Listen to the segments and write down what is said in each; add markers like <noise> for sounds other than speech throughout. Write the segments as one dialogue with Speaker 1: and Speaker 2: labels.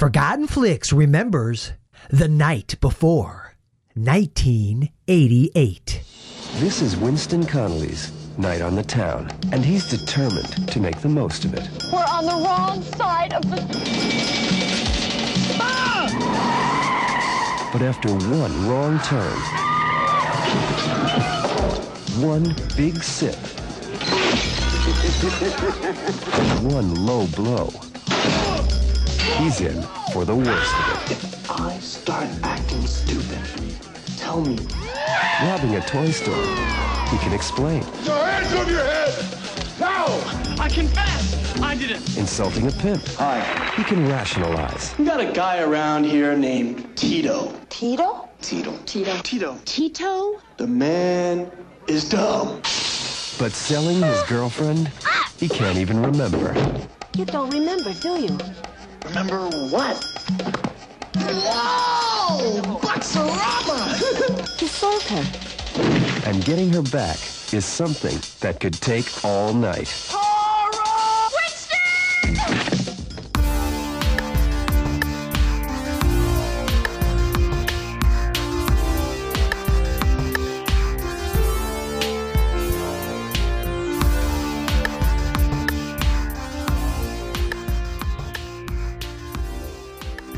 Speaker 1: Forgotten Flicks remembers the night before 1988.
Speaker 2: This is Winston Connolly's night on the town, and he's determined to make the most of it.
Speaker 3: We're on the wrong side of the. Ah!
Speaker 2: But after one wrong turn, one big sip, one low blow, he's in for the worst of it.
Speaker 4: I start acting stupid. Tell me.
Speaker 2: Robbing a toy store, he can explain.
Speaker 5: Your hands over your head! Now!
Speaker 6: I confess, I did it.
Speaker 2: Insulting a pimp,
Speaker 4: Hi.
Speaker 2: he can rationalize.
Speaker 4: We got a guy around here named Tito.
Speaker 3: Tito?
Speaker 4: Tito.
Speaker 3: Tito.
Speaker 4: Tito.
Speaker 3: Tito?
Speaker 4: The man is dumb.
Speaker 2: But selling his girlfriend, he can't even remember.
Speaker 3: You don't remember, do you?
Speaker 4: Remember what? Whoa! Buxarama!
Speaker 3: You sold her.
Speaker 2: And getting her back is something that could take all night.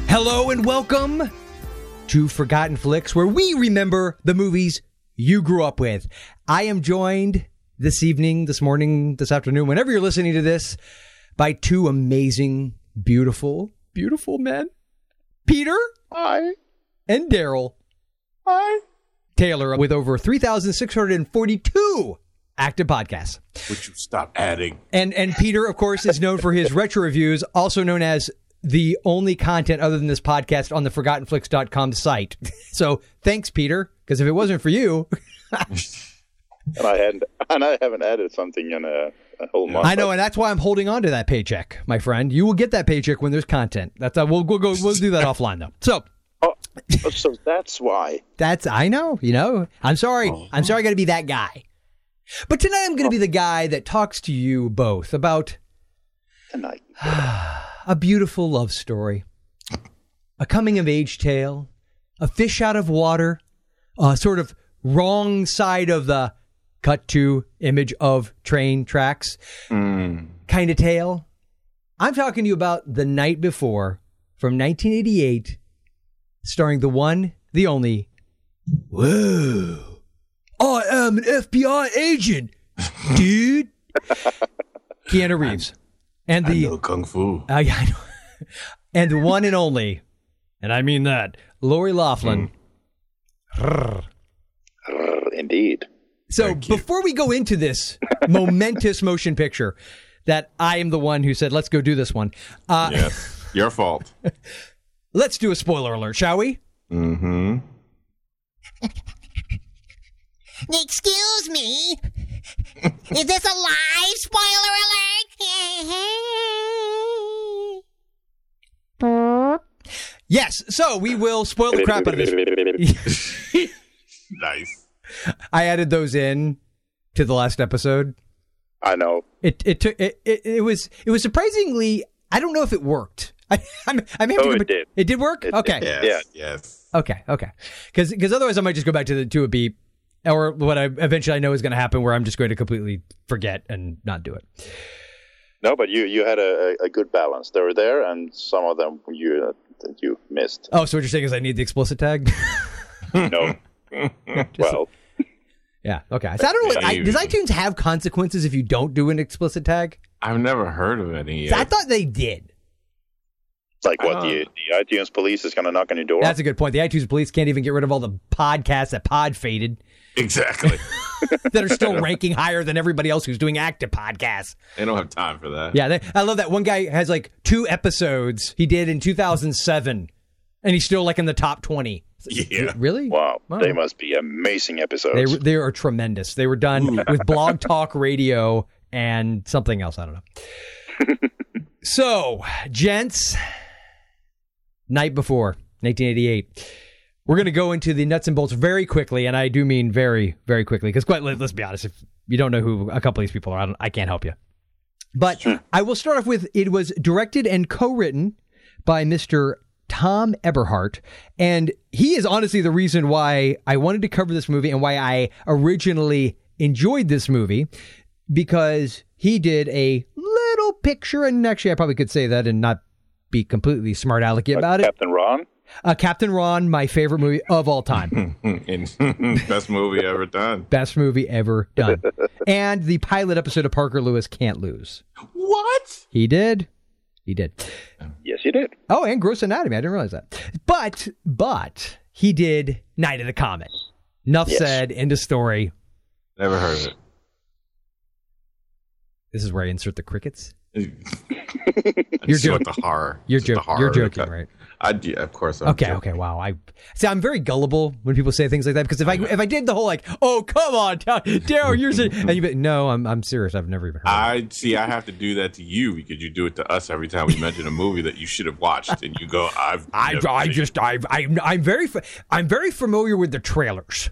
Speaker 1: Hello and welcome to Forgotten Flicks, where we remember the movies you grew up with. I am joined this evening, this morning, this afternoon, whenever you're listening to this, by two amazing, beautiful, beautiful men Peter.
Speaker 5: Hi.
Speaker 1: and Daryl
Speaker 5: Hi.
Speaker 1: Taylor with over 3,642 active podcasts.
Speaker 5: Would you stop adding?
Speaker 1: And and Peter, of course, is known for his retro reviews, also known as the only content other than this podcast on the forgottenflix.com site. So thanks, Peter, because if it wasn't for you,
Speaker 7: and I hadn't and I haven't added something in a, a whole month.
Speaker 1: I know, and that's why I'm holding on to that paycheck, my friend. You will get that paycheck when there's content. That's uh, we'll, we'll go we'll do that offline though. So
Speaker 7: Oh, so that's why.
Speaker 1: That's I know, you know. I'm sorry. I'm sorry I got to be that guy. But tonight I'm going to be the guy that talks to you both about
Speaker 7: And I
Speaker 1: a beautiful love story, a coming of age tale, a fish out of water, a sort of wrong side of the cut to image of train tracks kind of tale. I'm talking to you about The Night Before from 1988, starring the one, the only. Whoa. I am an FBI agent, dude. Keanu Reeves. And the
Speaker 5: kung fu.
Speaker 1: uh, yeah, <laughs> I know. and the one and only, and I mean that, Lori Laughlin.
Speaker 7: Mm. Brr, uh, indeed.
Speaker 1: So before we go into this momentous motion picture, that I am the one who said, let's go do this one, uh,
Speaker 5: Yes. Your fault.
Speaker 1: let's do a spoiler alert, shall we?
Speaker 5: Mm-hmm.
Speaker 8: Excuse me. Is this a live spoiler alert?
Speaker 1: Yes. So we will spoil the crap out of this.
Speaker 5: Nice.
Speaker 1: I added those in to the last episode.
Speaker 7: <laughs> I know.
Speaker 1: It it took it, it, it was it was surprisingly. I don't know if it worked. <laughs> I, I'm, I may have
Speaker 7: Oh,
Speaker 1: to go
Speaker 7: it
Speaker 1: back-
Speaker 7: did.
Speaker 1: It did work.
Speaker 7: It-
Speaker 1: okay.
Speaker 5: Yes.
Speaker 7: Yeah.
Speaker 5: Yes.
Speaker 1: Okay, okay. Because otherwise I might just go back to the to a beep, or what I eventually I know is going to happen, where I'm just going to completely forget and not do it.
Speaker 7: No, but you you had a, a a good balance. They were there, and some of them you uh, that you missed.
Speaker 1: Oh, so what you're saying is I need the explicit tag? <laughs>
Speaker 7: No. well,
Speaker 1: yeah. Okay. So I don't know. What, I, does iTunes have consequences if you don't do an explicit tag?
Speaker 5: I've never heard of any.
Speaker 1: So I
Speaker 5: yet.
Speaker 1: thought they did.
Speaker 7: like what
Speaker 5: Uh.
Speaker 7: the, the iTunes police is going to knock on your door.
Speaker 1: That's a good point. The iTunes police can't even get rid of all the podcasts that pod faded <laughs>
Speaker 5: exactly.
Speaker 1: that are still ranking higher than everybody else who's doing active podcasts.
Speaker 5: they don't have time for that.
Speaker 1: Yeah, they, I love that one guy has like two episodes he did in 2007, and he's still like in the top 20.
Speaker 5: Yeah. <laughs>
Speaker 1: Really?
Speaker 7: wow,
Speaker 1: Wow.
Speaker 7: they must be amazing
Speaker 1: They
Speaker 7: episodes.
Speaker 1: they are tremendous. They were done with Blog Talk Radio and something else. I don't know. so, gents, night before 1988, we're going to go into the nuts and bolts very quickly, and I do mean very, very quickly. Because quite let, let's be honest, if you don't know who a couple of these people are, I, don't, I can't help you. But I will start off with it was directed and co-written by Mr. Tom Eberhart. And he is honestly the reason why I wanted to cover this movie and why I originally enjoyed this movie because he did a little picture. And actually, I probably could say that and not be completely smart alecky about it.
Speaker 7: Captain Ron.
Speaker 1: Uh, Captain Ron, my favorite movie of all time.
Speaker 5: In <laughs> best movie ever done.
Speaker 1: Best movie ever done. and the pilot episode of Parker Lewis Can't Lose.
Speaker 5: What?
Speaker 1: He did. He did.
Speaker 7: Yes, you did.
Speaker 1: Oh, and Gross Anatomy. I didn't realize that. But, but he did Night of the Comet. Enough
Speaker 7: Yes.
Speaker 1: said. End of story.
Speaker 5: Never heard of
Speaker 1: This is where I insert the crickets.
Speaker 5: it. I
Speaker 1: You're
Speaker 5: just want
Speaker 1: joking.
Speaker 5: The horror.
Speaker 1: You're,
Speaker 5: Just the
Speaker 1: jo-
Speaker 5: horror
Speaker 1: you're
Speaker 5: of the
Speaker 1: joking,
Speaker 5: cut.
Speaker 1: right?
Speaker 5: I, yeah, of course. I'm
Speaker 1: Okay,
Speaker 5: joking.
Speaker 1: okay, wow. I see. I'm very gullible when people say things like that because if I if I did the whole like, oh come on, Dar- Daryl, you're ser-" and you be no, I'm I'm serious. I've never even heard. of
Speaker 5: I see. I have to do that to you because you do it to us every time we mention a movie that you should have watched, and you go, "I've."
Speaker 1: I,
Speaker 5: never
Speaker 1: I
Speaker 5: seen
Speaker 1: just I I'm I'm very fa- I'm very familiar with the trailers.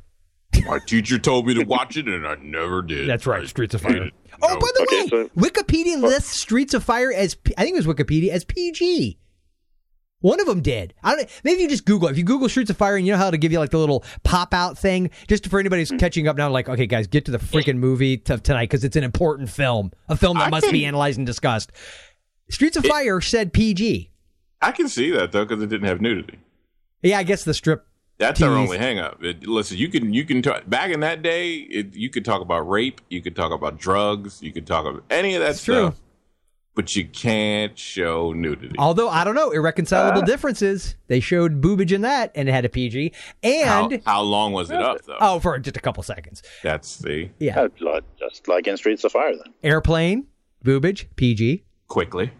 Speaker 5: it. My teacher told me to watch it, and I never did.
Speaker 1: That's right,
Speaker 5: I
Speaker 1: Streets of
Speaker 5: hated
Speaker 1: Fire.
Speaker 5: it.
Speaker 1: <clears throat> Oh,
Speaker 5: No. Oh.
Speaker 1: by the
Speaker 7: Okay,
Speaker 1: way,
Speaker 7: so-
Speaker 1: Wikipedia lists Streets of Fire as P- I think it was Wikipedia as PG. One of them did. I don't. Maybe you just Google. it. If you Google Streets of Fire, and you know how to give you like the little pop out thing, just for anybody
Speaker 5: Hmm.
Speaker 1: who's catching up now. Like, okay, guys, get to the freaking movie t- tonight because it's an important film, a film that
Speaker 5: I
Speaker 1: must be
Speaker 5: think-
Speaker 1: analyzed and discussed. Streets of Fire said PG.
Speaker 5: I can see that though because it didn't have nudity.
Speaker 1: Yeah, I guess the strip.
Speaker 5: That's our
Speaker 1: Tease.
Speaker 5: only hang up. It, listen, you can you can talk back in that day. It, you could talk about rape. You could talk about drugs. You could talk about any of that
Speaker 1: It's true.
Speaker 5: stuff. But you can't show nudity.
Speaker 1: Although I don't know,
Speaker 5: Uh.
Speaker 1: irreconcilable differences. They showed boobage in that, and it had a PG.
Speaker 5: how,
Speaker 1: And
Speaker 5: how long was it up though?
Speaker 1: oh, for just a couple seconds.
Speaker 5: That's the
Speaker 1: Yeah.
Speaker 7: Uh, li- Just like in Streets of Fire, then.
Speaker 1: Airplane, boobage, PG,
Speaker 5: quickly.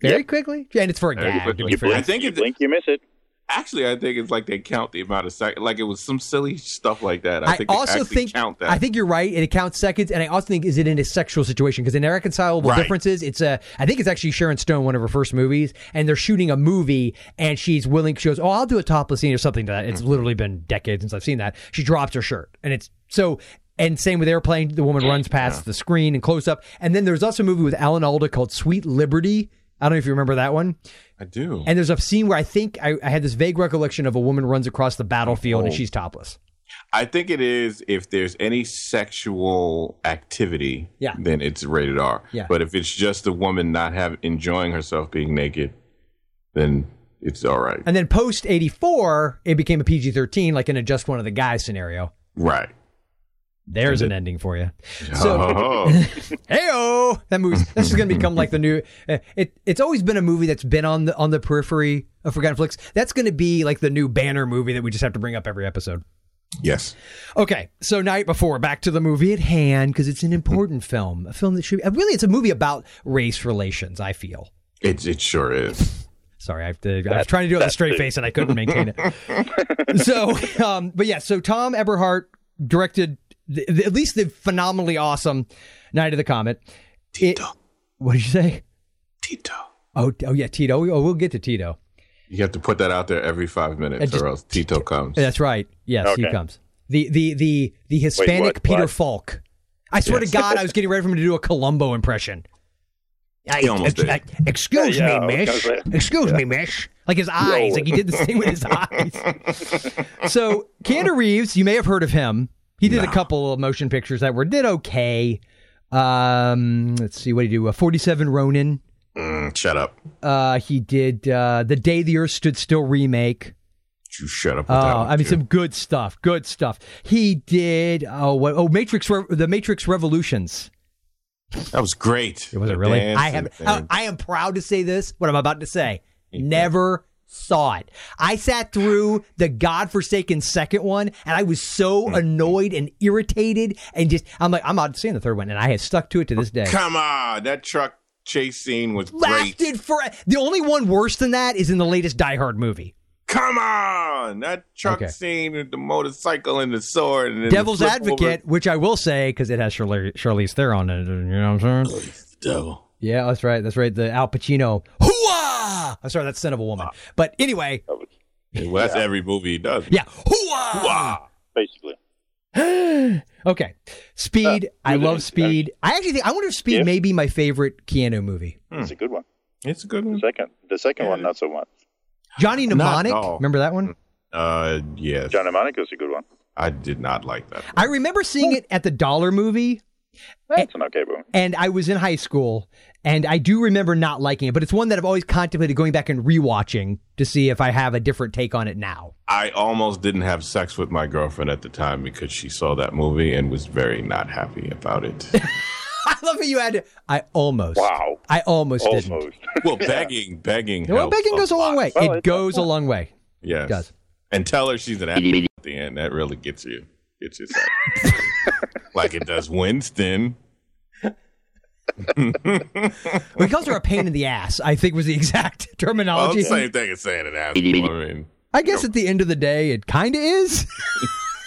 Speaker 1: very quickly, and it's for a
Speaker 5: Very
Speaker 1: gag. To
Speaker 5: quickly.
Speaker 1: be fair.
Speaker 5: I think
Speaker 7: you
Speaker 5: it-
Speaker 7: blink, you miss it.
Speaker 5: Actually, I think it's like they count the amount of seconds. Like it was some silly stuff like that. I,
Speaker 1: I
Speaker 5: think they
Speaker 1: also
Speaker 5: actually
Speaker 1: think
Speaker 5: count that.
Speaker 1: I think you're right, and it counts seconds. And I also think is it in a sexual situation because in irreconcilable
Speaker 5: Right.
Speaker 1: differences, it's a. I think it's actually Sharon Stone, one of her first movies, and they're shooting a movie, and she's willing. She goes, "Oh, I'll do a topless scene or something." To that
Speaker 5: Mm-hmm.
Speaker 1: it's literally been decades since I've seen that. She drops her shirt, and it's so. And same with airplane, the woman runs past the screen and close up. And then there's also a movie with Alan Alda called Sweet Liberty. I don't know if you remember that one.
Speaker 5: I do.
Speaker 1: And there's a scene where I think I, I had this vague recollection of a woman runs across the battlefield and she's topless.
Speaker 5: I think it is if there's any sexual activity,
Speaker 1: Yeah.
Speaker 5: then it's rated R.
Speaker 1: Yeah.
Speaker 5: But if it's just a woman not have enjoying herself being naked, then it's all right.
Speaker 1: And then post 84, it became a PG 13, like in a just one of the guys scenario. <laughs>
Speaker 5: right.
Speaker 1: There's an ending for you.
Speaker 5: <laughs>
Speaker 1: So,
Speaker 5: Oh,
Speaker 1: <laughs> heyo, that movie's this is going to become like the new. uh, It it's always been a movie that's been on the on the periphery of Forgotten Flicks. That's going to be like the new banner movie that we just have to bring up every episode.
Speaker 5: yes.
Speaker 1: Okay, so night before, back to the movie at hand because it's an important film, a film that should uh, really it's a movie about race relations. I feel.
Speaker 5: It, it sure is.
Speaker 1: Sorry, I, have to, I was trying to do it with a straight face and I couldn't maintain it.
Speaker 7: <laughs>
Speaker 1: so, um, but yeah, so Tom Eberhart directed the, the- at least the phenomenally awesome Night of the Comet. It- what did you say?
Speaker 5: Tito.
Speaker 1: Oh, oh yeah, Tito. Oh, we'll get to Tito.
Speaker 5: You have to put that out there every five minutes,
Speaker 1: just-
Speaker 5: or else
Speaker 1: <laughs>
Speaker 5: Tito comes.
Speaker 1: That's right. Yes, he
Speaker 7: Okay.
Speaker 1: comes. The the the the Hispanic
Speaker 7: what?
Speaker 1: Peter
Speaker 7: What?
Speaker 1: Falk. I swear to God, I was getting ready for him to do a Columbo impression.
Speaker 5: He almost did.
Speaker 1: excuse
Speaker 7: Yeah, yeah,
Speaker 1: me,
Speaker 7: I was
Speaker 1: miss.
Speaker 7: gonna say.
Speaker 1: Excuse me, miss. Like his eyes, like he did this thing with his eyes. So, Keanu Reeves, you may have heard of him. He did a couple of motion pictures that were did okay. Um, let's see what did he do. Uh, Forty Seven Ronin.
Speaker 5: Mm, shut up.
Speaker 1: Uh, he did uh, the Day the Earth Stood Still remake.
Speaker 5: You shut up. With
Speaker 1: Oh,
Speaker 5: that one,
Speaker 1: I mean,
Speaker 5: too.
Speaker 1: some good stuff. Good stuff. He did. Oh, what, oh, Matrix. Re- the Matrix Revolutions.
Speaker 5: that was great.
Speaker 1: It was it
Speaker 5: The
Speaker 1: really?
Speaker 5: dance
Speaker 1: I
Speaker 5: and
Speaker 1: have. I,
Speaker 5: things.
Speaker 1: I am proud to say this. What I'm about to say. Never saw it. I sat through the godforsaken second one, and I was
Speaker 5: <laughs>
Speaker 1: so annoyed and irritated, and just I'm like, I'm not seeing the third one, and I have stuck to it to this day.
Speaker 5: Come on, that truck chase scene was great.
Speaker 1: Lasted for the only one worse than that is in the latest Die Hard movie.
Speaker 5: Come on, that truck
Speaker 1: Okay.
Speaker 5: scene with the motorcycle and the sword. And then the
Speaker 1: Devil's
Speaker 5: flip over-
Speaker 1: Advocate, which I will say because it has Charlize, Charlize Theron in it. You know what I'm
Speaker 5: <clears throat>
Speaker 1: saying?
Speaker 5: Devil.
Speaker 1: Yeah, that's right. That's right. The Al Pacino. Hooah! I'm sorry, that's son of a woman. But anyway,
Speaker 5: Well, that's every movie he does.
Speaker 1: yeah. Hooah!
Speaker 5: Wow.
Speaker 7: Basically,
Speaker 1: Okay. Speed. I love Speed. I actually think I wonder if Speed
Speaker 7: Yeah.
Speaker 1: may be my favorite Keanu movie.
Speaker 7: it's a good one.
Speaker 5: It's a good one.
Speaker 7: Second, the second one, not so much.
Speaker 1: Johnny Mnemonic.
Speaker 5: all.
Speaker 1: Remember that one?
Speaker 5: Uh, yes.
Speaker 7: Johnny Mnemonic is a good one.
Speaker 5: I did not like that.
Speaker 1: I remember seeing it at the Dollar Movie,
Speaker 7: That's an okay movie.
Speaker 1: and I was in high school, and I do remember not liking it. But it's one that I've always contemplated going back and rewatching to see if I have a different take on it now. <laughs>
Speaker 5: I almost didn't have sex with my girlfriend at the time because she saw that movie and was very not happy
Speaker 1: <laughs>
Speaker 5: about it.
Speaker 1: I love that you had. To, I almost.
Speaker 7: Wow.
Speaker 1: I almost, didn't.
Speaker 7: Almost.
Speaker 5: Well, begging, begging.
Speaker 1: Well,
Speaker 5: helps
Speaker 1: begging
Speaker 5: a
Speaker 1: goes a long
Speaker 5: lot.
Speaker 1: way.
Speaker 7: Well,
Speaker 1: it
Speaker 7: it
Speaker 1: goes a long way.
Speaker 5: Yes.
Speaker 1: does.
Speaker 5: And tell her she's an athlete at the end. That really gets you. Gets you sad.
Speaker 1: <laughs>
Speaker 5: like it does Winston.
Speaker 1: Well, he calls her a pain in the ass. I think was the <laughs> exact
Speaker 5: Well,
Speaker 1: terminology.
Speaker 5: the same thing as saying an asshole. I mean,
Speaker 1: I guess at the end of the day, it kind of is.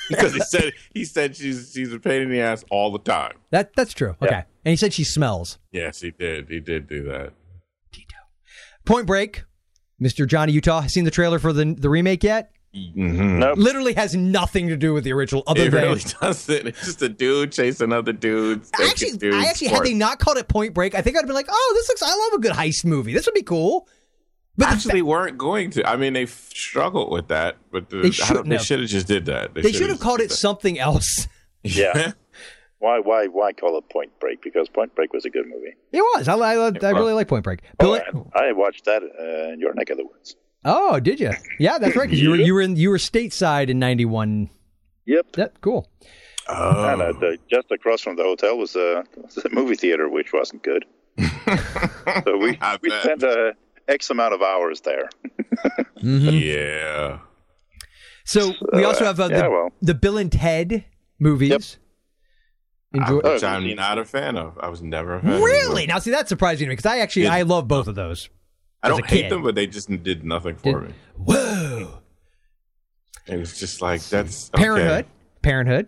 Speaker 5: because he said he said she's she's a pain in the ass all the time.
Speaker 1: That that's true. Okay. And he said she smells.
Speaker 5: Yes, he did. He did do that.
Speaker 1: Point Break. Mr. Johnny Utah, seen the trailer for the the remake yet?
Speaker 5: Hmm.
Speaker 7: <laughs>
Speaker 1: Literally has nothing to do with the original, other
Speaker 5: It
Speaker 1: than
Speaker 5: really doesn't. It's just a dude chasing other dudes.
Speaker 1: I
Speaker 5: taking
Speaker 1: actually,
Speaker 5: dudes
Speaker 1: I actually had
Speaker 5: for-
Speaker 1: they not called it Point Break, I think I'd have been like, "Oh, this looks. I love a good heist movie. This would be cool." But the
Speaker 5: actually they weren't going to. I mean, they f- struggled with that, but the,
Speaker 1: They
Speaker 5: they
Speaker 1: shouldn't have.
Speaker 5: should have just did that.
Speaker 1: they
Speaker 5: shoulda
Speaker 1: should have
Speaker 5: just <laughs>
Speaker 1: called
Speaker 5: did
Speaker 1: it something else.
Speaker 5: that.
Speaker 7: Yeah. Why, why, why call it Point Break? Because Point Break was a good movie.
Speaker 1: <laughs> It was. I, I, loved- I really like Point Break. Bill,
Speaker 7: Oh, I, I watched that uh, in your neck of the woods.
Speaker 1: oh, did you? Yeah, that's right. 'cause you were you were in you were stateside in '91.
Speaker 7: Yep.
Speaker 1: Yep, cool.
Speaker 7: And
Speaker 5: Oh.
Speaker 7: uh, the, just across from the hotel was a, was a movie theater, which
Speaker 5: <laughs>
Speaker 7: wasn't good. so we,
Speaker 5: I
Speaker 7: we
Speaker 5: bet.
Speaker 7: spent uh, X amount of hours there.
Speaker 5: <laughs> Yeah.
Speaker 1: So we also have uh, the,
Speaker 7: yeah, well.
Speaker 1: the Bill and Ted movies.
Speaker 5: I-
Speaker 1: Enjoy-
Speaker 5: which I'm not a fan of. I was never a fan. of
Speaker 1: Really?
Speaker 5: them.
Speaker 1: Now, see, that's surprising to me because I actually
Speaker 5: Yeah.
Speaker 1: I love both of those.
Speaker 5: I
Speaker 1: as
Speaker 5: don't
Speaker 1: a
Speaker 5: hate
Speaker 1: kid.
Speaker 5: them, but they just did nothing for me.
Speaker 1: Whoa!
Speaker 5: It was just like that's okay.
Speaker 1: Parenthood. Parenthood.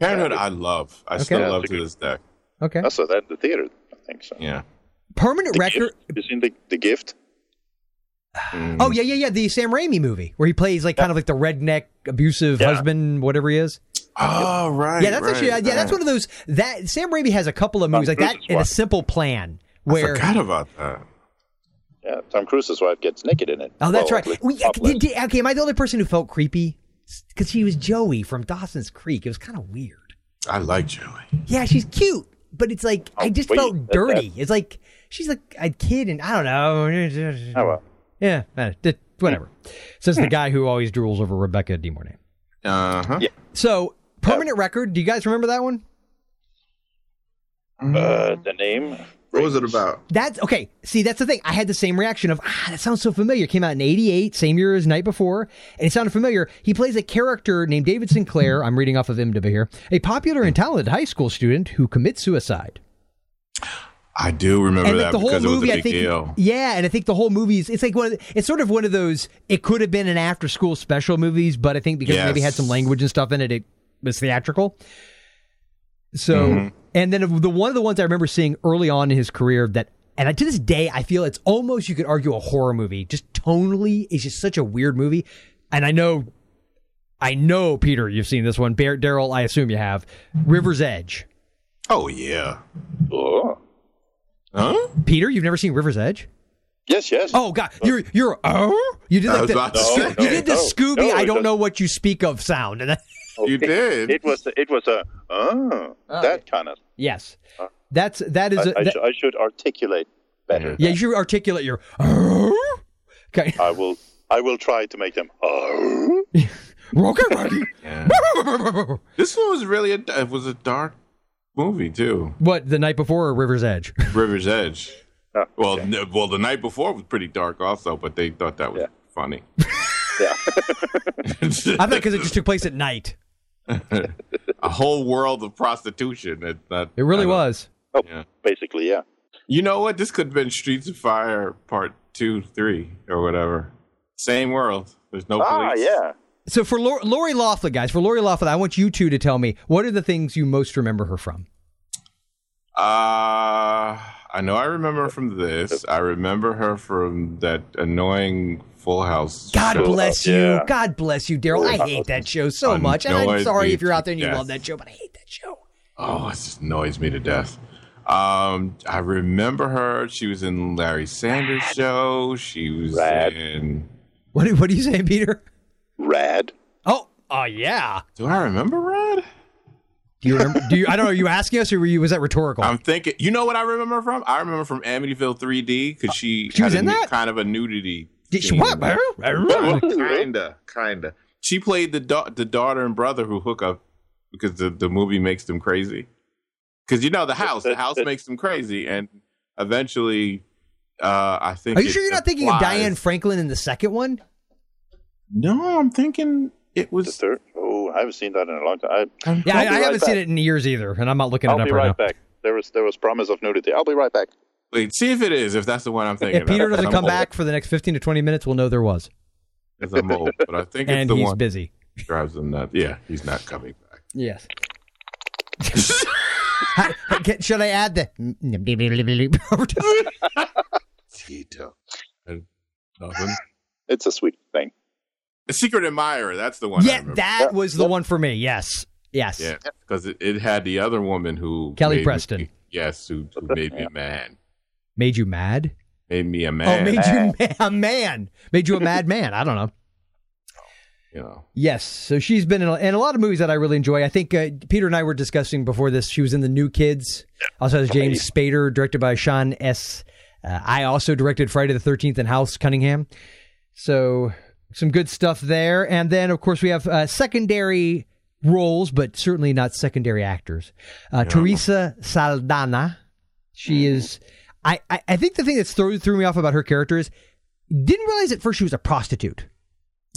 Speaker 5: Parenthood, I love. I
Speaker 1: Yeah,
Speaker 5: still
Speaker 7: it's
Speaker 5: love
Speaker 7: a
Speaker 5: to
Speaker 7: good-
Speaker 5: this day.
Speaker 1: Okay.
Speaker 7: I saw that in the theater. I think so.
Speaker 5: Yeah.
Speaker 1: Permanent
Speaker 7: The
Speaker 1: record.
Speaker 7: gift. You seen the, the gift?
Speaker 1: Oh yeah, yeah, yeah. The Sam Raimi movie where he plays like kind of like the redneck abusive
Speaker 7: Yeah.
Speaker 1: husband, whatever he is.
Speaker 5: Oh right.
Speaker 1: Yeah, that's actually yeah,
Speaker 5: right,
Speaker 1: that's
Speaker 5: right.
Speaker 1: one of those that Sam Raimi has a couple of movies like that
Speaker 7: Cruise's
Speaker 1: and a
Speaker 7: wife.
Speaker 1: simple plan
Speaker 5: I
Speaker 1: where.
Speaker 5: forgot about that.
Speaker 7: Yeah. Tom Cruise's wife gets naked in it.
Speaker 1: Oh, that's
Speaker 7: Well,
Speaker 1: right.
Speaker 7: at least
Speaker 1: We,
Speaker 7: top
Speaker 1: did,
Speaker 7: left.
Speaker 1: did- okay, am I the only person who felt creepy? Because she was Joey from Dawson's Creek. It was kind of weird.
Speaker 5: I like Joey.
Speaker 1: Yeah, she's cute, but it's like I just
Speaker 7: Oh, wait,
Speaker 1: felt
Speaker 7: that's
Speaker 1: dirty. It's like she's like a kid, and I don't know.
Speaker 7: Oh, well. Hmm.
Speaker 1: Yeah, uh, d- whatever. Says the guy who always drools over Rebecca De Mornay.
Speaker 5: Uh huh.
Speaker 1: So permanent record. Do you guys remember that one?
Speaker 7: Uh, the name.
Speaker 5: What was it about?
Speaker 1: That's okay. See, that's the thing. I had the same reaction of ah, that sounds so familiar. It came out in '88, same year as Night Before, and it sounded familiar. He plays a character named David Sinclair. I'm reading off of IMDb here. A popular and talented high school student who commits suicide.
Speaker 5: I do remember
Speaker 1: and like
Speaker 5: that
Speaker 1: the whole
Speaker 5: because
Speaker 1: movie,
Speaker 5: it was a
Speaker 1: I
Speaker 5: big
Speaker 1: think,
Speaker 5: deal.
Speaker 1: yeah, and I think the whole movie is it's like one of the, it's sort of one of those. It could have been an after school special movies, but I think because it maybe had some
Speaker 5: Yes.
Speaker 1: language and stuff in it, it was theatrical. So,
Speaker 5: Mm-hmm.
Speaker 1: and then of the one of the ones I remember seeing early on in his career that, and I- to this day, I feel it's almost you could argue a horror movie. Just tonally, it's just such a weird movie. And I know, I know, Peter, you've seen this one. Bar- Daryl, I assume you have. River's Edge.
Speaker 5: Oh yeah.
Speaker 7: Oh.
Speaker 5: Huh?
Speaker 1: Peter, you've never seen River's Edge?
Speaker 7: Yes, yes.
Speaker 1: Oh God, you're you're oh you did
Speaker 5: I
Speaker 1: like
Speaker 5: was
Speaker 1: the,
Speaker 5: about to
Speaker 1: Sco-
Speaker 5: say.
Speaker 1: you did the
Speaker 7: No, no,
Speaker 1: Scooby
Speaker 7: no,
Speaker 1: I
Speaker 7: it
Speaker 1: don't
Speaker 7: doesn't-
Speaker 1: know what you speak of sound and that,
Speaker 5: You did.
Speaker 7: It was. It was a. Uh, that kind of.
Speaker 1: <laughs> yes that's that is a,
Speaker 7: I, I,
Speaker 1: that-
Speaker 7: sh- I should articulate better.
Speaker 5: Mm-hmm.
Speaker 1: yeah you should articulate your oh. okay
Speaker 7: I will. I will try to make them. Oh. <laughs>
Speaker 1: okay buddy.
Speaker 5: Yeah. This one was really a it was a dark movie too.
Speaker 1: <laughs> what the night before or River's Edge
Speaker 5: River's Edge.
Speaker 7: Oh,
Speaker 5: well, n- well, the night before was pretty dark also, but they thought that was
Speaker 7: Yeah.
Speaker 1: <laughs>
Speaker 5: funny.
Speaker 7: Yeah.
Speaker 1: I thought because it just took place at night
Speaker 5: a whole world of prostitution. It, that,
Speaker 1: it really
Speaker 5: I don't-
Speaker 1: was
Speaker 7: Oh,
Speaker 5: Yeah.
Speaker 7: basically, yeah.
Speaker 5: You know what? This could have been Streets of Fire Part Two, Three, or whatever. Same world. There's no
Speaker 7: Ah,
Speaker 5: police.
Speaker 7: yeah.
Speaker 1: so for Lori, Lori Laughlin guys for Lori Laughlin I want you two to tell me what are the things you most remember her from
Speaker 5: Uh, I know. I remember her from this. I remember her from that annoying Full House.
Speaker 1: God
Speaker 5: show.
Speaker 1: bless you.
Speaker 7: yeah.
Speaker 1: God bless you, Daryl. I hate that show so much. And I'm
Speaker 5: Annoyed
Speaker 1: sorry
Speaker 5: me
Speaker 1: if you're out
Speaker 5: to
Speaker 1: there and you
Speaker 5: death.
Speaker 1: love that show, but I hate that show.
Speaker 5: Oh, it just annoys me to death. Um, I remember her. She was in Larry Sanders' show. She was
Speaker 7: Rad.
Speaker 5: in
Speaker 1: What do- what are you saying, Peter?
Speaker 7: Rad.
Speaker 1: Oh, oh yeah.
Speaker 5: Do I remember Rad?
Speaker 1: Do you remember? do you? I don't know. Are you asking us, or were you? Was that rhetorical?
Speaker 5: I'm thinking. You know what I remember from? I remember from Amityville 3D because she,
Speaker 1: She was
Speaker 5: had a
Speaker 1: in
Speaker 5: nu-
Speaker 1: that?
Speaker 5: kind of a nudity.
Speaker 1: Did she-
Speaker 5: scene.
Speaker 1: what?
Speaker 5: kinda, kinda. She played the da- the daughter and brother who hook up because the, the movie makes them crazy. Because you know the house, the house makes them crazy, and eventually, uh, I think.
Speaker 1: Are you
Speaker 5: it
Speaker 1: sure you're not thinking of
Speaker 5: applies-
Speaker 1: Diane Franklin in the second one?
Speaker 5: No, I'm thinking it
Speaker 7: The
Speaker 5: was.
Speaker 7: third. Oh, I haven't seen that in a long time. I,
Speaker 1: Yeah, I, I
Speaker 7: right
Speaker 1: haven't seen
Speaker 7: back.
Speaker 1: it in years either, and I'm not looking
Speaker 7: I'll
Speaker 1: it up
Speaker 7: be
Speaker 1: right,
Speaker 7: right
Speaker 1: now.
Speaker 7: back. There was there was promise of nudity. I'll be right back.
Speaker 5: Wait, see if it is. If that's the one I'm thinking.
Speaker 1: If Peter
Speaker 5: of.
Speaker 1: doesn't
Speaker 5: I'm
Speaker 1: come
Speaker 5: old.
Speaker 1: back for the next 15 to 20 minutes, we'll know there was,
Speaker 5: 'Cause I'm old, but I think it's
Speaker 1: and
Speaker 5: the
Speaker 1: he's
Speaker 5: one that
Speaker 1: busy.
Speaker 5: drives them nuts. Yeah, he's not coming back.
Speaker 1: Yes. <laughs> Hi- can- should I add the over to-
Speaker 5: Tito. And nothing.
Speaker 7: It's a sweet thing.
Speaker 5: A Secret Admirer. That's the one. I
Speaker 1: Yeah,
Speaker 5: remember.
Speaker 1: that was the one for me. Yes. Yes.
Speaker 5: Yeah, because it, it had the other woman who
Speaker 1: Kelly
Speaker 5: made me-
Speaker 1: Preston.
Speaker 5: yes, who, who made me a man,
Speaker 1: Made you mad?
Speaker 5: made me a man.
Speaker 1: Oh, made you ma- a man. Made you a madman. I don't know.
Speaker 5: you know,
Speaker 1: Yes. So she's been in a, in a lot of movies that I really enjoy. I think uh, Peter and I were discussing before this. She was in The New Kids. Also has James Spader, directed by Sean S. Uh, I also directed Friday the 13th and House Cunningham. So some good stuff there. And then, of course, we have uh, secondary roles, but certainly not secondary actors. Uh, Teresa Saldana. She
Speaker 5: Mm-hmm.
Speaker 1: is. I, I, I think the thing that's threw, threw me off about her character is didn't realize at first she was a prostitute.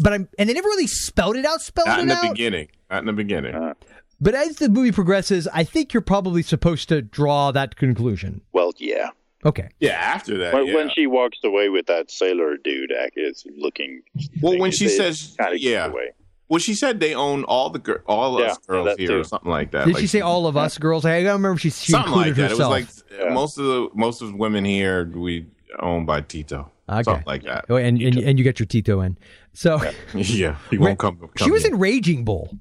Speaker 1: But I'm, and they never really spelled it out, spelled
Speaker 5: not
Speaker 1: it
Speaker 5: in the
Speaker 1: out.
Speaker 5: beginning, not in the beginning.
Speaker 7: Uh,
Speaker 1: But as the movie progresses, I think you're probably supposed to draw that conclusion.
Speaker 7: Well, yeah.
Speaker 1: Okay.
Speaker 5: yeah, after that,
Speaker 7: When,
Speaker 5: Uh, yeah.
Speaker 7: when she walks away with that sailor dude, act is looking.
Speaker 5: Well,
Speaker 7: thing,
Speaker 5: when
Speaker 7: it-
Speaker 5: she
Speaker 7: it
Speaker 5: says-
Speaker 7: kinda gives
Speaker 5: yeah.
Speaker 7: away.
Speaker 5: well, she said they own all the gir- all
Speaker 7: Yeah,
Speaker 5: us girls
Speaker 7: that
Speaker 5: here,
Speaker 7: too.
Speaker 5: or something like that.
Speaker 1: Did
Speaker 5: Like,
Speaker 1: she say all of us girls? I don't remember if she, she
Speaker 5: something
Speaker 1: included
Speaker 5: like that?
Speaker 1: herself.
Speaker 5: It was like uh, most of the most of the women here we own by Tito,
Speaker 1: Okay.
Speaker 5: something like that.
Speaker 1: Oh, and, and and you get your Tito in. So
Speaker 5: <laughs> yeah, he won't come.
Speaker 1: <laughs> she
Speaker 5: come
Speaker 1: was
Speaker 5: here.
Speaker 1: in Raging Bull.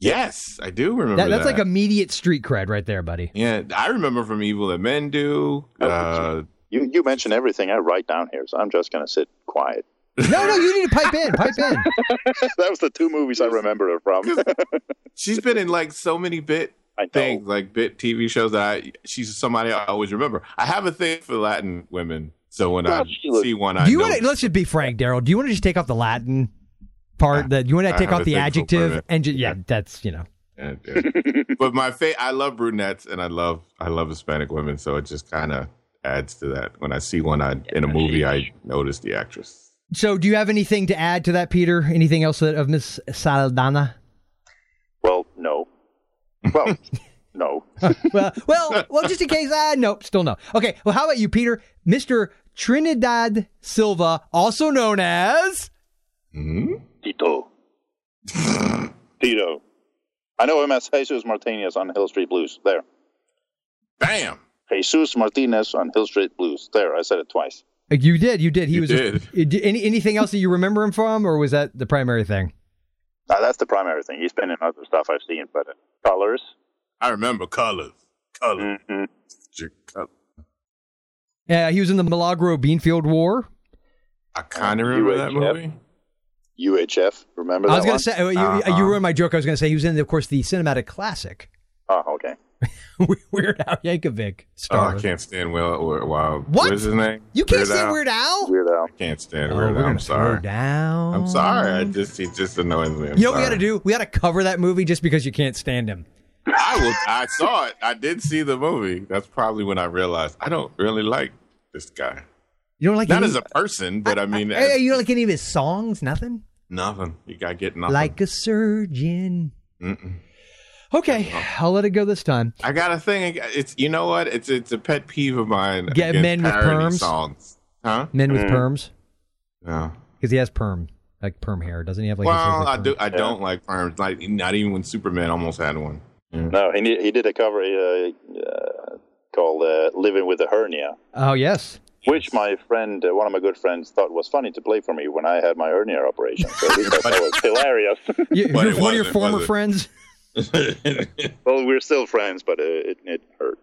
Speaker 5: Yes, I do remember.
Speaker 1: That, that's
Speaker 5: that.
Speaker 1: like immediate street cred right there,
Speaker 5: <laughs>
Speaker 1: buddy.
Speaker 5: Yeah, I remember from Evil That Men Do. Uh,
Speaker 7: You you mention everything I write down here, so I'm just gonna sit quiet.
Speaker 1: No, no, you need to pipe in, pipe in.
Speaker 7: <laughs> that was the two movies I remember her from.
Speaker 5: she's been in like so many bit
Speaker 7: <laughs> I know.
Speaker 5: things, like bit TV shows that I she's somebody I always remember. I have a thing for Latin women, so when
Speaker 7: Well,
Speaker 5: I
Speaker 7: she looks-
Speaker 5: see one, <laughs> I
Speaker 1: Do you
Speaker 5: know.
Speaker 1: want to? Let's just be frank, Daryl. Do you want to just take off the Latin part? That you want to
Speaker 5: I
Speaker 1: take
Speaker 5: have
Speaker 1: off
Speaker 5: a
Speaker 1: the
Speaker 5: thing for
Speaker 1: adjective
Speaker 5: women.
Speaker 1: and ju- yeah, that's you know.
Speaker 5: Yeah, yeah. but my fa- I love brunettes and I love I love Hispanic women, so it just kind of adds to that. When I see one I, in a movie, I notice the actress.
Speaker 1: So, do you have anything to add to that, Peter? Anything else that, of Miss Saldana?
Speaker 7: Well, no.
Speaker 1: <laughs>
Speaker 7: Well, no.
Speaker 1: well, well, well, just in case. Uh, nope, still no. Okay, well, how about you, Peter? Mr. Trinidad Silva, also known as.
Speaker 7: Tito. Tito. I know him as Jesus Martinez on Hill Street Blues. There.
Speaker 5: Bam!
Speaker 7: Jesus Martinez on Hill Street Blues. There. I said it twice.
Speaker 1: You did, you did. He
Speaker 5: You
Speaker 1: was.
Speaker 5: did.
Speaker 1: Uh, d- Any, anything else that you remember him from, or was that the primary thing?
Speaker 7: Now, that's the primary thing. He's been in other stuff I've seen, but uh, colors.
Speaker 5: I remember colors, colors,
Speaker 1: Mm-hmm.
Speaker 7: hmm
Speaker 5: colors.
Speaker 1: Uh, he was in the Milagro Beanfield War. Uh,
Speaker 5: I kind of remember that
Speaker 7: UHF.
Speaker 5: movie.
Speaker 7: UHF. Remember that
Speaker 1: I was going
Speaker 7: one?
Speaker 1: to say, uh, you, uh
Speaker 5: Uh-huh.
Speaker 1: you ruined my joke. I was going to say he was in, of course, the cinematic classic <laughs>
Speaker 7: Oh, okay.
Speaker 1: Weird Al Yankovic
Speaker 5: Oh,
Speaker 1: star.
Speaker 5: I can't stand Will. Will Wild.
Speaker 1: What?
Speaker 5: What's his name?
Speaker 1: You can't
Speaker 5: Weird
Speaker 1: say
Speaker 5: Al?
Speaker 1: Weird Al.
Speaker 7: Weird Al.
Speaker 5: Can't stand
Speaker 1: Oh,
Speaker 5: Weird
Speaker 1: we're
Speaker 5: Al.
Speaker 1: gonna
Speaker 5: I'm sorry.
Speaker 1: slow down.
Speaker 5: I'm sorry. I just he just annoys me. I'm
Speaker 1: You know what we
Speaker 5: sorry.
Speaker 1: got to do? We got to cover that movie just because you can't stand him.
Speaker 5: <laughs> I will. I saw it. I did see the movie. That's probably when I realized I don't really like this guy.
Speaker 1: You don't like
Speaker 5: Not
Speaker 1: any,
Speaker 5: as a person, but I, mean,
Speaker 1: Hey,
Speaker 5: as-
Speaker 1: you don't like any of his songs? Nothing.
Speaker 5: nothing. You got to get nothing.
Speaker 1: Like a surgeon. Okay, I'll let it go this time.
Speaker 5: I got a thing. ag- It's you know what? It's it's a pet peeve of mine.
Speaker 1: Get
Speaker 5: against
Speaker 1: men with
Speaker 5: parody
Speaker 1: perms?
Speaker 5: songs, huh?
Speaker 1: Men with perms,
Speaker 5: No.
Speaker 1: because he has perm, like perm hair. Doesn't he have like? his hair's
Speaker 5: Well, I
Speaker 1: like
Speaker 5: do.
Speaker 1: perm?
Speaker 5: I don't like perms. Like not even when Superman almost had one.
Speaker 7: No, he ne- he did a cover uh, uh, called uh, "Living with a Hernia,"
Speaker 1: Oh yes.
Speaker 7: which my friend, uh, one of my good friends, thought was funny to play for me when I had my hernia operation. So he thought that <laughs> was hilarious.
Speaker 1: You,
Speaker 5: But
Speaker 1: you're
Speaker 5: it
Speaker 1: one of your
Speaker 5: wasn't,
Speaker 1: former
Speaker 5: was it?
Speaker 1: friends.
Speaker 7: well, we're still friends, but uh, it it hurt.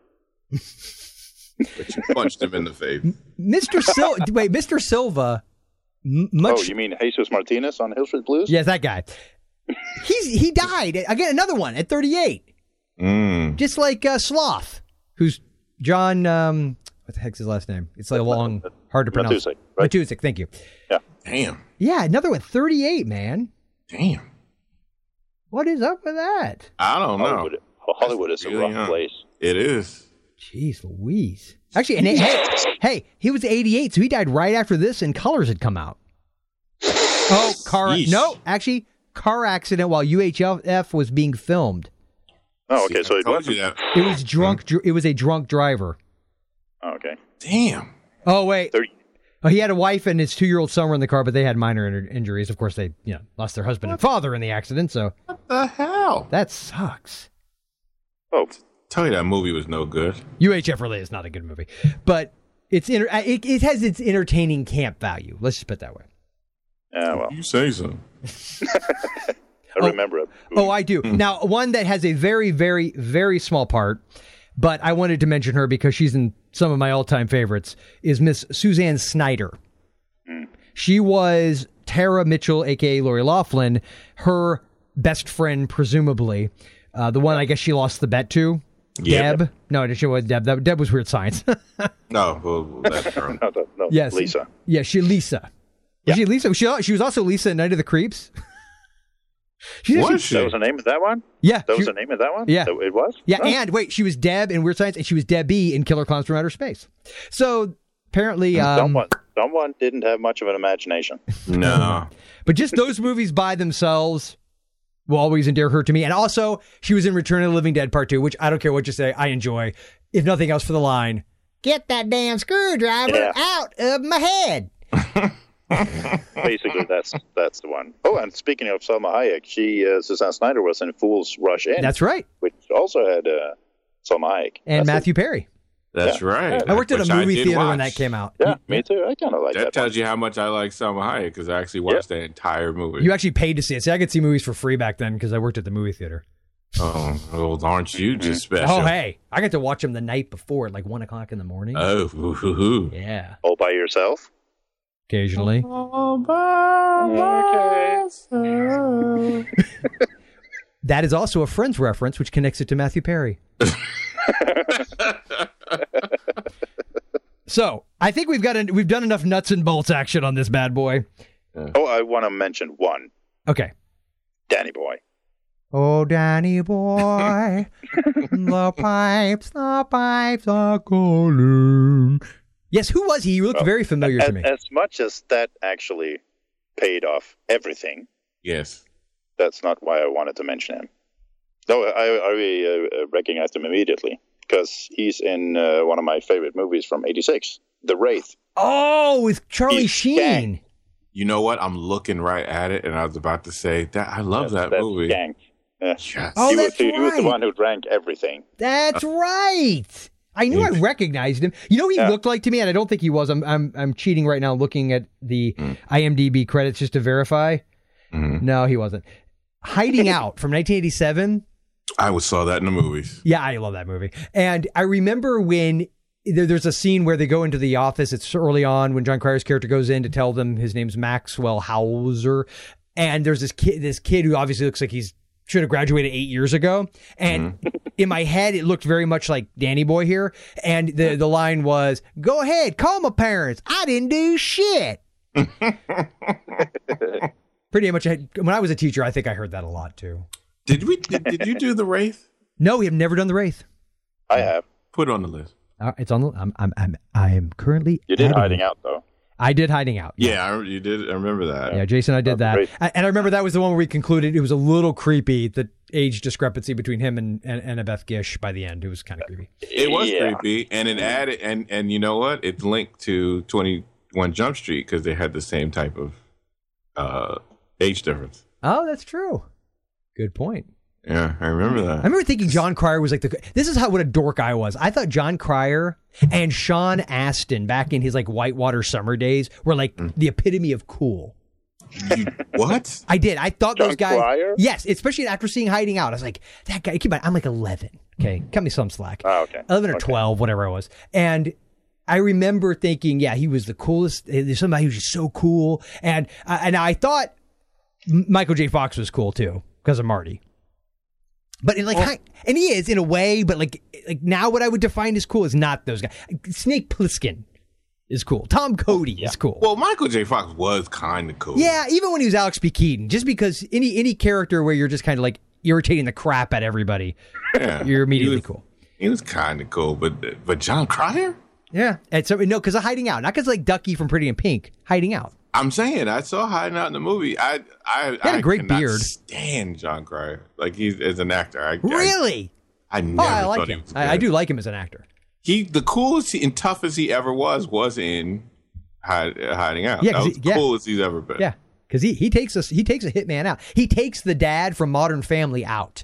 Speaker 5: But you punched him in the face. <laughs>
Speaker 1: Mr. Sil- wait, Mr. Silva M- much
Speaker 7: oh, you mean Jesus Martinez on Hill Street Blues?
Speaker 1: Yes, that guy. He's he died again. Another one at 38,
Speaker 5: Mm.
Speaker 1: just like uh, Sloth, who's John. Um, what the heck's his last name? It's like a long, hard to pronounce.
Speaker 7: Matusik, right?
Speaker 1: Matusik, Thank you.
Speaker 5: Damn.
Speaker 1: Yeah, another one. 38, man.
Speaker 5: Damn.
Speaker 1: What is up with that?
Speaker 5: I don't know.
Speaker 7: Hollywood, Hollywood is a
Speaker 5: Really,
Speaker 7: rough
Speaker 5: huh?
Speaker 7: place.
Speaker 5: It is.
Speaker 1: Jeez Louise. Actually, and hey, hey, he was 88, so he died right after this, and Colors had come out. Oh, car.
Speaker 5: Yeesh.
Speaker 1: No, actually, car accident while UHF was being filmed.
Speaker 7: Oh, okay. So
Speaker 5: I
Speaker 7: it
Speaker 5: told
Speaker 7: was.
Speaker 5: you that.
Speaker 1: It was drunk. dr- It was a drunk driver.
Speaker 7: Oh, okay.
Speaker 5: Damn.
Speaker 1: Oh wait,
Speaker 7: Thirty.
Speaker 1: Oh, he had a wife and his two-year-old son were in the car, but they had minor inter- injuries. Of course, they you know lost their husband and father in the accident, so
Speaker 5: What the hell?
Speaker 1: that sucks.
Speaker 7: Oh,
Speaker 5: Tell you that movie was no good.
Speaker 1: UHF really is not a good movie, but it's inter- uh, it, it has its entertaining camp value. Let's just put it that way.
Speaker 7: yeah. Well,
Speaker 5: You say so.
Speaker 7: I remember it.
Speaker 1: Oh, I do. Now, one that has a very, very, very small part, but I wanted to mention her because she's in some of my all-time favorites. Is Miss Suzanne Snyder? She was Tara Mitchell, aka Lori Laughlin, her best friend, presumably. Uh, the one I guess she lost the bet to.
Speaker 5: Yeah.
Speaker 1: Deb. No, she was Deb. That, Deb was weird science.
Speaker 5: No, well, well, that's her.
Speaker 7: No, no, no,
Speaker 1: <laughs> yes.
Speaker 7: Oh, Lisa.
Speaker 1: Yeah, she Lisa. Was she Lisa? She, she was also Lisa in Night of the Creeps. <laughs> She's
Speaker 5: Was
Speaker 1: actually-
Speaker 5: she?
Speaker 1: <laughs>
Speaker 7: That was the name of that one.
Speaker 1: Yeah.
Speaker 7: That was
Speaker 1: she-
Speaker 7: the name of that one.
Speaker 1: Yeah.
Speaker 7: That- it was.
Speaker 1: Yeah,
Speaker 7: Oh,
Speaker 1: and wait, she was Deb in Weird Science, and she was Debbie in Killer Clowns from Outer Space. So apparently, um,
Speaker 7: someone, someone didn't have much of an imagination.
Speaker 5: No.
Speaker 1: but just those movies by themselves will always endear her to me. And also, she was in Return of the Living Dead Part Two, which I don't care what you say, I enjoy. If nothing else, for the line,
Speaker 8: Get that damn screwdriver
Speaker 7: Yeah.
Speaker 8: out of my head.
Speaker 7: Basically,
Speaker 1: <laughs>
Speaker 7: that's that's the one. Oh, and speaking of Selma Hayek, she uh, Suzanne Snyder was in Fools Rush In,
Speaker 1: that's right,
Speaker 7: which also had uh, Selma Hayek
Speaker 1: and
Speaker 7: That's
Speaker 1: Matthew Perry.
Speaker 5: That's right.
Speaker 1: I worked at a
Speaker 5: Which I
Speaker 1: movie
Speaker 5: did
Speaker 1: theater
Speaker 5: watch.
Speaker 1: when that came out.
Speaker 7: it. Yeah, me too. I kind of like
Speaker 5: That
Speaker 7: that.
Speaker 5: tells you how much I like Selma Hayek because I actually watched that entire movie.
Speaker 1: You actually paid to see it. See, I could see movies for free back then because I worked at the movie theater.
Speaker 5: oh, well, aren't you just special?
Speaker 1: Oh, hey, I got to watch them the night before at like one o'clock in the morning.
Speaker 5: Oh, hoo, hoo, hoo.
Speaker 1: yeah,
Speaker 7: All by yourself.
Speaker 1: occasionally.
Speaker 7: Okay.
Speaker 1: <laughs> That is also a Friends reference, which connects it to Matthew
Speaker 7: <laughs>
Speaker 1: Perry. so I think we've got an, we've done enough nuts and bolts action on this bad boy.
Speaker 7: Oh, I want to mention one
Speaker 1: Okay.
Speaker 7: Danny Boy.
Speaker 1: Oh, Danny
Speaker 7: <laughs>
Speaker 1: boy, the pipes, the pipes are calling. Yes, who was he? You looked very familiar
Speaker 7: Oh. As,
Speaker 1: to me.
Speaker 7: as much as that actually paid off everything,
Speaker 5: Yes.
Speaker 7: that's not why I wanted to mention him. No, I, I really, uh, recognized him immediately because he's in uh, one of my favorite movies from '86, The Wraith.
Speaker 1: Oh, with Charlie
Speaker 7: He's
Speaker 1: Sheen.
Speaker 5: You know what? I'm looking right at it, and I was about to say that I love that
Speaker 7: That's
Speaker 5: movie.
Speaker 7: Gang. Yeah.
Speaker 5: Yes.
Speaker 1: Oh,
Speaker 7: he was,
Speaker 1: that's
Speaker 7: he, he was the
Speaker 1: right.
Speaker 7: one who drank everything.
Speaker 1: That's right. I knew I recognized him. You know, what he
Speaker 7: Yeah.
Speaker 1: looked like to me, and I don't think he was. I'm, I'm, I'm cheating right now, looking at the IMDb credits just to verify. No, he wasn't. Hiding Out from 1987.
Speaker 5: I always saw that in the movies.
Speaker 1: Yeah, I love that movie. And I remember when there, there's a scene where they go into the office. It's early on when John Cryer's character goes in to tell them his name's Maxwell Hauser. And there's this kid, this kid who obviously looks like he's should have graduated eight years ago. And in my head, it looked very much like Danny Boy here. And the, the line was, go ahead, call my parents. I didn't do shit. Pretty much, I had, when I was a teacher, I think I heard that a lot too.
Speaker 5: Did we? Did, did you
Speaker 1: <laughs>
Speaker 5: do the Wraith?
Speaker 1: No, we have never done the Wraith.
Speaker 7: I have.
Speaker 5: Put it on the list.
Speaker 1: Uh, it's on. The, I'm. I'm. I'm. I am currently.
Speaker 7: You did
Speaker 1: adding
Speaker 7: hiding
Speaker 1: it.
Speaker 7: out though.
Speaker 1: I did hiding out.
Speaker 5: Yeah, I, you did. I remember that.
Speaker 1: Yeah, Jason, I did that,
Speaker 7: great.
Speaker 1: A- and I remember that was the one where we concluded it was a little creepy the age discrepancy between him and and, and Annabeth Gish by the end. It was kind of creepy.
Speaker 5: It was
Speaker 7: Yeah.
Speaker 5: creepy, and it added, and and you know what? It's linked to Twenty One Jump Street because they had the same type of uh age difference.
Speaker 1: Oh, that's true. Good point.
Speaker 5: Yeah, I remember
Speaker 1: I
Speaker 5: that.
Speaker 1: remember thinking John Cryer was like the. This is how what a dork I was. I thought John Cryer and Sean Astin back in his like Whitewater summer days were like
Speaker 7: Mm.
Speaker 1: the epitome of cool.
Speaker 5: <laughs> You, what?
Speaker 1: I did. I thought
Speaker 7: John
Speaker 1: those guys.
Speaker 7: Cryer?
Speaker 1: Yes, especially after seeing Hiding Out, I was like, that guy. Keep in mind, I'm like 11. Okay, cut me some slack.
Speaker 7: Oh, okay.
Speaker 1: 11 or 12, whatever I was, and I remember thinking, yeah, he was the coolest. There's somebody who's just so cool, and uh, and I thought M- Michael J. Fox was cool too because of Marty. But in like, hi- and he is in a way, but like, like now what I would define as cool is not those guys. Snake Plissken is cool. Tom Cody is cool.
Speaker 5: Well, Michael J. Fox was kind of cool.
Speaker 1: yeah, even when he was Alex B. Keaton, just because any any character where you're just kind of like irritating the crap at
Speaker 5: <laughs>
Speaker 1: everybody,
Speaker 5: Yeah.
Speaker 1: you're immediately
Speaker 5: He was-
Speaker 1: cool.
Speaker 5: He was kind of cool, but but John Cryer.
Speaker 1: Yeah, and so no, because of hiding out, not because like Ducky from Pretty in Pink, hiding out.
Speaker 5: I'm saying I saw hiding out in the movie. I I
Speaker 1: had a
Speaker 5: I
Speaker 1: great
Speaker 5: cannot
Speaker 1: beard.
Speaker 5: Stand John Cryer like he's as an actor. I,
Speaker 1: Really?
Speaker 5: I, I never
Speaker 1: Oh, I
Speaker 5: thought
Speaker 1: like
Speaker 5: he
Speaker 1: him.
Speaker 5: was
Speaker 1: I, I
Speaker 5: good.
Speaker 1: do like him as an actor.
Speaker 5: He the coolest he- and toughest he ever was was in hide, hiding out.
Speaker 1: Yeah, 'cause
Speaker 5: that was
Speaker 1: he- yeah.
Speaker 5: the coolest he's ever been.
Speaker 1: Yeah, because he he takes us he takes a hitman out. He takes the dad from Modern Family out.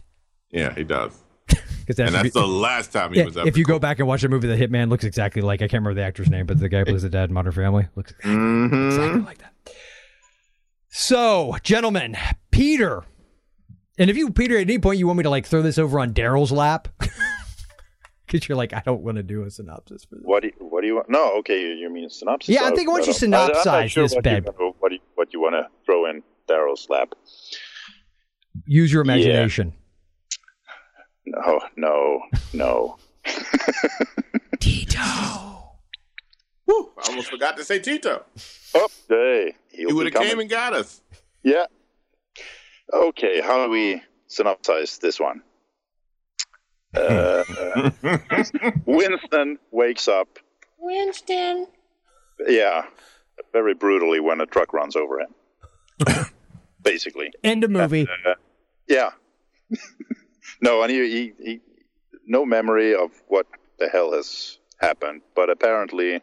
Speaker 5: yeah, he does.
Speaker 1: Because
Speaker 5: And that's the last time he
Speaker 1: Yeah,
Speaker 5: was ever.
Speaker 1: if you
Speaker 5: cool.
Speaker 1: go back and watch the movie, the hitman looks exactly like I can't remember the actor's name, but the guy who plays the dad in Modern Family looks exactly, exactly like that. So, gentlemen, Peter, and if you Peter at any point you want me to like throw this over on Daryl's lap, <laughs> because you're like I don't want to do a synopsis for this.
Speaker 7: What do you, what do you want? No, okay, you, you mean synopsis.
Speaker 1: Yeah, I
Speaker 7: Oh,
Speaker 1: think once
Speaker 7: no,
Speaker 1: you
Speaker 7: no. I- I'm not
Speaker 1: synopsize
Speaker 7: sure
Speaker 1: this
Speaker 7: what you-
Speaker 1: bad boy.
Speaker 7: what, you, what you want to throw in Daryl's lap?
Speaker 1: Use your imagination.
Speaker 7: No, no,
Speaker 5: <laughs>
Speaker 7: no.
Speaker 5: Woo, I almost forgot to say Tito.
Speaker 7: oh, hey, he'll
Speaker 5: He
Speaker 7: be
Speaker 5: would have
Speaker 7: coming.
Speaker 5: came and got us.
Speaker 7: Yeah. Okay, how do we synopsize this one? Uh, Winston wakes up.
Speaker 3: Winston.
Speaker 7: Yeah, very brutally when a truck runs over him. Basically.
Speaker 1: End of movie.
Speaker 7: Yeah. <laughs> no, and he, he, he, no memory of what the hell has happened, but apparently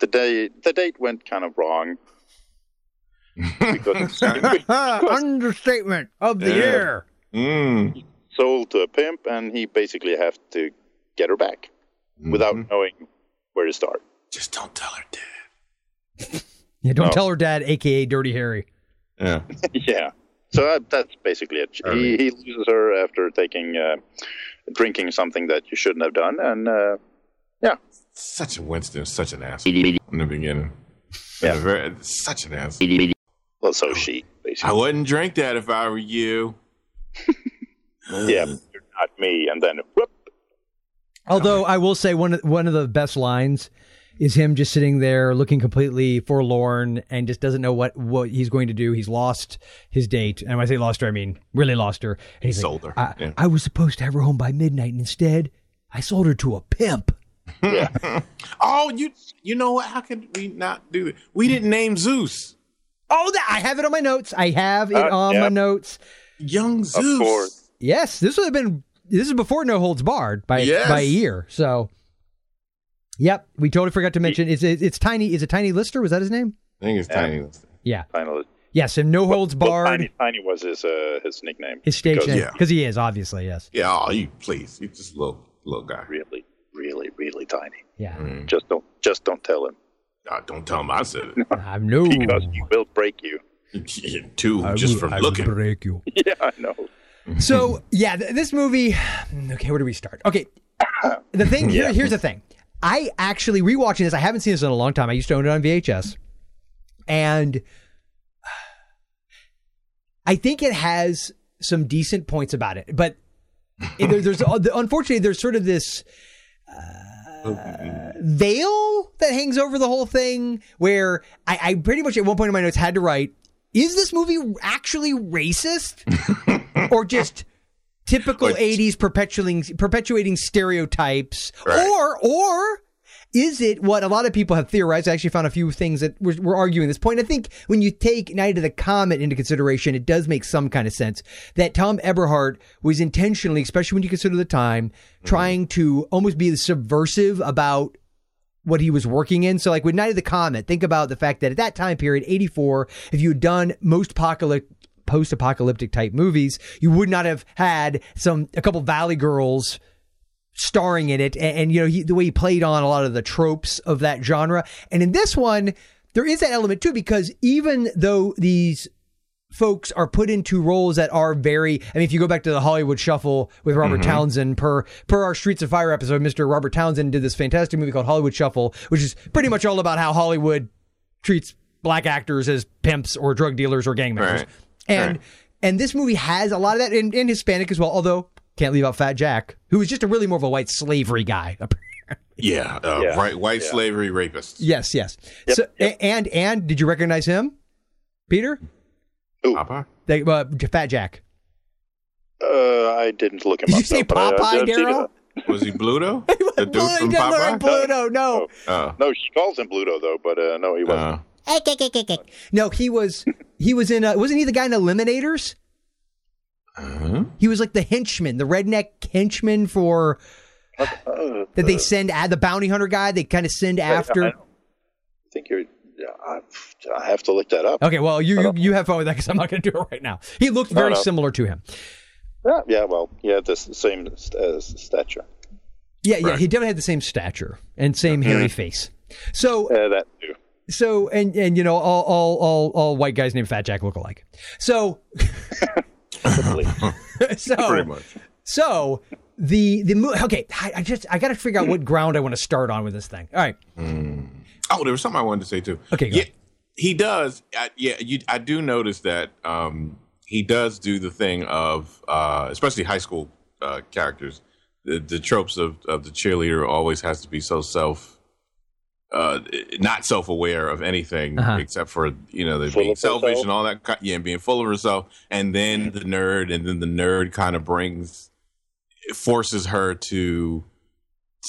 Speaker 7: the day, the date went kind of wrong. because he
Speaker 1: Ah, Understatement of the
Speaker 5: Yeah.
Speaker 1: year.
Speaker 5: Mm.
Speaker 7: sold to a pimp, and he basically have to get her back
Speaker 1: Mm-hmm.
Speaker 7: without knowing where to start.
Speaker 5: Just don't tell her dad.
Speaker 1: Yeah, don't
Speaker 7: No.
Speaker 1: tell her dad, aka Dirty Harry.
Speaker 5: Yeah.
Speaker 7: yeah. So that, that's basically it. He, he loses her after taking, uh, drinking something that you shouldn't have done, and uh,
Speaker 5: Such a Winston, such an asshole in the beginning. Yeah. Very, such an asshole.
Speaker 7: well, so she
Speaker 5: I
Speaker 7: basically.
Speaker 5: wouldn't drink that if I were you.
Speaker 7: yeah, you're not me, and then whoop,
Speaker 1: Although I will say one of, one of the best lines is him just sitting there looking completely forlorn and just doesn't know what, what he's going to do. He's lost his date. And when I say lost her, I mean really lost her. And he's
Speaker 5: Sold her.
Speaker 1: I,
Speaker 5: Yeah.
Speaker 1: I was supposed to have her home by midnight, and instead I sold her to a pimp.
Speaker 5: Oh, you you know what? How could we not do it? We didn't name Zeus.
Speaker 1: Oh, that I have it on my notes. I have it
Speaker 7: Uh,
Speaker 1: on
Speaker 7: yeah.
Speaker 1: my notes.
Speaker 5: Young Zeus.
Speaker 7: course.
Speaker 1: Yes, this would have been this is before No Holds Barred by
Speaker 5: Yes.
Speaker 1: by a year. So, yep, we totally forgot to mention. It's it's tiny. Is it Tiny Lister? Was that his name?
Speaker 5: I think it's tiny.
Speaker 1: Yeah.
Speaker 7: finally.
Speaker 1: Yes, and No Holds
Speaker 7: Well,
Speaker 1: Barred.
Speaker 7: Tiny, Tiny was his uh, his nickname.
Speaker 1: His stage
Speaker 7: because
Speaker 1: name,
Speaker 5: Yeah.
Speaker 1: because he is obviously yes,
Speaker 5: Yeah, oh, you please. You just little little guy.
Speaker 7: Really, really, really tiny.
Speaker 1: yeah.
Speaker 7: Just don't, just don't tell him
Speaker 5: Oh, don't tell him I said
Speaker 7: <laughs>
Speaker 5: it.
Speaker 1: I'm no.
Speaker 7: because he will break you. <laughs>
Speaker 5: Two,
Speaker 1: I
Speaker 5: just
Speaker 1: will-
Speaker 5: from
Speaker 1: I will
Speaker 5: looking.
Speaker 1: break you.
Speaker 7: Yeah, I know.
Speaker 1: So yeah, th- this movie. <sighs> Okay, where do we start? Okay, the thing here, here's the thing. I actually rewatching this. I haven't seen this in a long time. I used to own it on VHS, and I think it has some decent points about it. But it- there, there's uh, unfortunately there's sort of this uh, veil that hangs over the whole thing where I, I pretty much at one point in my notes had to write is this movie actually racist <laughs> or just typical
Speaker 5: Or-
Speaker 1: 80s perpetuating perpetuating stereotypes
Speaker 5: Right.
Speaker 1: or or is it what a lot of people have theorized? I actually found a few things that were, were arguing this point. I think when you take Night of the Comet into consideration, it does make some kind of sense that Tom Eberhardt was intentionally, especially when you consider the time, trying to almost be subversive about what he was working in. So, like with Night of the Comet, think about the fact that at that time period, 84, if you had done most apocalyptic post-apocalyptic type movies you would not have had some a couple valley girls starring in it and, and, you know he, the way he played on a lot of the tropes of that genre and in this one there is that element too because even though these folks are put into roles that are very. I mean, if you go back to the Hollywood Shuffle with Robert Townsend, per per our Streets of Fire episode, Mr. Robert Townsend did this fantastic movie called Hollywood Shuffle, which is pretty much all about how Hollywood treats black actors as pimps or drug dealers or gang members.
Speaker 5: Right.
Speaker 1: And
Speaker 5: Right.
Speaker 1: and this movie has a lot of that and, and Hispanic as well, although can't leave out Fat Jack, who was just a really more of a white slavery guy. <laughs>
Speaker 5: Yeah, uh,
Speaker 7: Yeah.
Speaker 5: right, white
Speaker 7: Yeah.
Speaker 5: slavery rapists.
Speaker 1: yes, yes. so a- and and did you recognize him? Peter?
Speaker 5: Papa?
Speaker 1: They, uh, J- Fat Jack.
Speaker 7: Uh, I didn't look him
Speaker 1: Did
Speaker 7: up.
Speaker 1: you say
Speaker 7: though, but I- I
Speaker 1: Popeye,
Speaker 7: did see
Speaker 1: Daryl?
Speaker 5: Was he Bluto? the dude
Speaker 1: Blue- <laughs>
Speaker 5: from
Speaker 1: he doesn't look
Speaker 5: Papa?
Speaker 1: like Pluto, no.
Speaker 5: Oh,
Speaker 7: that. No, she calls him Bluto though, but uh, no, he wasn't.
Speaker 5: uh,
Speaker 8: Hey, kick, kick, kick, kick.
Speaker 1: No, he was he was in uh, wasn't he the guy in Eliminators?
Speaker 5: Uh-huh.
Speaker 1: He was like the henchman, the redneck henchman for
Speaker 5: Uh,
Speaker 1: that they send ad the bounty hunter guy they kind of send
Speaker 7: I,
Speaker 1: after.
Speaker 7: don't think you're. yeah, I, I have to look that up.
Speaker 1: Okay, well
Speaker 5: Uh-huh.
Speaker 1: you you, you have fun with that because I'm not going to do it right now. He looked very
Speaker 7: no.
Speaker 1: similar to him.
Speaker 7: Yeah, yeah, well, he had the s- same st- uh, s- stature.
Speaker 1: Yeah, yeah,
Speaker 5: Right. Mm-hmm.
Speaker 1: he definitely had the same stature and same hairy face. So
Speaker 7: Yeah, that too.
Speaker 1: so and and you know all all all all white guys named Fat Jack look alike. So <laughs> so
Speaker 5: pretty much.
Speaker 1: So the the mo- okay, I, I just I got to figure out what ground I want to start on with this thing. All right,
Speaker 5: Oh, there was something I wanted to say too.
Speaker 1: Okay, go
Speaker 5: yeah,
Speaker 1: ahead.
Speaker 5: he does. I, yeah, you, I do notice that um, he does do the thing of, uh, especially high school uh, characters, the, the tropes of, of the cheerleader always has to be so self, uh, not self aware of anything
Speaker 1: Uh-huh.
Speaker 5: except for you know they
Speaker 7: Full
Speaker 5: being
Speaker 7: of herself.
Speaker 5: selfish and all that. ki- Yeah, and being full of herself, and then the nerd, and then the nerd kind of brings forces her to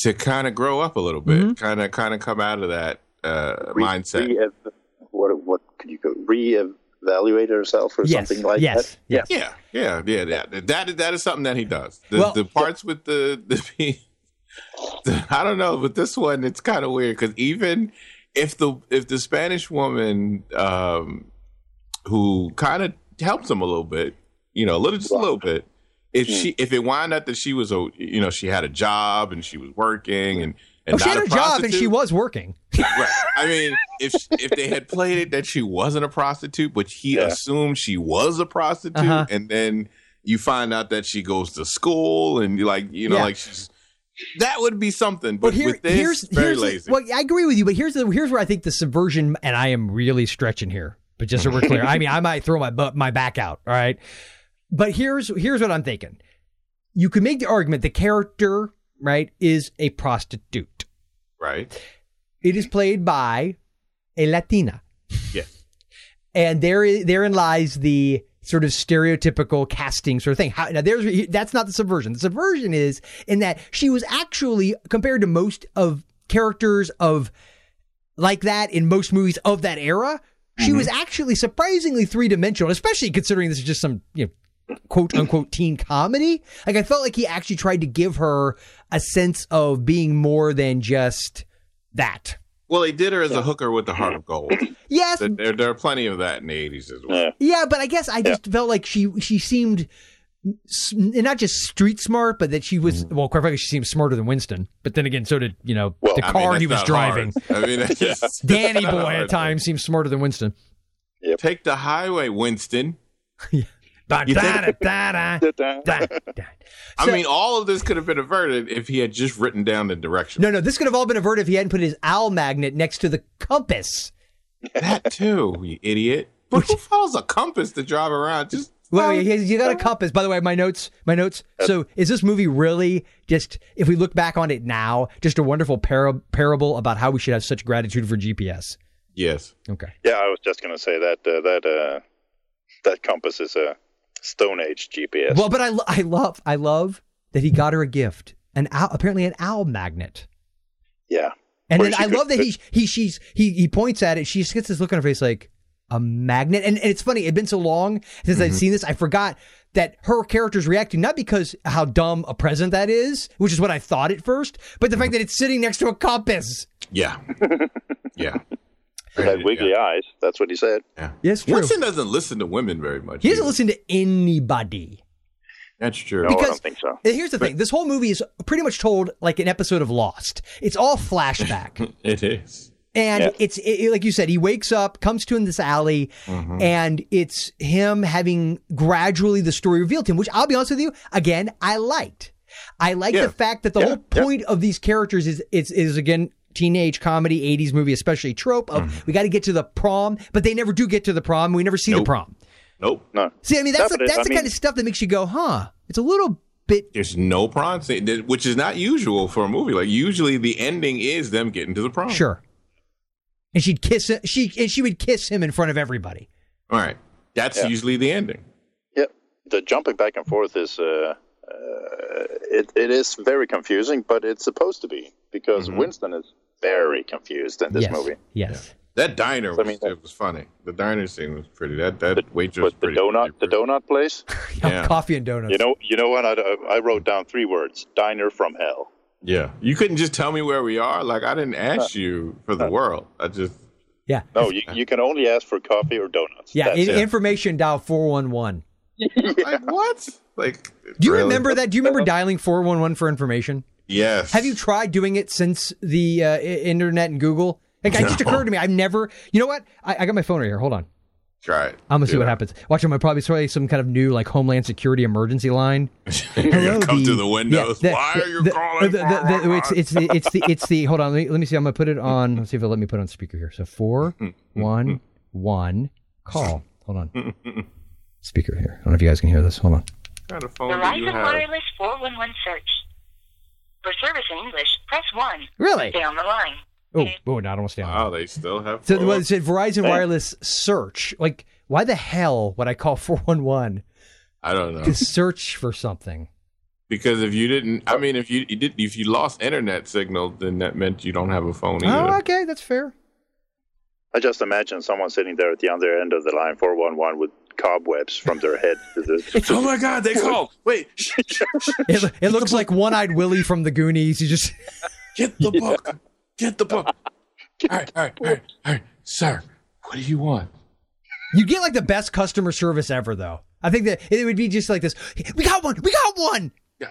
Speaker 5: to kind of grow up a little
Speaker 1: Mm-hmm.
Speaker 5: bit, kind of kind of come out of that uh, <laughs>
Speaker 7: Re-
Speaker 5: mindset.
Speaker 7: Re- ev- what what could you go reevaluate herself or
Speaker 1: yes,
Speaker 7: something like
Speaker 1: yes,
Speaker 7: that?
Speaker 1: yes.
Speaker 5: yeah, yeah, yeah. That that is, that is something that he does. The,
Speaker 1: Well-
Speaker 5: the parts with the <laughs> the, the I don't know, but this one it's kind of weird because even if the if the Spanish woman um, who kind of helps him a little bit, you know, a little just a little bit. If she if it wound up that she was a you know she had a job and she was working and and
Speaker 1: Oh, she
Speaker 5: not
Speaker 1: had
Speaker 5: a
Speaker 1: her job and she
Speaker 5: prostitute-
Speaker 1: was working.
Speaker 5: Right. I mean, if if they had played it that she wasn't a prostitute, but he
Speaker 7: Yeah.
Speaker 5: assumed she was a prostitute,
Speaker 1: Uh-huh.
Speaker 5: and then you find out that she goes to school and you like you know
Speaker 1: Yeah.
Speaker 5: like she's that would be something. But,
Speaker 1: But here,
Speaker 5: with this,
Speaker 1: here's
Speaker 5: very
Speaker 1: here's
Speaker 5: lazy.
Speaker 1: well, I agree with you, but here's the here's where I think the subversion, and I am really stretching here. But just so we're clear, I mean, I might throw my butt my back out. All right, but here's here's what I'm thinking. You can make the argument the character right is a prostitute.
Speaker 5: right?
Speaker 1: It is played by a Latina.
Speaker 5: Yeah.
Speaker 1: and there therein lies the sort of stereotypical casting sort of thing. How, now, there's that's not the subversion. The subversion is in that she was actually compared to most of characters of like that in most movies of that era. She was actually surprisingly three dimensional, especially considering this is just some you know, quote unquote teen comedy. Like I felt like he actually tried to give her a sense of being more than just that.
Speaker 5: Well, they did her as a hooker with the heart of gold.
Speaker 1: Yes,
Speaker 5: there, there, there are plenty of that in the eighties as well.
Speaker 7: Yeah.
Speaker 1: Yeah, but I guess I just felt like she she seemed s- not just street smart, but that she was
Speaker 5: Mm-hmm.
Speaker 1: well, quite frankly, she seemed smarter than Winston. But then again, so did you know
Speaker 7: Well,
Speaker 1: the
Speaker 5: I mean,
Speaker 1: car
Speaker 5: that's
Speaker 1: he was
Speaker 5: not
Speaker 1: driving.
Speaker 5: hard. <laughs> I mean,
Speaker 1: <laughs>
Speaker 5: that's just-
Speaker 1: Danny
Speaker 5: that's <laughs> not
Speaker 1: boy
Speaker 5: hard.
Speaker 1: at times seems smarter than Winston.
Speaker 5: Take the highway, Winston.
Speaker 1: Da,
Speaker 5: You
Speaker 1: da,
Speaker 5: think-
Speaker 1: da, da,
Speaker 7: Yeah.
Speaker 1: da, da.
Speaker 5: <laughs> I
Speaker 1: So-
Speaker 5: mean, all of this could have been averted if he had just written down the direction.
Speaker 1: No, no, this could have all been averted if he hadn't put his owl magnet next to the compass.
Speaker 5: That too, you idiot. But who follows a compass to drive around? Just
Speaker 1: Well, yeah, he's- you got a compass. By the way, my notes, my notes. So, is this movie really just, if we look back on it now, just a wonderful para- parable about how we should have such gratitude for GPS?
Speaker 5: yes.
Speaker 1: Okay.
Speaker 7: Yeah, I was just gonna say that uh, that uh, that compass is a Stone Age GPS.
Speaker 1: Well, but I, lo- I love, I love that he got her a gift, an owl, apparently an owl magnet.
Speaker 7: yeah,
Speaker 1: And
Speaker 7: Well,
Speaker 1: then
Speaker 7: she
Speaker 1: I love that
Speaker 7: could-
Speaker 1: he, he, she's, he, he points at it. She just gets this look on her face like a magnet. And, and it's funny. It'd been so long since I'd
Speaker 7: Mm-hmm.
Speaker 1: seen this. I forgot that her character's reacting, not because how dumb a present that is, which is what I thought at first, but the
Speaker 7: Mm-hmm.
Speaker 1: fact that it's sitting next to a compass.
Speaker 5: Yeah.
Speaker 7: <laughs>
Speaker 5: yeah.
Speaker 7: that wiggly
Speaker 5: yeah.
Speaker 7: eyes. That's what he said.
Speaker 5: Yeah.
Speaker 1: Yes, true.
Speaker 5: Winston doesn't listen to women very much.
Speaker 1: He doesn't
Speaker 5: either.
Speaker 1: listen to anybody.
Speaker 5: That's true.
Speaker 7: No, Oh, I
Speaker 1: Because-
Speaker 7: don't think so.
Speaker 1: And here's the thing. This whole
Speaker 7: <laughs>
Speaker 1: movie is pretty much told like an episode of Lost. It's all flashback.
Speaker 5: <laughs> It is.
Speaker 1: And
Speaker 7: Yeah.
Speaker 1: it's it, like you said, he wakes up, comes to in this alley,
Speaker 7: Mm-hmm.
Speaker 1: and it's him having gradually the story revealed to him, which I'll be honest with you, again, I liked. I like
Speaker 5: Yeah.
Speaker 1: the fact that the
Speaker 7: Yeah,
Speaker 1: whole point of these characters is it's is again teenage comedy, 80s movie, especially trope of
Speaker 7: Mm-hmm.
Speaker 1: we got to get to the prom, but they never do get to the prom. We never see the
Speaker 5: Nope.
Speaker 1: prom.
Speaker 5: Nope.
Speaker 7: No.
Speaker 1: See, I mean, that's the,
Speaker 7: No, but it-
Speaker 1: that's
Speaker 7: I
Speaker 1: the
Speaker 7: mean-
Speaker 1: kind of stuff that makes you go, huh? It's a little bit.
Speaker 5: There's no prom scene, th- which is not usual for a movie. Like usually the ending is them getting to the
Speaker 7: Hmm.
Speaker 5: prom.
Speaker 1: Sure. And she'd kiss it. She and she would kiss him in front of everybody.
Speaker 5: All right. That's
Speaker 7: Yeah.
Speaker 5: usually the ending.
Speaker 7: Yeah, the jumping back and forth is uh, uh, it it is very confusing, but it's supposed to be because Winston is very confused in this
Speaker 1: yes.
Speaker 7: movie.
Speaker 1: Yes.
Speaker 5: That diner was,
Speaker 7: I mean, that-
Speaker 5: it was funny. The diner scene was pretty. That that waitress was
Speaker 7: But the
Speaker 5: pretty.
Speaker 7: donut, the donut place.
Speaker 5: Yeah.
Speaker 1: Coffee and donuts.
Speaker 7: You know, you know what? I, I wrote down three words: diner from hell.
Speaker 5: Yeah. You couldn't just tell me where we are. Like I didn't
Speaker 1: Uh,
Speaker 5: ask you for the world. I just
Speaker 1: yeah.
Speaker 7: No, you, you can only ask for coffee or donuts.
Speaker 1: Yeah.
Speaker 7: That's
Speaker 1: in-
Speaker 7: it.
Speaker 1: information dial 411.
Speaker 5: like what? Like
Speaker 1: Do you
Speaker 5: really?
Speaker 1: remember that? Do you remember dialing 411 for information?
Speaker 5: Yes.
Speaker 1: Have you tried doing it since the uh, i- internet and Google? Like, it just occurred to me. I've never. You know what? I, I got my phone right here. Hold on.
Speaker 5: tried?
Speaker 1: I'm gonna see what happens. Watch, I'm gonna probably try some kind of new like Homeland Security emergency line.
Speaker 5: <laughs> Hello, come through the windows.
Speaker 1: yeah, the-
Speaker 5: Why are you
Speaker 1: the-
Speaker 5: calling?
Speaker 1: the- the- the- it's, it's the it's the it's the. Hold on. Let me, let me see. I'm gonna put it on. Let's see if it'll let me put it on speaker here. So
Speaker 5: <laughs>
Speaker 1: four one one call. Hold on. Speaker here. I don't know if you guys can hear this. Hold on.
Speaker 5: What kind of phone
Speaker 9: The
Speaker 5: do you
Speaker 9: Verizon
Speaker 5: have?
Speaker 9: Wireless 411 search. For service in English, press 1.
Speaker 1: Really?
Speaker 9: Stay on the line.
Speaker 1: Oh, oh, no, I don't want to stay on.
Speaker 5: Wow, they still have.
Speaker 1: So
Speaker 5: phone-
Speaker 1: well, it said Verizon Wireless search. Like, why the hell would I call <laughs> 411
Speaker 5: I don't know
Speaker 1: to search for something?
Speaker 5: because if you didn't, I mean, if you, you did, if you lost internet signal, then that meant you don't have a phone either.
Speaker 1: Oh, okay, that's
Speaker 5: <laughs>
Speaker 1: fair.
Speaker 7: I just imagine someone sitting there at the other end of the line, four one one, with cobwebs from their head.
Speaker 1: <laughs>
Speaker 7: to the-
Speaker 5: Oh my God, they called. Wait, <laughs> sh-
Speaker 1: It, lo- it looks like one-eyed Willie from the Goonies. You just
Speaker 5: get the book. Get the book. all right, all right, all right, all right, sir. What do you want?
Speaker 1: you get like the best customer service ever, though. I think that it would be just like this. We got one. We got one.
Speaker 5: <laughs> Yeah.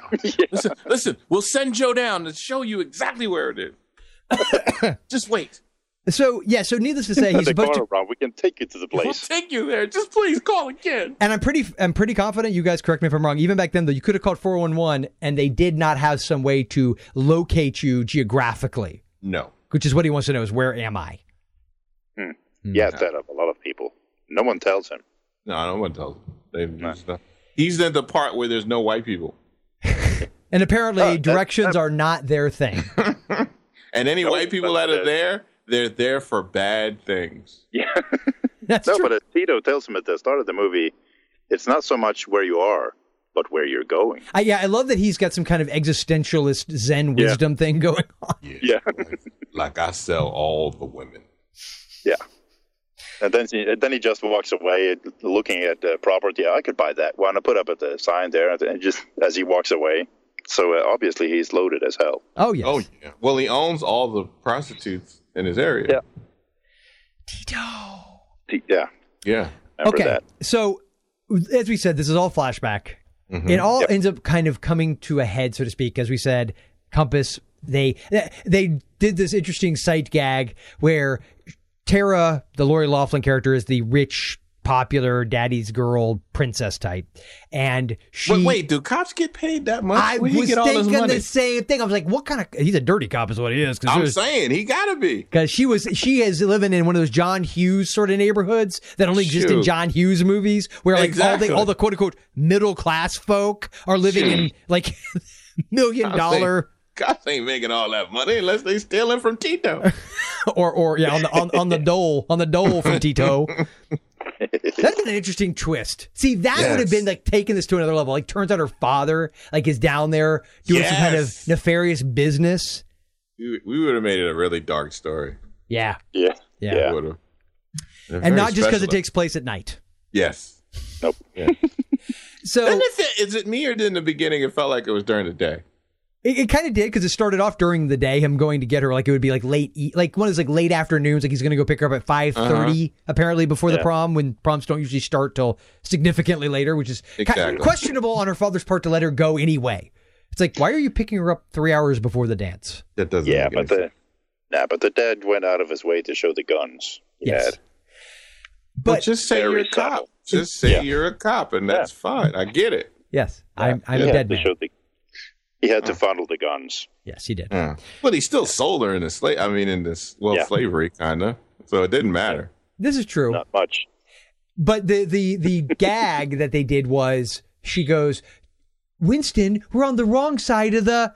Speaker 5: Listen, listen, we'll send Joe down to show you exactly where it is. <coughs> Just wait.
Speaker 1: So yeah. So needless to
Speaker 7: <laughs>
Speaker 1: say, he's
Speaker 7: the
Speaker 1: supposed
Speaker 7: car
Speaker 1: to.
Speaker 7: around. We can take you to the
Speaker 5: We'll
Speaker 7: place.
Speaker 5: take you there. Just please call again.
Speaker 1: And I'm pretty. I'm pretty confident. You guys correct me if I'm wrong. Even back then, though, you could have called 411, and they did not have some way to locate you geographically,
Speaker 5: No.
Speaker 1: which is what he wants to know: is where am I?
Speaker 7: He has that of a lot of people. No one tells him.
Speaker 5: No, no one tells him. They He's at the part where there's no white people.
Speaker 1: And apparently,
Speaker 7: Uh,
Speaker 1: directions are not their
Speaker 7: <laughs>
Speaker 1: thing.
Speaker 5: And any
Speaker 7: No,
Speaker 5: white people that
Speaker 7: that's
Speaker 5: are
Speaker 7: it.
Speaker 5: there, they're there for bad things.
Speaker 7: Yeah.
Speaker 1: That's
Speaker 7: no,
Speaker 1: true.
Speaker 7: but as Tito tells him at the start of the movie, it's not so much where you are, but where you're going.
Speaker 1: I, yeah, I love that he's got some kind of existentialist Zen
Speaker 7: Yeah.
Speaker 1: wisdom thing <laughs> going on.
Speaker 7: Yeah.
Speaker 5: Like I sell all the women.
Speaker 7: yeah. And then he, and then he just walks away, looking at the property. I could buy that. Why not put up at the sign there? And then just as he walks away, so uh, obviously he's loaded as hell.
Speaker 1: Oh yes.
Speaker 5: Oh yeah. Well, he owns all the prostitutes in his area.
Speaker 7: Yeah.
Speaker 1: Tito.
Speaker 7: He- yeah,
Speaker 5: Yeah.
Speaker 7: remember
Speaker 1: okay.
Speaker 7: that.
Speaker 1: So, as we said, this is all flashback.
Speaker 7: Mm-hmm.
Speaker 1: It all ends up kind of coming to a head, so to speak. As we said, Compass they they did this interesting sight gag where Tara, the Lori Laughlin character, is the rich, popular daddy's girl princess type, and she.
Speaker 5: But wait, do cops get paid that much?
Speaker 1: I
Speaker 5: Where he
Speaker 1: was
Speaker 5: get all this
Speaker 1: thinking
Speaker 5: money?
Speaker 1: the same thing. I was like, "What kind of? He's a dirty cop, is what he is." 'cause
Speaker 5: I'm
Speaker 1: there's-
Speaker 5: saying he gotta be.
Speaker 1: because she was she is living in one of those John Hughes sort of neighborhoods that only exist in
Speaker 5: Shoot.
Speaker 1: John Hughes movies, where like all
Speaker 5: Exactly.
Speaker 1: the all the quote unquote middle class folk are living in like <laughs> million
Speaker 5: I'm
Speaker 1: dollar
Speaker 5: Cops ain't making all that money unless they stealing
Speaker 1: <laughs>
Speaker 5: from Tito.
Speaker 1: or or yeah on the on, on the dole on the dole from Tito.
Speaker 5: <laughs>
Speaker 1: That's an interesting twist. See, that would have
Speaker 5: Yes.
Speaker 1: been like taking this to another level. Like, turns out her father like is down there doing some kind of
Speaker 5: Yes.
Speaker 1: nefarious business.
Speaker 5: we would have made it a really dark story.
Speaker 1: Yeah,
Speaker 7: Yeah,
Speaker 1: yeah,
Speaker 7: Yeah.
Speaker 5: Would have.
Speaker 1: and not just because it takes place at night.
Speaker 5: Yes.
Speaker 7: nope.
Speaker 1: So
Speaker 5: And if it, is it me or did in the beginning it felt like it was during the day?
Speaker 1: It, it kind of did because it started off during the day. Him going to get her like it would be like late, e- like one of those like late afternoons. Like he's going to go pick her up at five
Speaker 5: Uh-huh.
Speaker 1: apparently before the
Speaker 7: Yeah.
Speaker 1: prom when proms don't usually start till significantly later, which is ki-
Speaker 5: Exactly.
Speaker 1: questionable on her father's part to let her go anyway. It's like why are you picking her up three hours before the dance?
Speaker 5: That doesn't.
Speaker 7: Yeah,
Speaker 5: make any
Speaker 7: but the,
Speaker 5: sense.
Speaker 7: Nah, but the dad went out of his way to show the guns. he
Speaker 1: Yes.
Speaker 7: had.
Speaker 1: But
Speaker 5: well, just say
Speaker 7: Very
Speaker 5: you're a cop.
Speaker 7: subtle.
Speaker 5: Just say
Speaker 7: Yeah.
Speaker 5: you're a cop, and that's fine. I get it.
Speaker 1: yes, I'm, I'm
Speaker 7: he
Speaker 1: a dead
Speaker 7: had to
Speaker 1: man.
Speaker 7: show the. He had to fondle the guns.
Speaker 1: Yes, he did.
Speaker 5: But he still sold her in the slave. I mean, in this well,
Speaker 7: Yeah.
Speaker 5: slavery kind of. So it didn't matter.
Speaker 1: This is
Speaker 5: Mm.
Speaker 1: true.
Speaker 7: Not much.
Speaker 1: But the the the gag that they did was she goes, Winston, we're on the wrong side of the,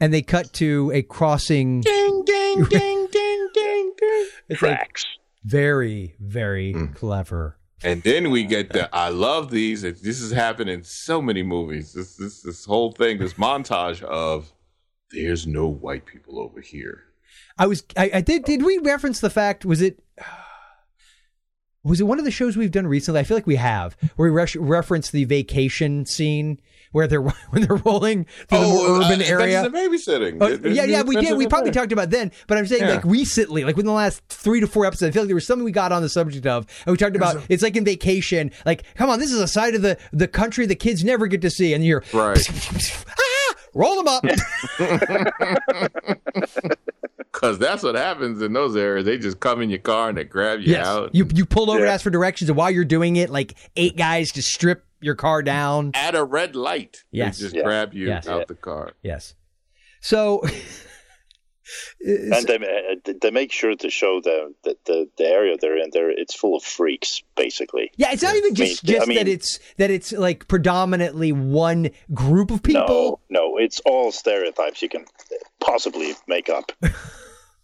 Speaker 1: and they cut to a crossing.
Speaker 5: Ding ding ding ding ding ding.
Speaker 1: It's like
Speaker 7: Tracks.
Speaker 1: very very clever.
Speaker 5: And then we get the I love these. It- This has happened in so many movies. This this this whole thing, this montage of there's no white people over here.
Speaker 1: I was I, I did did we reference the fact was it <sighs> was it one of the shows we've done recently? I feel like we have where we re- reference the vacation scene where they're <laughs> when they're rolling through the more
Speaker 5: uh,
Speaker 1: urban
Speaker 5: Adventures
Speaker 1: area.
Speaker 5: in babysitting.
Speaker 1: Oh,
Speaker 5: Did- did
Speaker 1: yeah,
Speaker 5: you
Speaker 1: yeah, we did.
Speaker 5: mention
Speaker 1: We
Speaker 5: that
Speaker 1: probably
Speaker 5: there? <laughs>
Speaker 1: talked about it then, but I'm saying
Speaker 5: Yeah.
Speaker 1: like recently, like within the last three to four episodes, I feel like there was something we got on the subject of, and we talked about it's like in vacation. Like, come on, this is a side of the the country the kids never get to see, and you're
Speaker 5: Right,
Speaker 1: <laughs> ah, roll them
Speaker 7: <laughs>
Speaker 1: up.
Speaker 5: because that's what happens in those areas. They just come in your car and they grab you
Speaker 1: yes,
Speaker 5: out.
Speaker 1: you you pull over to
Speaker 7: Yeah.
Speaker 1: ask for directions, and while you're doing it, like eight guys just strip your car down.
Speaker 5: at a red light.
Speaker 1: Yes.
Speaker 5: They just
Speaker 7: Yeah.
Speaker 5: grab you
Speaker 1: Yes.
Speaker 5: out the car.
Speaker 1: Yes, so <laughs>
Speaker 7: And they, uh, they make sure to show the, the, the, the area they're in. There, it's full of freaks, basically.
Speaker 1: Yeah, it's not even just,
Speaker 7: I mean-
Speaker 1: just
Speaker 7: I mean-
Speaker 1: that it's that it's like predominantly one group of people.
Speaker 7: No, no, it's all stereotypes you can uh, possibly make up.
Speaker 5: <laughs>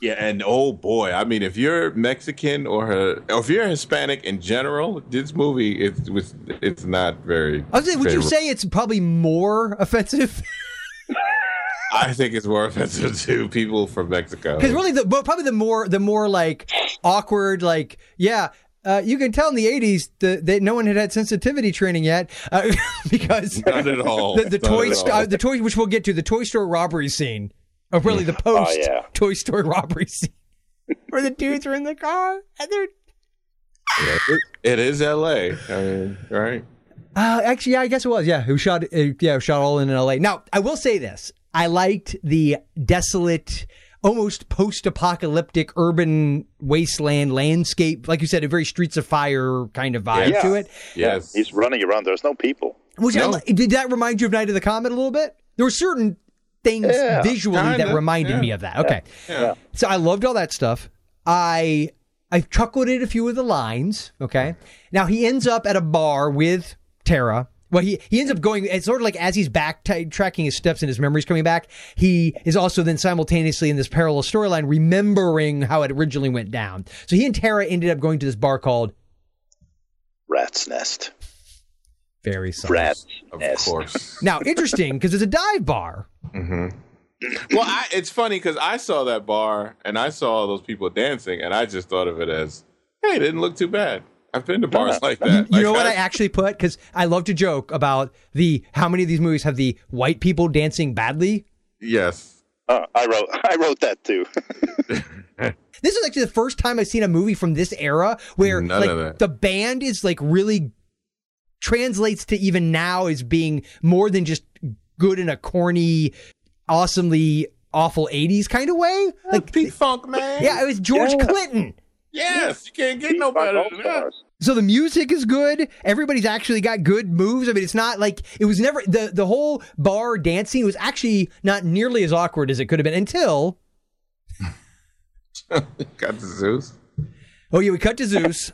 Speaker 5: Yeah, and oh boy, I mean, if you're Mexican or, uh, or if you're Hispanic in general, this movie it's was it's not very.
Speaker 1: I was gonna say, would you
Speaker 5: favorable.
Speaker 1: say it's probably more offensive?
Speaker 5: I think it's more offensive to people from Mexico.
Speaker 1: Because really, the but probably the more the more like awkward, like yeah, uh, you can tell in the '80s the, that no one had had sensitivity training yet uh, <laughs> because
Speaker 5: not at all.
Speaker 1: the, the
Speaker 5: Not
Speaker 1: toy
Speaker 5: at
Speaker 1: st-
Speaker 5: all.
Speaker 1: uh, the toy which we'll get to the toy store robbery scene, or really
Speaker 5: <laughs>
Speaker 1: the
Speaker 5: Oh,
Speaker 1: post
Speaker 7: yeah.
Speaker 1: toy store <laughs> robbery scene, where the dudes are in the car and they're
Speaker 5: It- it is L.A. I mean, right?
Speaker 1: Uh, actually, yeah, I guess it was. Yeah, who shot? Uh, yeah, who shot all in L.A. Now, I will say this: I liked the desolate, almost post-apocalyptic urban wasteland landscape. Like you said, a very Streets of Fire kind of vibe
Speaker 7: Yeah.
Speaker 1: to it.
Speaker 5: Yes.
Speaker 7: He's running around. There's no people.
Speaker 1: Which I
Speaker 5: No.
Speaker 1: li- did that remind you of Night of the Comet a little bit? There were certain things
Speaker 7: Yeah,
Speaker 1: visually that
Speaker 5: kinda,
Speaker 1: reminded
Speaker 5: yeah.
Speaker 1: me of that. Okay,
Speaker 5: Yeah.
Speaker 1: so I loved all that stuff. I I chuckled at a few of the lines. Okay. Now he ends up at a bar with Tara. Well, he, he ends up going. It's sort of like as he's back t- tracking his steps and his memories coming back. He is also then simultaneously in this parallel storyline, remembering how it originally went down. So he and Tara ended up going to this bar called
Speaker 7: Rat's nest.
Speaker 1: Very Solid.
Speaker 7: Rat's
Speaker 5: Of
Speaker 7: nest.
Speaker 1: <laughs>
Speaker 5: course.
Speaker 1: Now, interesting because it's a dive bar.
Speaker 5: well, I, it's funny because I saw that bar and I saw all those people dancing, and I just thought of it as, hey, it didn't look too bad. I've been to bars like
Speaker 1: You, you
Speaker 5: that. <laughs> Like,
Speaker 1: know what I
Speaker 5: I-
Speaker 1: actually put? Because I love to joke about the how many of these movies have the white people dancing badly.
Speaker 5: yes.
Speaker 7: Oh, I wrote. <laughs> I wrote that too.
Speaker 1: This is actually the first time I've seen a movie from this era where
Speaker 5: None
Speaker 1: like
Speaker 5: of that.
Speaker 1: the band is like really translates to even now as being more than just good in a corny, awesomely awful '80s kind of way. Like,
Speaker 5: peak funk, man.
Speaker 1: yeah, it was George
Speaker 7: Yeah.
Speaker 1: Clinton.
Speaker 5: Yes, you can't get
Speaker 7: <laughs>
Speaker 5: no better than that.
Speaker 1: So the music is good. Everybody's actually got good moves. I mean, it's not like it was never the the whole bar dancing was actually not nearly as awkward as it could have been until
Speaker 5: Got the Zeus.
Speaker 1: oh yeah, we cut to Zeus.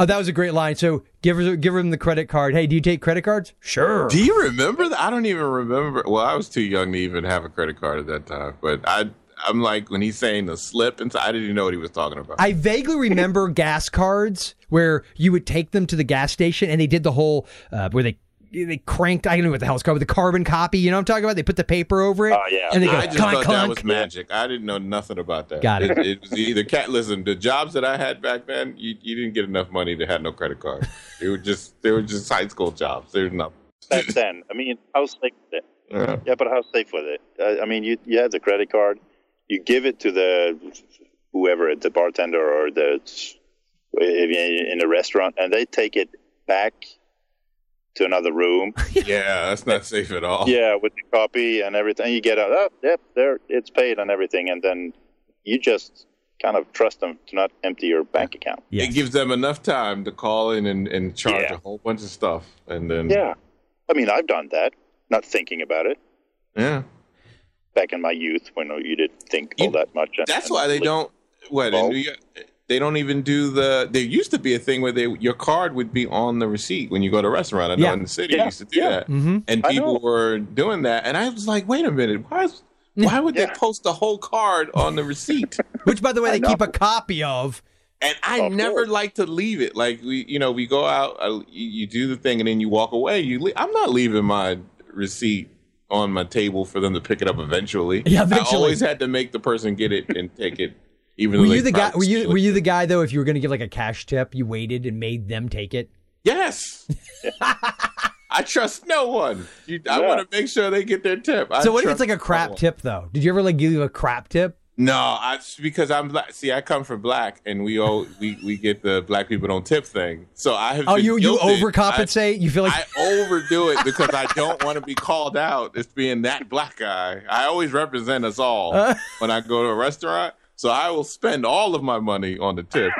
Speaker 1: oh, that was a great line. So give her give him the credit card. Hey, do you take credit cards? Sure.
Speaker 5: Do you remember that? I don't even remember. Well, I was too young to even have a credit card at that time. But I, I'm like when he's saying the slip, and so I didn't even know what he was talking about.
Speaker 1: I vaguely
Speaker 5: <laughs>
Speaker 1: remember gas cards where you would take them to the gas station and they did the whole uh, where they they cranked I don't know what the hell it's called with the carbon copy. You know what I'm talking about? They put the paper over it.
Speaker 7: Oh, yeah.
Speaker 1: And they go
Speaker 5: I just
Speaker 1: clunk
Speaker 5: thought that
Speaker 1: clunk.
Speaker 5: was magic. I didn't know nothing about that.
Speaker 1: Got it.
Speaker 5: It, was either cat. Listen, the jobs that I had back then, you, you didn't get enough money to have no credit
Speaker 1: <laughs>
Speaker 5: card. They were just they were just high school jobs. There's nothing.
Speaker 7: Back then, I mean, how safe was it?
Speaker 5: Yeah.
Speaker 7: Yeah, but how safe was it? I, I mean, you you had the credit card. You give it to the whoever, the bartender or the in the restaurant, and they take it back to
Speaker 5: <laughs>
Speaker 7: another room.
Speaker 5: yeah, that's not safe at all.
Speaker 7: Yeah, with the copy and everything. You get out, oh, yep, there, it's paid and everything. And then you just kind of trust them to not empty your bank account.
Speaker 1: Yes.
Speaker 5: It gives them enough time to call in and, and charge
Speaker 7: Yeah.
Speaker 5: a whole bunch of stuff, and then
Speaker 7: Yeah. I mean, I've done that, not thinking about it
Speaker 5: yeah.
Speaker 7: back in my youth when you didn't think all
Speaker 5: You-
Speaker 7: that much. and-
Speaker 5: That's
Speaker 7: and
Speaker 5: why they
Speaker 7: like-
Speaker 5: don't. What in
Speaker 7: Well-
Speaker 5: New York, they don't even do the. There used to be a thing where they your card would be on the receipt when you go to a restaurant. I know
Speaker 1: Yeah.
Speaker 5: in the city
Speaker 7: Yeah,
Speaker 5: used to do
Speaker 7: yeah.
Speaker 5: that,
Speaker 7: Mm-hmm.
Speaker 1: Mhm.
Speaker 5: and
Speaker 7: I
Speaker 5: people
Speaker 7: know.
Speaker 5: were doing that. And I was like, wait a minute, why? Is, why would they
Speaker 7: Yeah.
Speaker 5: post the whole card on the
Speaker 7: <laughs>
Speaker 5: receipt?
Speaker 1: Which, by the way,
Speaker 7: I
Speaker 1: they keep
Speaker 7: know.
Speaker 1: a copy of.
Speaker 5: and I
Speaker 7: Of
Speaker 5: never
Speaker 7: course.
Speaker 5: like to leave it. Like we, you know, we go out, I, you, you do the thing, and then you walk away. You, leave. I'm not leaving my receipt on my table for them to pick it up eventually.
Speaker 1: <laughs> Yeah, eventually.
Speaker 5: I always had to make the person get it and
Speaker 1: <laughs>
Speaker 5: take it. Even
Speaker 1: Were
Speaker 5: though
Speaker 1: you
Speaker 5: they
Speaker 1: the guy?
Speaker 5: probably
Speaker 1: Were you
Speaker 5: steal it.
Speaker 1: were you the guy though? If you were going to give like a cash tip, you waited and made them take it. <laughs>
Speaker 5: Yes. I trust no one. You, I
Speaker 7: Yeah.
Speaker 5: want to make sure they get their tip. I
Speaker 1: So what if
Speaker 5: trust
Speaker 1: it's like a
Speaker 5: no
Speaker 1: crap
Speaker 5: one.
Speaker 1: tip though? Did you ever like give a crap tip?
Speaker 5: No, I because I'm black. See, I come from black, and we all we, we get the black people don't tip thing. So I have.
Speaker 1: Oh,
Speaker 5: been
Speaker 1: you you
Speaker 5: guilted.
Speaker 1: overcompensate. you feel like
Speaker 5: I, I overdo it because I don't want to be called out as being that black guy. I always represent us all
Speaker 1: Uh.
Speaker 5: when I go to a restaurant, so I will spend all of my money on the tip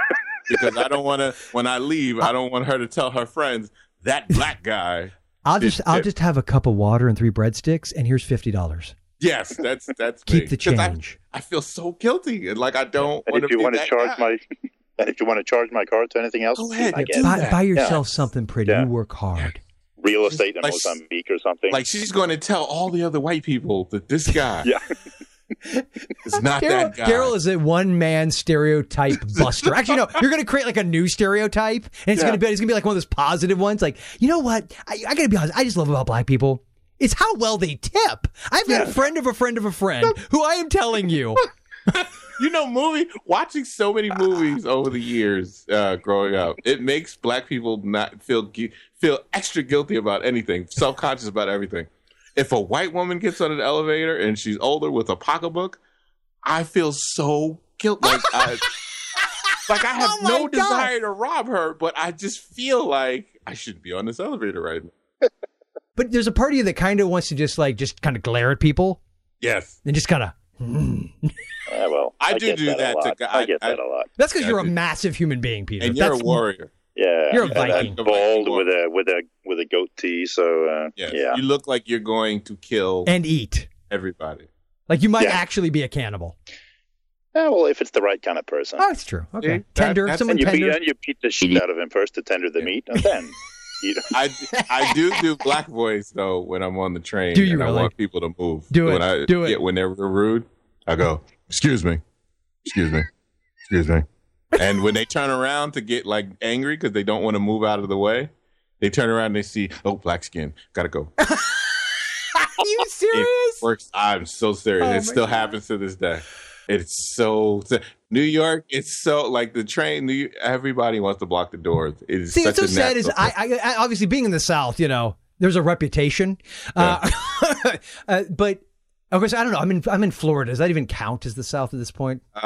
Speaker 5: because I don't want to. When I leave, I don't want her to tell her friends that black guy.
Speaker 1: I'll just I'll
Speaker 5: tip.
Speaker 1: just have a cup of water and three breadsticks, and here's fifty dollars.
Speaker 5: Yes, that's that's
Speaker 1: Keep
Speaker 5: me.
Speaker 1: the
Speaker 5: 'Cause I-
Speaker 1: change.
Speaker 5: I, feel so guilty, and like I don't
Speaker 7: And
Speaker 5: want
Speaker 7: if you want
Speaker 5: want
Speaker 7: to charge my, <laughs> and if you want to charge my card to anything else,
Speaker 5: Go ahead.
Speaker 7: I
Speaker 5: Yeah,
Speaker 7: guess
Speaker 1: buy, buy yourself
Speaker 7: Yeah.
Speaker 1: something pretty.
Speaker 7: Yeah.
Speaker 1: You work hard.
Speaker 7: real estate in
Speaker 5: Like-
Speaker 7: Mozambique or something.
Speaker 5: Like she's going to tell all the other white people that this guy
Speaker 7: <laughs> yeah,
Speaker 5: is not
Speaker 1: Daryl,
Speaker 5: <laughs> that guy.
Speaker 1: Daryl is a one man <laughs> stereotype buster. Actually, no, you're going to create like a new stereotype, and it's
Speaker 5: Yeah.
Speaker 1: going to be it's going to be like one of those positive ones. Like, you know what? I, I got to be honest. I just love about black people. It's how well they tip. I've got a friend of a friend of a
Speaker 5: <laughs>
Speaker 1: friend who I am telling you.
Speaker 5: you know, movie watching so many movies over the years uh, growing up, it makes black people not feel gui- feel extra guilty about anything, self conscious about everything. If a white woman gets on an elevator and she's older with a pocketbook, I feel so guilt like
Speaker 1: <laughs>
Speaker 5: I, like I have
Speaker 1: Oh my
Speaker 5: no
Speaker 1: God.
Speaker 5: desire to rob her, but I just feel like I shouldn't be on this elevator right now.
Speaker 1: But there's a part of you that kind of wants to just like just kind of glare at people
Speaker 5: Yes,
Speaker 1: and just kind of.
Speaker 7: Yeah, well,
Speaker 5: I do
Speaker 7: get
Speaker 5: do
Speaker 7: that.
Speaker 5: that
Speaker 7: a
Speaker 5: to
Speaker 7: lot.
Speaker 5: gu-
Speaker 7: I, get
Speaker 5: I-
Speaker 7: that a lot.
Speaker 1: That's because
Speaker 5: Yeah,
Speaker 1: you're a
Speaker 5: dude.
Speaker 1: massive human being, Peter.
Speaker 5: and you're a
Speaker 1: That's-
Speaker 5: warrior.
Speaker 7: Yeah,
Speaker 1: You're a
Speaker 7: and
Speaker 1: Viking.
Speaker 7: I'm bald with a with a with a goatee. So uh,
Speaker 5: Yes.
Speaker 7: yeah,
Speaker 5: you look like you're going to kill
Speaker 1: and eat.
Speaker 5: everybody.
Speaker 1: Like you might
Speaker 7: Yeah.
Speaker 1: actually be a cannibal.
Speaker 7: Yeah, well, if it's the right kind of person,
Speaker 1: Oh, it's true. Okay,
Speaker 5: Yeah, that-
Speaker 1: tender.
Speaker 5: that's-
Speaker 1: someone
Speaker 7: and you beat
Speaker 1: tender.
Speaker 7: and you beat the shit out of him first to tender the meat, and then you know,
Speaker 5: I, I
Speaker 1: <laughs>
Speaker 5: do do black voice though when I'm on the train.
Speaker 1: Do you
Speaker 5: and
Speaker 1: really?
Speaker 5: I want people to move.
Speaker 1: Do it.
Speaker 5: When I,
Speaker 1: Do it.
Speaker 5: Yeah, when they're rude, I go, "Excuse me, excuse me, excuse me." And when they turn around to get like angry because they don't want to move out of the way, they turn around and they see, "Oh, black skin, gotta go." It
Speaker 1: Are you serious?
Speaker 5: works. I'm so serious.
Speaker 1: Oh, my
Speaker 5: it still happens to this day. It's so New York. It's so like the train. New, everybody wants to block the doors. It is
Speaker 1: See,
Speaker 5: such
Speaker 1: what's so
Speaker 5: a
Speaker 1: sad is
Speaker 5: natural
Speaker 1: I, I, I obviously being in the South, you know, there's a reputation. Uh, <laughs> uh, but of course, I don't know. I'm in I'm in Florida. Does that even count as the South at this point?
Speaker 5: uh,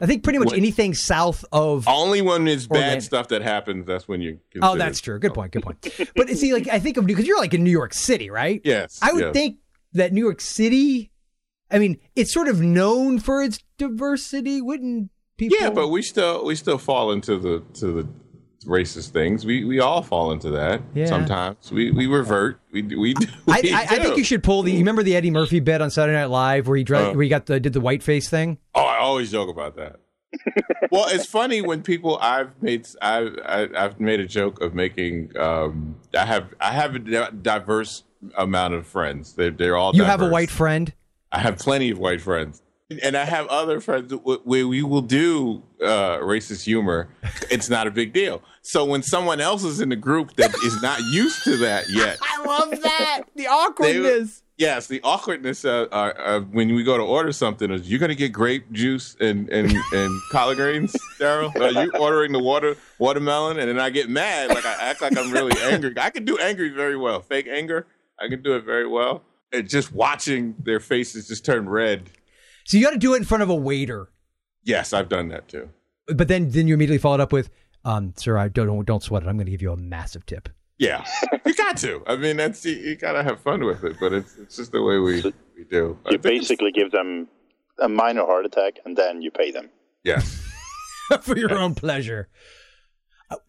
Speaker 1: I think pretty much
Speaker 5: What-
Speaker 1: anything south of.
Speaker 5: Only when it's
Speaker 1: Or
Speaker 5: bad
Speaker 1: that-
Speaker 5: stuff that happens, that's when you.
Speaker 1: Oh, that's true. Good point. Good
Speaker 5: <laughs>
Speaker 1: point. But see, like I think of because you're like in New York City, right?
Speaker 5: Yes,
Speaker 1: I would
Speaker 5: yes.
Speaker 1: think that New York City. I mean, it's sort of known for its diversity, wouldn't people?
Speaker 5: Yeah, but we still we still fall into the to the racist things. We we all fall into that
Speaker 1: Yeah.
Speaker 5: sometimes. We we revert. We do- we do.
Speaker 1: I,
Speaker 5: we
Speaker 1: I, I
Speaker 5: do.
Speaker 1: think you should pull the. You remember the Eddie Murphy bit on Saturday Night Live where he dre-
Speaker 5: Uh.
Speaker 1: where he got the did the whiteface thing?
Speaker 5: Oh, I always joke about that. well, it's funny when people I've made I've I, I've made a joke of making. Um, I have I have a di- diverse amount of friends. They're they're all.
Speaker 1: You have a
Speaker 5: diverse.
Speaker 1: white friend.
Speaker 5: I have plenty of white friends, and I have other friends that w- where we will do uh, racist humor. It's not a big deal. So when someone else is in the group that is not used to that yet,
Speaker 1: I love that. The
Speaker 5: yes, the awkwardness uh, uh, uh, when we go to order something is you're going to get grape juice and and and collard greens, Daryl. Are you ordering the water watermelon? And then I get mad, like I act like I'm really angry. I can do angry very well, fake anger. I can do it very well. And just watching their faces just turn red.
Speaker 1: So you got to do it in front of a waiter,
Speaker 5: Yes, I've done that too.
Speaker 1: but then then you immediately follow it up with, um, "Sir, I don't don't, don't sweat it. I'm going to give you a massive tip." <laughs>
Speaker 7: <laughs>
Speaker 5: Yeah, you got to. I mean, that's you, you gotta have fun with it, but it's it's just the way we we do. I
Speaker 7: you
Speaker 5: think it's-
Speaker 7: basically give them a minor heart attack, and then you pay them.
Speaker 5: Yeah.
Speaker 1: for your own pleasure.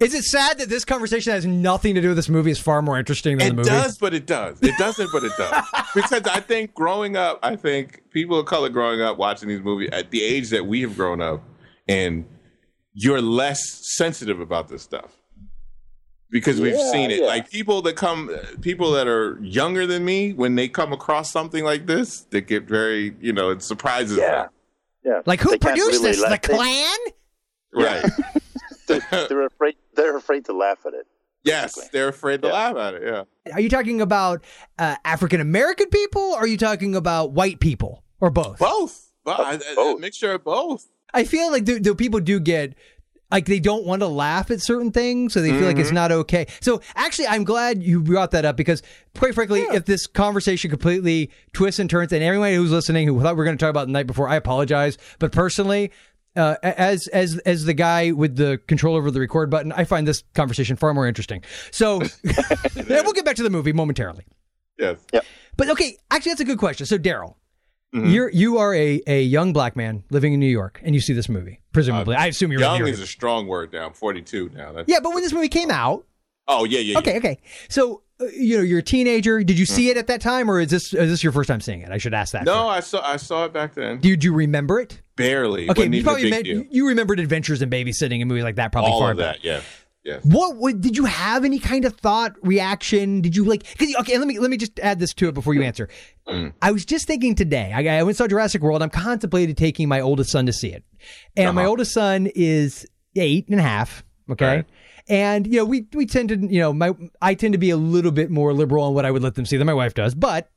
Speaker 1: Is it sad that this conversation has nothing to do with this movie? Is far more interesting than the
Speaker 5: It
Speaker 1: movie.
Speaker 5: does, but it does. It doesn't, but it
Speaker 7: <laughs>
Speaker 5: does. Because I think growing up, I think people of color growing up watching these movies at the age that we have grown up, and you're less sensitive about this stuff because we've
Speaker 7: Yeah,
Speaker 5: seen it.
Speaker 7: yeah.
Speaker 5: Like people that come, people that are younger than me, when they come across something like this, they get very, you know, it surprises
Speaker 7: Yeah. Yeah.
Speaker 1: Like who
Speaker 7: They can't
Speaker 1: produced
Speaker 7: really
Speaker 1: this?
Speaker 7: laugh.
Speaker 1: The
Speaker 7: They-
Speaker 1: Klan?
Speaker 5: them. Right.
Speaker 7: They, they're afraid. They're afraid to laugh at it.
Speaker 5: Yes, they're afraid to laugh at it. Yeah.
Speaker 1: Are you talking about uh, African American people? Or are you talking about white people or both?
Speaker 5: Both. Bo- I- I-
Speaker 7: Both.
Speaker 5: A mixture of both.
Speaker 1: I feel like the, the people do get like they don't want to laugh at certain things, so they feel like it's not okay. So actually, I'm glad you brought that up because, quite frankly, if this conversation completely twists and turns, and everyone who's listening who thought we were going to talk about the night before, I apologize. But personally, uh, as as as the guy with the control over the record button, I find this conversation far more interesting. So, <laughs> and we'll get back to the movie momentarily.
Speaker 5: Yes.
Speaker 1: But okay, actually, that's a good question. So, Daryl,
Speaker 5: Mm-hmm.
Speaker 1: you're you are a a young black man living in New York, and you see this movie. Presumably, I assume you're in
Speaker 5: Uh, Young
Speaker 1: New
Speaker 5: is
Speaker 1: York.
Speaker 5: a strong word now. I'm 42 now. That's,
Speaker 1: yeah, but when this movie came out,
Speaker 5: Oh, yeah, yeah, yeah.
Speaker 1: okay, okay. So, uh, you know, you're a teenager. Did you see it at that time, or is this is this your first time seeing it? I should ask that. first.
Speaker 5: No, I saw I saw it back then.
Speaker 1: Did you remember it?
Speaker 5: Barely.
Speaker 1: Okay,
Speaker 5: Wasn't
Speaker 1: you
Speaker 5: even a
Speaker 1: probably
Speaker 5: big
Speaker 1: meant,
Speaker 5: deal.
Speaker 1: you you remembered Adventures in Babysitting and movies like that probably
Speaker 5: all
Speaker 1: far
Speaker 5: of
Speaker 1: back.
Speaker 5: that. Yeah. Yes.
Speaker 1: What would, did you have any kind of thought reaction? Did you like? 'cause- okay, let me let me just add this to it before you answer. I was just thinking today. I, I went and saw Jurassic World. I'm contemplating taking my oldest son to see it, and my oldest son is eight and a half. Okay.
Speaker 5: Right.
Speaker 1: And you know we we tend to you know my I tend to be a little bit more liberal on what I would let them see than my wife does, but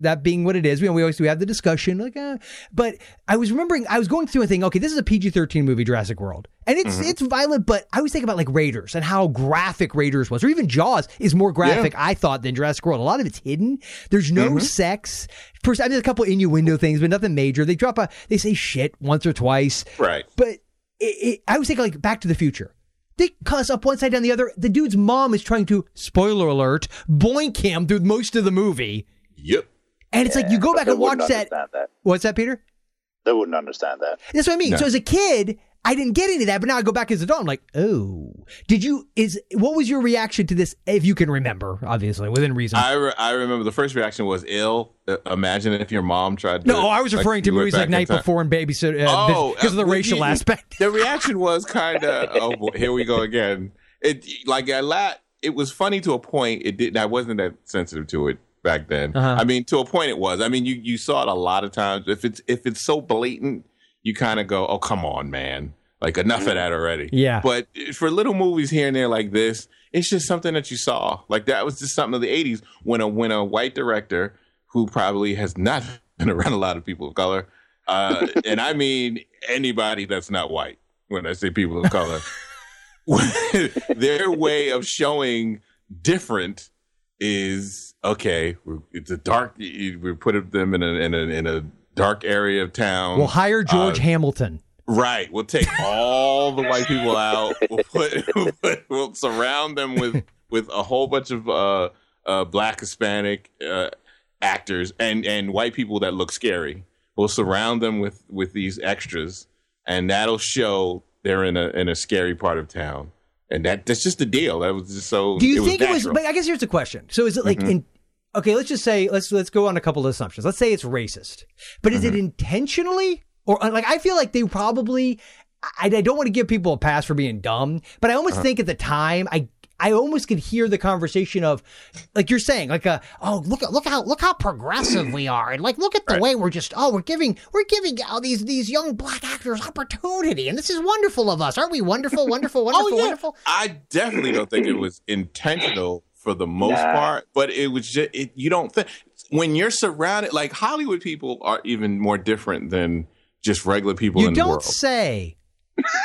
Speaker 1: that being what it is, we, we always do have the discussion, like, uh, but I was remembering, I was going through and thinking, okay, this is a PG thirteen movie, Jurassic World, and it's it's violent, but I was thinking about like Raiders and how graphic Raiders was, or even Jaws is more graphic, I thought, than Jurassic World. A lot of it's hidden. There's no sex. First, I mean, there's a couple innuendo things, but nothing major. They drop a, they say shit once or twice,
Speaker 5: Right.
Speaker 1: but it, it, I was thinking like Back to the Future. They cuss up one side down the other. The dude's mom is trying to, spoiler alert, boink him through most of the movie.
Speaker 5: Yep.
Speaker 1: And it's like you go
Speaker 7: But
Speaker 1: back
Speaker 7: they
Speaker 1: and watch
Speaker 7: wouldn't
Speaker 1: that.
Speaker 7: understand that.
Speaker 1: What's that, Peter?
Speaker 7: They wouldn't understand that.
Speaker 1: That's what I mean. So as a kid, I didn't get any of that, but now I go back as an adult. I'm like, oh, did you? Is what was your reaction to this? If you can remember, obviously within reason.
Speaker 5: I, re- I remember the first reaction was ill. Uh, imagine if your mom tried to.
Speaker 1: no, I was referring to
Speaker 5: you went
Speaker 1: movies like
Speaker 5: back in
Speaker 1: Night
Speaker 5: time.
Speaker 1: Before and Babysitter
Speaker 5: Oh,
Speaker 1: because of the
Speaker 5: uh,
Speaker 1: racial
Speaker 5: you- <laughs>
Speaker 1: aspect.
Speaker 5: The reaction was kind of, oh, boy, here we go again. It like a lot. It was funny to a point. It didn't. I wasn't that sensitive to it back then.
Speaker 1: Uh-huh.
Speaker 5: I mean, to a point, it was. I mean, you you saw it a lot of times. If it's if it's so blatant, you kind of go, oh, come on, man. Like enough of that already.
Speaker 1: Yeah.
Speaker 5: But for little movies here and there like this, it's just something that you saw. Like that was just something of the '80s when a when a white director who probably has not <laughs> been around a lot of people of color, uh, and I mean anybody that's not white. When I say people of color, <laughs> their way of showing different is okay. We're, it's a dark. We put them in a in a in a dark area of town.
Speaker 1: Well, hire George
Speaker 5: Uh,
Speaker 1: Hamilton.
Speaker 5: Right. We'll take all the white people out. We'll put, <laughs> we'll, put- we'll surround them with with a whole bunch of uh, uh, black Hispanic uh, actors and and white people that look scary. We'll surround them with with these extras, and that'll show they're in a in a scary part of town. And that that's just the deal. That was just so.
Speaker 1: Do you think it was?
Speaker 5: natural. Mm-hmm.
Speaker 1: But I guess here's the question. So is it like in? Okay, let's just say let's let's go on a couple of assumptions. Let's say it's racist, but is it
Speaker 5: Mm-hmm.
Speaker 1: intentionally or uh, like I feel like they probably. I, I don't want to give people a pass for being dumb, but I almost
Speaker 5: Uh-huh.
Speaker 1: think at the time I. I almost could hear the conversation of, like you're saying, like a oh look at- look how look how progressive we are, and like look at the way we're just oh we're giving we're giving all these these young black actors opportunity, and this is wonderful of us, aren't we? Wonderful,
Speaker 5: <laughs> Oh,
Speaker 1: wonderful, wonderful, wonderful.
Speaker 5: I definitely don't think it
Speaker 1: <clears throat>
Speaker 5: was intentional for the most part, but it was just it, you don't think when you're surrounded like Hollywood people are even more different than just regular people
Speaker 1: You
Speaker 5: in
Speaker 1: don't
Speaker 5: the world.
Speaker 1: say.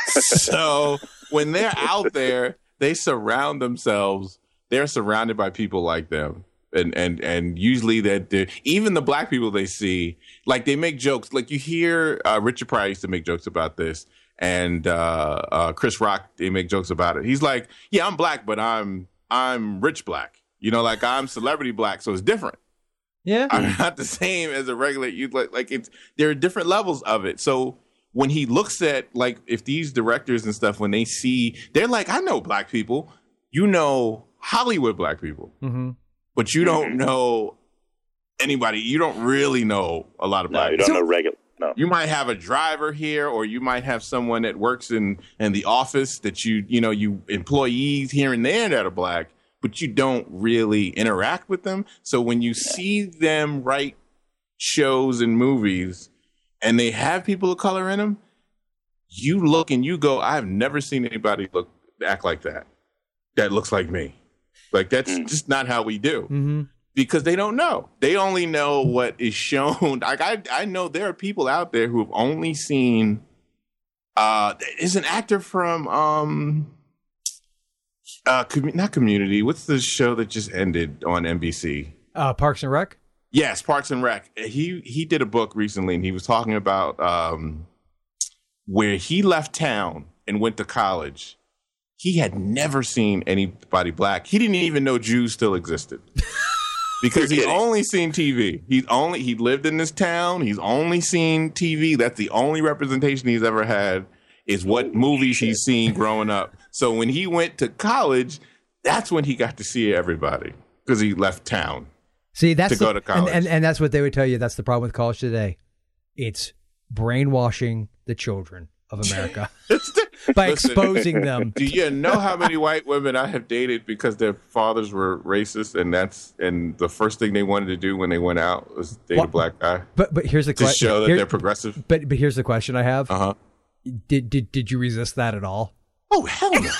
Speaker 5: so when they're out there, they surround themselves. They're surrounded by people like them. And and and usually that they're- even the black people they see, like they make jokes. Like you hear uh, Richard Pryor used to make jokes about this, and uh, uh, Chris Rock they make jokes about it. He's like, yeah, I'm black, but I'm I'm rich black. You know, like I'm celebrity black, so it's different.
Speaker 1: Yeah.
Speaker 5: are <laughs> not the same as a regular you like like it's there are different levels of it so when he looks at like if these directors and stuff when they see they're like i know black people you know hollywood black people
Speaker 1: Mm-hmm.
Speaker 5: but you don't know anybody you don't really know a lot of
Speaker 7: No,
Speaker 5: black
Speaker 7: you
Speaker 5: people
Speaker 7: don't know regular. No.
Speaker 5: you might have a driver here or you might have someone that works in in the office that you you know you employees here and there that are black but you don't really interact with them so when you see them write shows and movies and they have people of color in them you look and you go i've never seen anybody look act like that that looks like me like that's just not how we do
Speaker 1: Mm-hmm.
Speaker 5: because they don't know. They only know what is shown. <laughs> Like I, I know there are people out there who have only seen. Uh, is an actor from um, uh, commu- not Community. What's the show that just ended on NBC?
Speaker 1: Uh, Parks and Rec.
Speaker 5: Yes, Parks and Rec. He he did a book recently, and he was talking about um, where he left town and went to college. He had never seen anybody black. He didn't even know Jews still
Speaker 7: <laughs>
Speaker 5: existed because
Speaker 7: You're
Speaker 5: he's
Speaker 7: kidding.
Speaker 5: only seen TV. He's only he lived in this town. He's only seen TV. That's the only representation he's ever had is what movies he's seen growing up. So when he went to college, that's when he got to see everybody because he left town.
Speaker 1: See, that's
Speaker 5: To go
Speaker 1: the-
Speaker 5: to college.
Speaker 1: And, and, and that's what they would tell you. That's the problem with college today. It's brainwashing the children of
Speaker 5: <laughs>
Speaker 1: America <laughs> by
Speaker 5: Listen.
Speaker 1: exposing them.
Speaker 5: <laughs> Do you know how many white women I have dated because their fathers were racist, and that's and the first thing they wanted to do when they went out was date a
Speaker 1: What?
Speaker 5: black guy
Speaker 1: But but here's the
Speaker 5: to
Speaker 1: question.
Speaker 5: show that they're progressive?
Speaker 1: but but here's the question I have.
Speaker 5: Uh huh.
Speaker 1: Did did did you resist that at all?
Speaker 5: Oh hell no!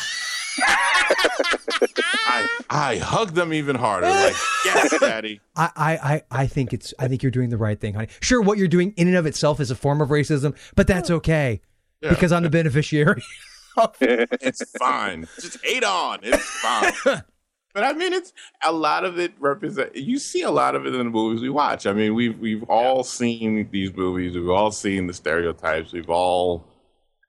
Speaker 5: I I hug them even harder. Like
Speaker 1: <laughs>
Speaker 5: yes, daddy.
Speaker 1: I, I, I, I think it's I think you're doing the right thing, honey. Sure, what you're doing in and of itself is a form of racism, but that's okay because I'm the
Speaker 5: <laughs>
Speaker 1: beneficiary.
Speaker 5: It's fine. Just hate on. It's fine.
Speaker 1: <laughs>
Speaker 5: But I mean, it's a lot of it represent. You see a lot of it in the movies we watch. I mean, we've we've all seen these movies. We've all seen the stereotypes. We've all,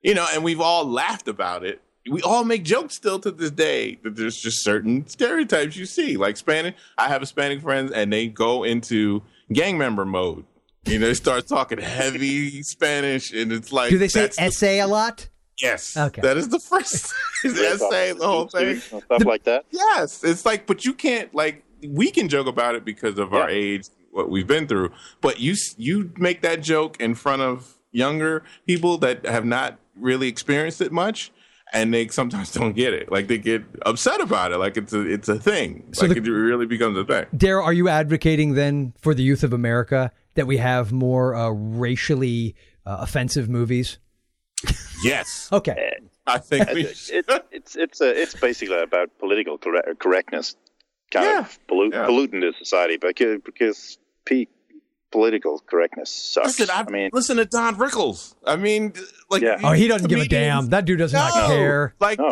Speaker 5: you know, and we've all laughed about it. We all make jokes still to this day that there's just certain stereotypes you see. Like Spanish, I have Hispanic friends, and they go into gang member mode. You know, they start talking heavy <laughs> Spanish, and it's like
Speaker 1: Do they say
Speaker 5: that's the-
Speaker 1: essay a lot?
Speaker 5: yes?
Speaker 1: Okay.
Speaker 5: that is the first <laughs> essay. The whole thing.
Speaker 7: Stuff
Speaker 5: <laughs>
Speaker 7: like that.
Speaker 5: Yes, it's like, but you can't like we can joke about it because of our age, what we've been through. But you s- you make that joke in front of younger people that have not really experienced it much, and they sometimes <laughs> don't get it. Like they get upset about it. Like it's a it's a thing.
Speaker 1: So
Speaker 5: like
Speaker 1: the-
Speaker 5: it really becomes a thing.
Speaker 1: Dara, are you advocating then for the youth of America that we have more uh, racially uh, offensive movies?
Speaker 5: Yes,
Speaker 1: Okay,
Speaker 5: I think we
Speaker 7: It,
Speaker 5: should.
Speaker 7: it- it's it's a, it's basically about political corre- correctness, kind
Speaker 5: Yeah.
Speaker 7: of pollute,
Speaker 5: Yeah.
Speaker 7: polluting the society because because pe- political correctness sucks.
Speaker 5: Listen, I,
Speaker 7: I mean,
Speaker 5: listen to Don Rickles. I mean, like,
Speaker 7: Yeah.
Speaker 1: oh, he doesn't give a
Speaker 5: comedians-
Speaker 1: damn. That dude does not care.
Speaker 5: Like
Speaker 7: No,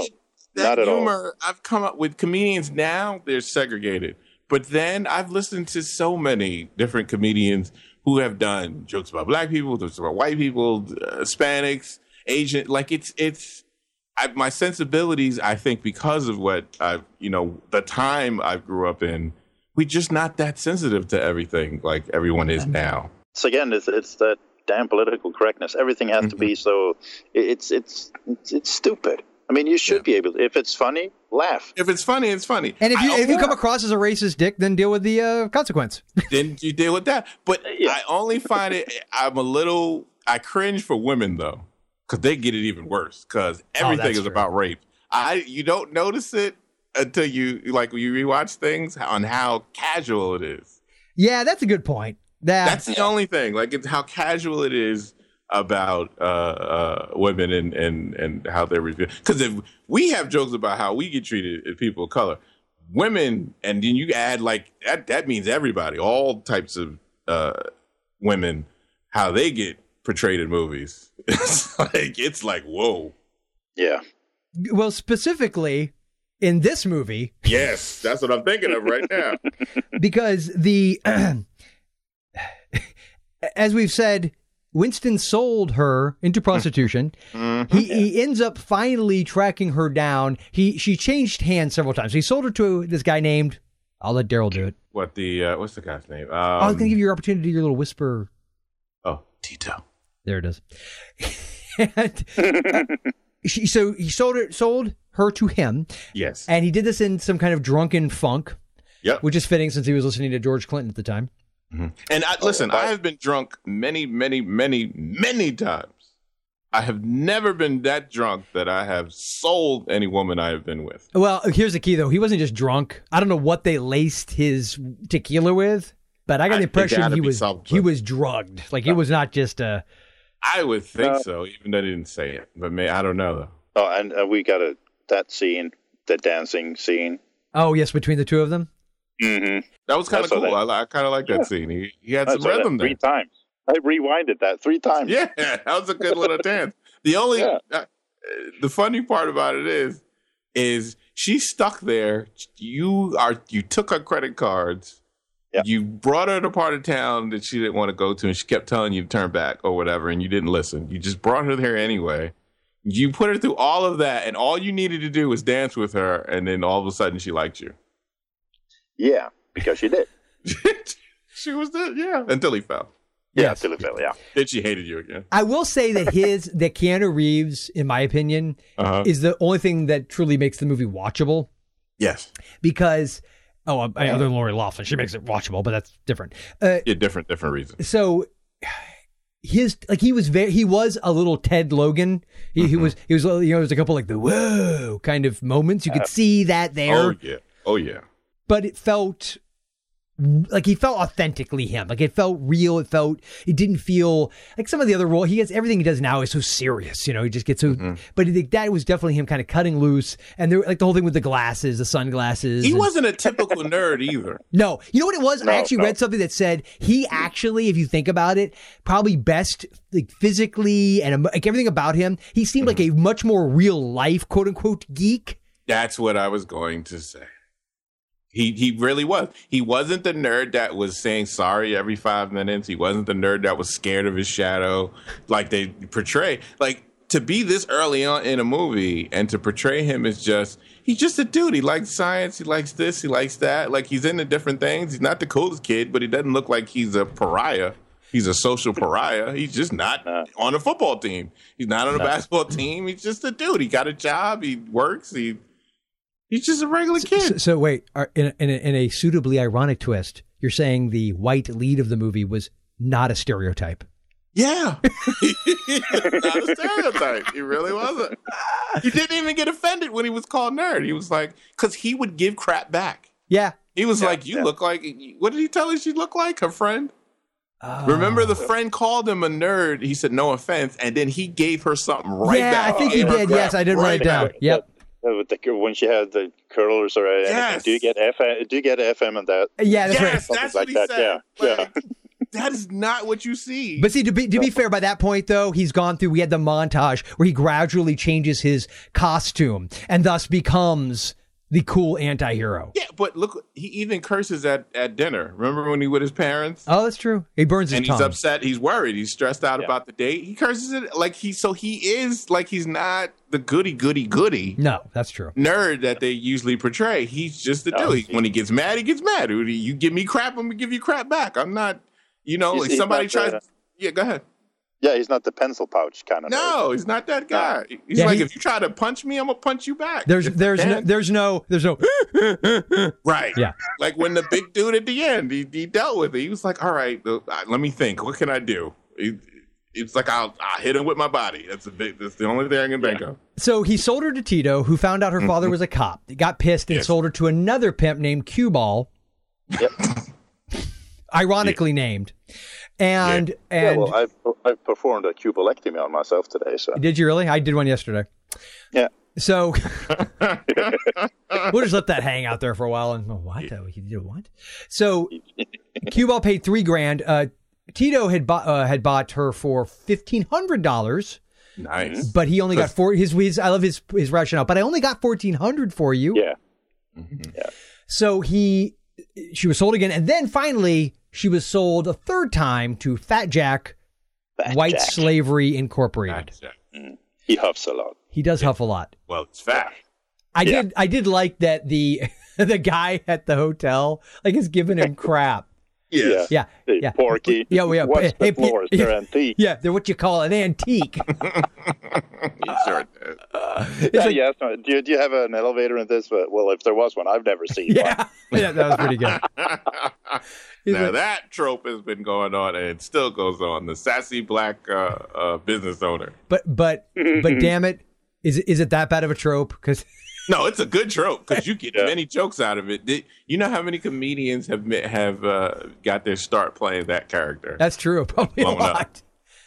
Speaker 5: that
Speaker 7: not at all.
Speaker 5: humor, I've come up with comedians now, they're segregated. But then I've listened to so many different comedians who have done jokes about black people, jokes about white people, uh, Hispanics, Asian. Like it's it's I, my sensibilities. I think because of what I've you know the time I grew up in, we're just not that sensitive to everything like everyone is now.
Speaker 7: it's again, it's it's that damn political correctness. Everything has to
Speaker 5: Mm-hmm.
Speaker 7: be so. It, it's, it's it's it's stupid. I mean, you should be able. If it's funny, laugh.
Speaker 5: If it's funny, it's funny.
Speaker 1: And if
Speaker 5: I
Speaker 1: you if you
Speaker 5: only-
Speaker 1: come across as a racist dick, then deal with the uh, consequence.
Speaker 5: then you deal with that. But
Speaker 7: Yeah.
Speaker 5: I only find it. I'm a little. I cringe for women though, because they get it even worse. Because everything
Speaker 1: Oh, that's
Speaker 5: is
Speaker 1: true.
Speaker 5: about rape. I you don't notice it until you like when you rewatch things on how casual it is.
Speaker 1: Yeah, that's a good point. That
Speaker 5: That's the only thing. Like it's how casual it is about uh, uh, women and and and how they're reviewed. Because if we have jokes about how we get treated as people of color, women, and then you add like that. That means everybody, all types of uh, women, how they get portrayed in movies. <laughs> it's like it's like whoa.
Speaker 7: Yeah.
Speaker 1: well specifically in this movie.
Speaker 5: Yes, that's what I'm thinking of right now.
Speaker 1: because the <clears throat> as we've said winston sold her into prostitution he, he ends up finally tracking her down he she changed hands several times he sold her to this guy named i'll let daryl do it
Speaker 5: what the uh, what's the guy's name? Um,
Speaker 1: I was going to give you your opportunity, your little whisper.
Speaker 5: oh Tito.
Speaker 1: There it is. <laughs> and she, so he sold her, sold her to him,
Speaker 5: Yes.
Speaker 1: and he did this in some kind of drunken funk,
Speaker 5: Yep.
Speaker 1: which is fitting since he was listening to George Clinton at the time.
Speaker 5: And I, listen, I have been drunk many, many, many, many times. I have never been that drunk that I have sold any woman I have been with.
Speaker 1: Well, here's the key though. He wasn't just drunk. I don't know what they laced his tequila with, but I got
Speaker 5: I
Speaker 1: the
Speaker 5: think it had
Speaker 1: impression
Speaker 5: to
Speaker 1: he
Speaker 5: be
Speaker 1: was
Speaker 5: something.
Speaker 1: he was drugged. Like it was not just a
Speaker 5: I would think so, even though they didn't say it. But may, I don't know though.
Speaker 7: Oh, and uh, we got a that scene, the dancing scene.
Speaker 1: oh yes between the two of them.
Speaker 7: Mm-hmm.
Speaker 5: That was kind
Speaker 7: I
Speaker 5: of
Speaker 7: saw
Speaker 5: cool.
Speaker 7: that.
Speaker 5: I, li- I kind of like that scene. He, he had
Speaker 7: I
Speaker 5: some
Speaker 7: saw that
Speaker 5: rhythm there.
Speaker 7: three times. I rewinded that three times.
Speaker 5: <laughs> Yeah, that was a good little dance. The only,
Speaker 7: Yeah.
Speaker 5: uh, uh, the funny part about it is, is she's stuck there. You are, you took her credit cards.
Speaker 7: Yeah.
Speaker 5: You brought her to part of town that she didn't want to go to, and she kept telling you to turn back or whatever, and you didn't listen. You just brought her there anyway. You put her through all of that, and all you needed to do was dance with her, and then all of a sudden she liked you. <laughs>
Speaker 7: Yeah, because she did.
Speaker 5: she was the yeah until he fell.
Speaker 7: Yeah,
Speaker 1: Yes.
Speaker 7: till it fell, yeah.
Speaker 5: Then she hated you again.
Speaker 1: I will say that
Speaker 5: <laughs>
Speaker 1: his that Keanu Reeves, in my opinion,
Speaker 5: Uh-huh.
Speaker 1: is the only thing that truly makes the movie watchable
Speaker 5: Yes,
Speaker 1: because oh uh, other than Lori Laughlin, she makes it watchable, but that's different. Uh,
Speaker 5: yeah, different different reason.
Speaker 1: so his like he was very he was a little Ted Logan. He,
Speaker 5: Mm-hmm.
Speaker 1: he was he was you know there was a couple like the whoa kind of moments. You could see that there,
Speaker 5: Uh, Oh yeah, oh yeah.
Speaker 1: but it felt like he felt authentically him. Like it felt real. It felt it didn't feel like some of the other role he gets. Everything he does now is so serious. You know, he just gets so.
Speaker 5: Mm-hmm.
Speaker 1: But it, that was definitely him kind of cutting loose. And there like the whole thing with the glasses, the sunglasses.
Speaker 5: He
Speaker 1: and-
Speaker 5: wasn't a typical nerd either.
Speaker 1: No, you know what it was?
Speaker 7: No,
Speaker 1: I actually
Speaker 7: no.
Speaker 1: read something that said he actually, if you think about it, probably best like physically and um, like everything about him, he seemed like a much more real life quote unquote geek.
Speaker 5: That's what I was going to say. He he really was. He wasn't the nerd that was saying sorry every five minutes. He wasn't the nerd that was scared of his shadow, like they portray. Like to be this early on in a movie and to portray him as just he's just a dude. He likes science. He likes this. He likes that. Like he's into different things. He's not the coolest kid, but he doesn't look like he's a pariah. He's a social pariah. He's just not on a football team. He's not on a basketball team. He's just a dude. He got a job. He works. He he's just a regular
Speaker 1: So,
Speaker 5: kid.
Speaker 1: so wait, are, in, a, in, a, in a suitably ironic twist, you're saying the white lead of the movie was not a stereotype.
Speaker 5: <laughs> Yeah. not a stereotype. He really wasn't. He didn't even get offended when he was called nerd. He was like, because he would give crap back.
Speaker 1: Yeah.
Speaker 5: He was like, you look like, what did he tell her she looked like? Her friend?
Speaker 1: Oh.
Speaker 5: Remember the friend called him a nerd. He said, no offense. And then he gave her something right
Speaker 1: yeah,
Speaker 5: back.
Speaker 1: I think he
Speaker 5: Gave her
Speaker 1: did.
Speaker 5: crap
Speaker 1: Yes, I did write it
Speaker 5: right
Speaker 1: down.
Speaker 5: back.
Speaker 1: Yep.
Speaker 7: Uh, with the- when she had the curlers or uh, anything,
Speaker 5: Yes.
Speaker 7: do you get FM? Do you get FM and that?
Speaker 1: Yeah, that's right.
Speaker 5: Yes,
Speaker 7: Something
Speaker 5: that's
Speaker 7: like
Speaker 5: what he
Speaker 7: that.
Speaker 5: said.
Speaker 7: Yeah,
Speaker 5: Like, That is not what you see.
Speaker 1: But see, to be, to be fair, by that point though, he's gone through. We had the montage where he gradually changes his costume and thus becomes the cool anti-hero.
Speaker 5: yeah, but look, he even curses at, at dinner. Remember when he with his parents?
Speaker 1: Oh, that's true. He burns his
Speaker 5: and
Speaker 1: tongue.
Speaker 5: he's upset. He's worried. He's stressed out about the date. He curses it like he so he is like he's not the goody goody goody
Speaker 1: No, that's true.
Speaker 5: nerd that they usually portray. He's just the
Speaker 7: No,
Speaker 5: dude.
Speaker 7: he-
Speaker 5: when he gets mad, he gets mad. Dude, You give me crap, I'm gonna give you crap back. I'm not, you know,
Speaker 7: He's-
Speaker 5: like
Speaker 7: he's
Speaker 5: somebody
Speaker 7: not
Speaker 5: tries.
Speaker 7: the-
Speaker 5: yeah, go ahead.
Speaker 7: yeah. He's not the pencil pouch kind of.
Speaker 5: No, he's not that guy. He's
Speaker 1: Yeah,
Speaker 5: like,
Speaker 1: he-
Speaker 5: if you try to punch me, I'm gonna punch you back.
Speaker 1: There's
Speaker 5: If I
Speaker 1: there's no,
Speaker 5: can.
Speaker 1: there's no there's no
Speaker 5: Right.
Speaker 1: Yeah.
Speaker 5: Like when the big dude at the end, he, he dealt with it. He was like, "All right, uh, let me think. What can I do?" He, it's like I'll, I'll hit him with my body. That's the big. That's the only thing I can think of.
Speaker 1: So he sold her to Tito, who found out her father was a cop. He got pissed and
Speaker 5: Mm-hmm. Yes.
Speaker 1: sold her to another pimp named Q Ball. Ironically named. And
Speaker 7: Yeah,
Speaker 1: and
Speaker 7: well, I I performed a cubolectomy on myself today, so
Speaker 1: did you really? I did one yesterday.
Speaker 7: yeah. <laughs>
Speaker 1: So we'll just let that hang out there for a while. And oh, what? Oh, he did what? So cue ball paid three grand. Uh, Tito had bought uh, had bought her for fifteen hundred dollars,
Speaker 5: Nice.
Speaker 1: but he only got four. His, his I love his his rationale, but I only got fourteen hundred for you.
Speaker 7: Yeah.
Speaker 1: So he she was sold again, and then finally she was sold a third time to Fat Jack White
Speaker 7: Jack.
Speaker 1: Slavery Incorporated.
Speaker 5: Gotcha.
Speaker 7: He huffs a lot.
Speaker 1: He does huff a lot.
Speaker 5: Well, it's fact.
Speaker 1: I
Speaker 7: Yeah.
Speaker 1: did I did like that the <laughs> the guy at the hotel like is giving him crap.
Speaker 5: Yes.
Speaker 1: Yeah.
Speaker 7: Hey,
Speaker 1: Yeah.
Speaker 7: Porky.
Speaker 1: <laughs> Yeah, well, yeah,
Speaker 7: What's
Speaker 1: hey,
Speaker 7: the floors?
Speaker 1: <laughs> yeah,
Speaker 7: They're antique.
Speaker 1: Yeah, they're what you call an
Speaker 7: <laughs>
Speaker 1: antique.
Speaker 5: Sure.
Speaker 7: Yeah, yes. No, do, you, do you have an elevator in this? But, well, if there was one, I've never seen one.
Speaker 1: yeah. yeah, that was pretty good. <laughs> He's
Speaker 5: now
Speaker 1: like-
Speaker 5: that trope has been going on and it still goes on. The sassy black uh, uh, business owner.
Speaker 1: But but
Speaker 7: Mm-hmm.
Speaker 1: but damn it, is is it that bad of a trope? Because
Speaker 5: No, it's a good trope because you get
Speaker 7: Yeah.
Speaker 5: many jokes out of it. Did, you know how many comedians have met, have uh, got their start playing that character?
Speaker 1: that's true, <laughs> probably a
Speaker 5: Blown up.
Speaker 1: lot.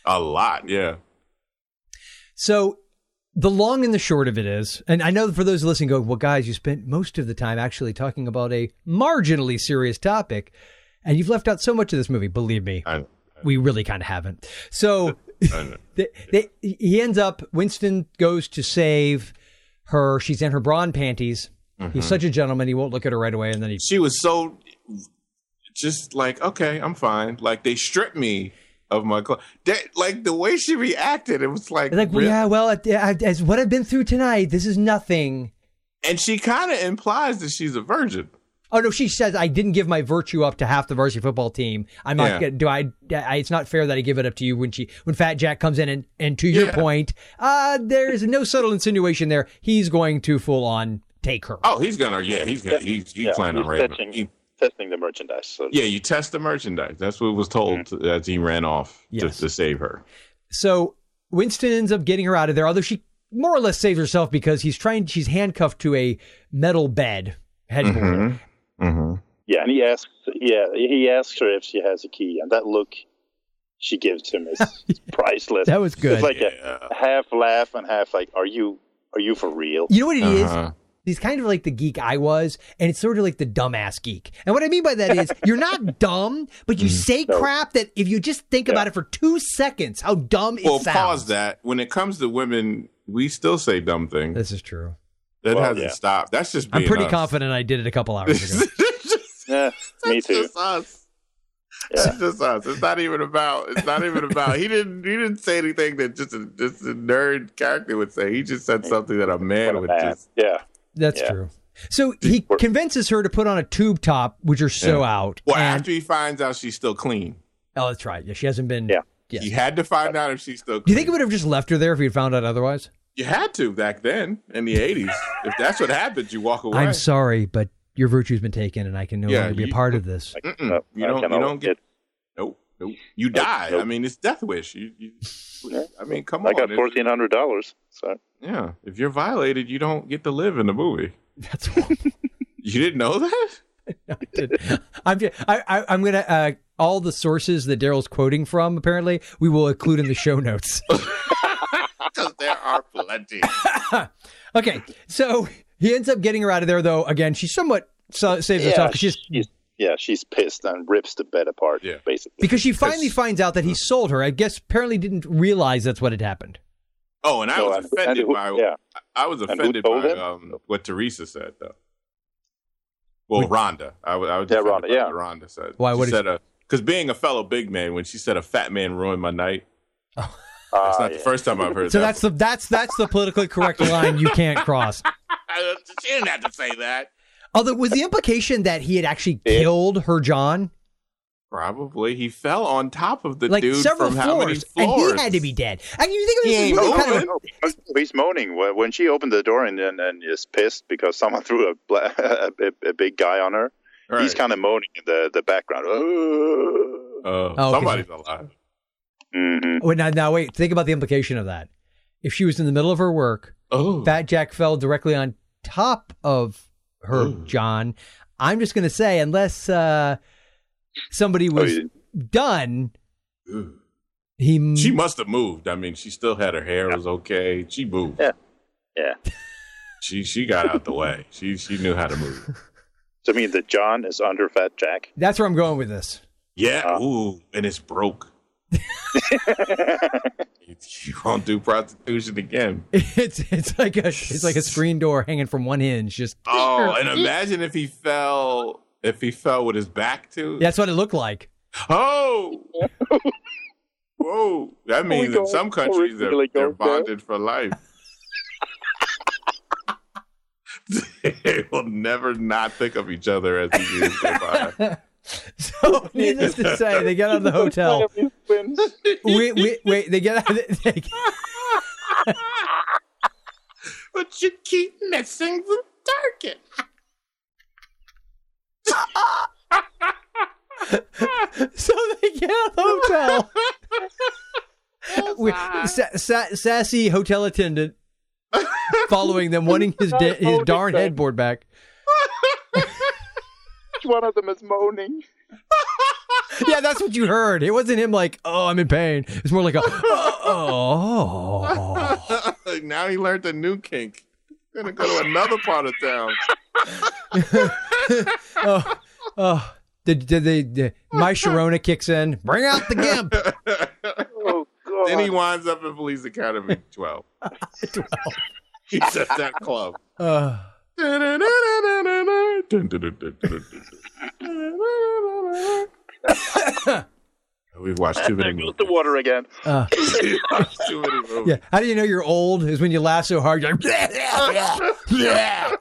Speaker 5: a lot, yeah.
Speaker 1: So the long and the short of it is, and I know for those listening go, well, guys, you spent most of the time actually talking about a marginally serious topic, and you've left out so much of this movie. Believe me,
Speaker 5: I,
Speaker 1: we really kind of haven't. So
Speaker 5: <laughs> I know.
Speaker 1: <laughs> they, they, he ends up. Winston goes to save her. She's in her bra and panties.
Speaker 5: Mm-hmm.
Speaker 1: He's such a gentleman. He won't look at her right away, and then he.
Speaker 5: She was so just like, okay, I'm fine. Like they stripped me of my clothes. That- like the way she reacted, it was like,
Speaker 1: Like,
Speaker 5: really?
Speaker 1: yeah, well, at- at- as what I've been through tonight, this is nothing.
Speaker 5: and she kind of implies that she's a virgin.
Speaker 1: Oh no, she says I didn't give my virtue up to half the varsity football team. I'm not
Speaker 5: Yeah.
Speaker 1: gonna do I, I. It's not fair that I give it up to you when she when Fat Jack comes in and and to your
Speaker 5: Yeah.
Speaker 1: point, uh, there's no subtle insinuation there. He's going to full on take her.
Speaker 5: Oh, he's gonna, yeah, he's gonna, he's, he's
Speaker 7: Yeah,
Speaker 5: planning
Speaker 7: he's
Speaker 5: on raping.
Speaker 7: fetching-
Speaker 5: He-
Speaker 7: Testing the merchandise. So
Speaker 5: yeah, you test the merchandise. That's what was told
Speaker 7: Mm-hmm.
Speaker 5: to- as he ran off
Speaker 1: Yes.
Speaker 5: to, to save her.
Speaker 1: So Winston ends up getting her out of there, although she more or less saves herself because he's trying. She's handcuffed to a metal bed headboard.
Speaker 5: Mm-hmm.
Speaker 7: Yeah, and he asks, yeah, he asks her if she has a key, and that look she gives him
Speaker 1: <laughs>
Speaker 7: is priceless.
Speaker 1: That was good.
Speaker 7: It's like a half laugh and half like, "Are you, are you for real?"
Speaker 1: You know what it is?
Speaker 5: Uh-huh.
Speaker 1: He's kind of like the geek I was, and it's sort of like the dumbass geek. And what I mean by that
Speaker 5: <laughs>
Speaker 1: is you're not dumb, but
Speaker 5: Mm-hmm.
Speaker 1: you say crap that if you just think about it for two seconds, how dumb it
Speaker 5: Well,
Speaker 1: sounds.
Speaker 5: pause that. When it comes to women, we still say dumb things.
Speaker 1: This is true.
Speaker 5: That
Speaker 7: Well,
Speaker 5: hasn't
Speaker 7: yeah.
Speaker 5: stopped. That's just.
Speaker 1: I'm
Speaker 5: being
Speaker 1: pretty
Speaker 5: us. <laughs>
Speaker 1: confident I did it a couple hours ago.
Speaker 5: That's
Speaker 7: <laughs> Yeah,
Speaker 5: <laughs>
Speaker 7: me too.
Speaker 5: just us.
Speaker 7: Yeah.
Speaker 5: It's just us. It's not even about. It's not even about. He didn't. He didn't say anything that just a just a nerd character would say. He just said something that a man
Speaker 7: What a
Speaker 5: would
Speaker 7: man.
Speaker 5: just.
Speaker 7: Yeah,
Speaker 1: That's
Speaker 7: Yeah.
Speaker 1: true. So he convinces her to put on a tube top, which are so out.
Speaker 5: Well,
Speaker 1: and-
Speaker 5: after he finds out she's still clean,
Speaker 1: oh, that's right. Yeah, she hasn't been.
Speaker 7: Yeah.
Speaker 1: Yes.
Speaker 5: he had to find out if she's still.
Speaker 1: Do
Speaker 5: Clean.
Speaker 1: you think he would have just left her there if he had found out otherwise?
Speaker 5: you had to back then in the '80s? if that's what happened, you walk away.
Speaker 1: I'm sorry, but your virtue's been taken, and I can no
Speaker 5: Yeah,
Speaker 1: longer be a
Speaker 5: you-
Speaker 1: part of this.
Speaker 5: Mm-mm.
Speaker 7: No,
Speaker 5: you
Speaker 7: I
Speaker 5: don't. You
Speaker 7: cannot.
Speaker 5: don't get.
Speaker 7: It-
Speaker 5: Nope. Nope. You die.
Speaker 7: nope.
Speaker 5: I mean, it's death wish. You. you I mean, come
Speaker 7: I
Speaker 5: on.
Speaker 7: got
Speaker 5: It's-
Speaker 7: fourteen hundred dollars. So
Speaker 5: Yeah. If you're violated, you don't get to live in the movie.
Speaker 1: That's all.
Speaker 5: You didn't know that?
Speaker 1: Dude, <laughs> I'm just, I, I, I'm gonna uh, all the sources that Daryl's quoting from. Apparently, we will include in the show notes.
Speaker 5: <laughs>
Speaker 1: <laughs>
Speaker 5: Because there are plenty.
Speaker 1: okay, so he ends up getting her out of there, though. Again, she somewhat so, saves herself
Speaker 7: yeah,
Speaker 1: because she's
Speaker 7: she's yeah, she's pissed and rips the bed apart.
Speaker 5: Yeah.
Speaker 7: basically.
Speaker 1: because she finally
Speaker 5: Because-
Speaker 1: finds out that he sold her. I guess apparently didn't realize that's what had happened.
Speaker 5: Oh, and I
Speaker 7: So,
Speaker 5: was
Speaker 7: and-
Speaker 5: offended
Speaker 7: and who-
Speaker 5: by
Speaker 7: yeah.
Speaker 5: I was
Speaker 7: who
Speaker 5: offended
Speaker 7: told
Speaker 5: by
Speaker 7: him?
Speaker 5: um, what Teresa said though. Well, Rhonda. I was I was
Speaker 7: Yeah,
Speaker 5: offended
Speaker 7: Rhonda,
Speaker 5: by
Speaker 7: yeah.
Speaker 5: what Rhonda said.
Speaker 1: Why, what
Speaker 5: She
Speaker 1: did
Speaker 5: said a because being a fellow big man, when she said a fat man ruined my night, that's
Speaker 7: Ah,
Speaker 5: not
Speaker 7: yeah.
Speaker 5: the first time I've heard
Speaker 1: Oh. So
Speaker 5: that.
Speaker 1: that's the that's that's the politically correct line you can't cross.
Speaker 5: uh, she didn't have to say that.
Speaker 1: Although was the implication that he had actually killed her John
Speaker 5: Probably he fell on top of the
Speaker 1: like
Speaker 5: dude
Speaker 1: several
Speaker 5: from how many
Speaker 1: floors,
Speaker 5: floors,
Speaker 1: and he had to be dead. And you think of
Speaker 5: He
Speaker 1: this as
Speaker 5: ain't
Speaker 7: Oh,
Speaker 1: really <laughs> kind of
Speaker 5: moving.
Speaker 7: No, he's- he's moaning When- when she opened the door and, and, and is pissed because someone <laughs> threw a, bla- a, a, a big guy on her.
Speaker 5: Right.
Speaker 7: He's kind of moaning in the, the background.
Speaker 5: Uh,
Speaker 1: Oh, okay.
Speaker 5: somebody's alive.
Speaker 7: Mhm.
Speaker 1: Wait, now, now wait. Think about the implication of that. If she was in the middle of her work,
Speaker 5: Oh,
Speaker 1: Fat Jack fell directly on top of her, John. I'm just going to say, unless uh,
Speaker 5: Oh,
Speaker 1: somebody was
Speaker 7: you-
Speaker 1: done, he m-
Speaker 5: She must have moved. I mean, she still had her hair was okay. She moved.
Speaker 7: Yeah. Yeah.
Speaker 5: She she got out the way. She she knew how to move.
Speaker 7: So I mean that John is under Fat Jack.
Speaker 1: that's where I'm going with this. <laughs>
Speaker 7: Uh.
Speaker 5: Yeah. Ooh, and it's
Speaker 7: <laughs>
Speaker 5: broke. you, you won't do prostitution again.
Speaker 1: It's it's like a it's like a screen door hanging from one hinge. Just
Speaker 5: Oh, and imagine if he fell if he fell with his back to.
Speaker 1: that's what it looked like. <laughs>
Speaker 5: Oh.
Speaker 7: <laughs>
Speaker 5: Whoa. That means in
Speaker 7: going-
Speaker 5: some
Speaker 7: are we
Speaker 5: countries they're,
Speaker 7: really
Speaker 5: they're
Speaker 7: going there?
Speaker 5: bonded for life. <laughs> they will never not think of each other as these years go by.
Speaker 1: So, needless to say, they get out of
Speaker 5: <laughs>
Speaker 1: the hotel. Wait, wait, wait. They get out. Of the, they,
Speaker 5: But you keep missing the target.
Speaker 1: so they get out of the hotel. With sa- sa- sassy hotel attendant following them, wanting his da- his darn headboard back.
Speaker 7: <laughs> One of them is moaning.
Speaker 1: <laughs> Yeah, that's what you heard. It wasn't him like, "Oh, I'm in pain." It's more like a,
Speaker 7: <laughs>
Speaker 1: "Oh."
Speaker 5: now he learned a new kink. Gonna go to another part of town.
Speaker 1: oh, oh. Did, did they, did- my Sharona kicks in. Bring out the gimp.
Speaker 7: <laughs> Oh god.
Speaker 5: then he winds up in Police <laughs> Academy 12.
Speaker 1: 12.
Speaker 5: He's at that club.
Speaker 1: Uh,
Speaker 5: <sighs> We've watched too many
Speaker 7: Goes
Speaker 5: movies.
Speaker 7: the water again.
Speaker 1: uh,
Speaker 5: We've watched too <laughs> many movies.
Speaker 1: yeah. How do you know you're old? Is when you laugh so hard. You're like, <laughs>
Speaker 7: I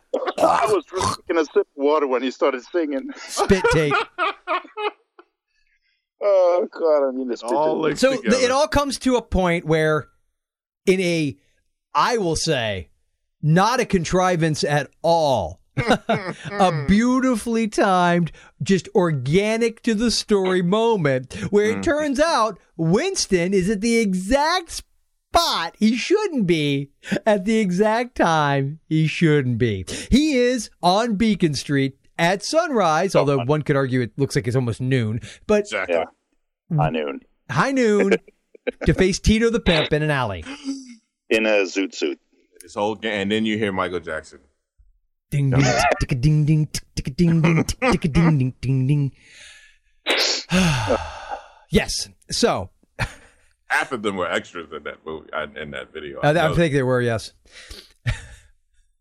Speaker 7: was
Speaker 5: <laughs>
Speaker 7: just gonna sip water when he started singing.
Speaker 1: spit take.
Speaker 7: Oh god, I mean this.
Speaker 5: All linked
Speaker 1: So th-
Speaker 5: together.
Speaker 1: it all comes to a point where, in a, I will say, not a contrivance at all, a beautifully timed, just organic to the story moment where it turns out Winston is at the exact spot he shouldn't be at the exact time he shouldn't be. He is on Beacon Street at sunrise, although one could argue it looks like it's almost noon, but
Speaker 5: exactly.
Speaker 7: Yeah. High noon
Speaker 1: high noon to face Tito the pimp in an alley.
Speaker 7: in a zoot suit.
Speaker 5: This whole game, and then you hear Michael Jackson.
Speaker 1: Ding ding ticka ding ding tick, ticka ding ding tick, ticka ding ding ding ding. <sighs> Yes. So
Speaker 5: Half of them were extras in that movie, uh, in that video.
Speaker 1: I, I
Speaker 5: know
Speaker 1: think there were yes. <laughs>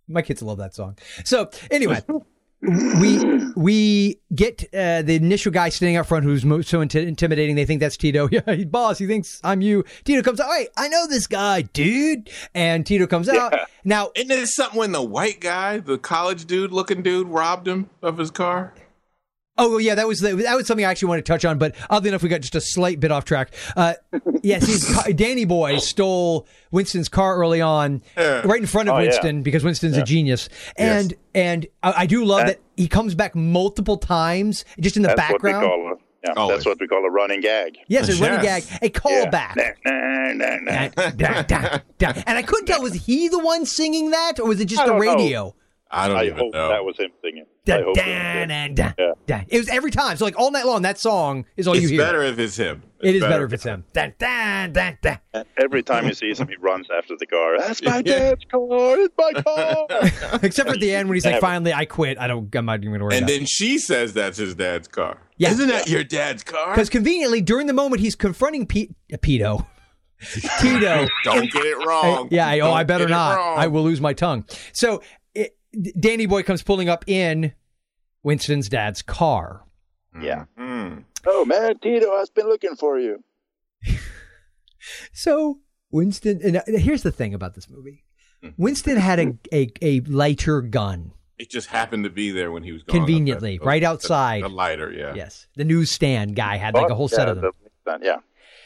Speaker 1: My kids love that song. So anyway, we we get uh, the initial guy standing up front who's mo- so inti- intimidating. They think that's Tito. <laughs> Yeah, he- boss. He thinks I'm you. Tito comes out. Hey, I know this guy, dude. And Tito comes out. Now
Speaker 5: Isn't it something when the white guy, the college dude looking dude, robbed him of his car?
Speaker 1: Oh well, yeah, that was the, that was something I actually wanted to touch on, but oddly enough, we got just a slight bit off track. Uh, yes, he's, Danny Boy stole Winston's car early on, right in front of
Speaker 7: Oh, yeah.
Speaker 1: Winston because Winston's a genius, and and I, I do love that he comes back multiple times just in the
Speaker 7: That's
Speaker 1: background.
Speaker 7: what we call a yeah,
Speaker 5: Always.
Speaker 7: that's what we call a running gag.
Speaker 1: yes, a running
Speaker 5: Yes.
Speaker 1: gag, a callback.
Speaker 7: Yeah. Nah, nah, nah, nah.
Speaker 1: Da, da, da, da. And I couldn't tell was he the one singing that or was it just
Speaker 7: I
Speaker 1: the
Speaker 7: don't know.
Speaker 1: radio?
Speaker 5: I don't
Speaker 7: I
Speaker 5: even
Speaker 7: hope
Speaker 5: know.
Speaker 7: that was him singing. I
Speaker 1: Da,
Speaker 7: hope
Speaker 1: da,
Speaker 7: that was him.
Speaker 1: da, da,
Speaker 7: Yeah.
Speaker 1: da. It was every time. So like all night long, that song is all
Speaker 5: it's
Speaker 1: Oh, you hear.
Speaker 5: better if it's him.
Speaker 1: It is better, if it's him. Da, da, da,
Speaker 5: <laughs>
Speaker 1: da.
Speaker 7: Every time he sees him, he runs after the car. That's my
Speaker 5: Yeah.
Speaker 7: dad's car. It's my car.
Speaker 1: Except for at the end when he's like,
Speaker 7: Never.
Speaker 1: "Finally, I quit. I don't. I'm not even gonna worry."
Speaker 5: And
Speaker 1: about it.
Speaker 5: then she says that's his dad's car.
Speaker 1: Yeah.
Speaker 5: Isn't that your dad's car?
Speaker 1: because conveniently during the moment he's confronting Pete, Pito, Tito.
Speaker 5: <laughs> Don't get it wrong.
Speaker 1: yeah. <laughs> I, oh,
Speaker 5: Don't
Speaker 1: I better
Speaker 5: get it
Speaker 1: not.
Speaker 5: wrong.
Speaker 1: I will lose my tongue. So, it, Danny Boy comes pulling up in Winston's dad's car.
Speaker 7: yeah.
Speaker 5: Mm.
Speaker 7: Oh man, Tito, I've been looking for you.
Speaker 1: So Winston, and uh, here's the thing about this movie:
Speaker 5: Hmm.
Speaker 1: Winston had a a, a lighter gun.
Speaker 5: It just happened to be there when he was going up
Speaker 1: Conveniently,
Speaker 5: that-
Speaker 1: right
Speaker 5: the-
Speaker 1: outside.
Speaker 5: The, lighter, yeah. yeah.
Speaker 1: Yes, the newsstand guy had like a whole set
Speaker 7: Yeah,
Speaker 1: of them.
Speaker 7: the- then,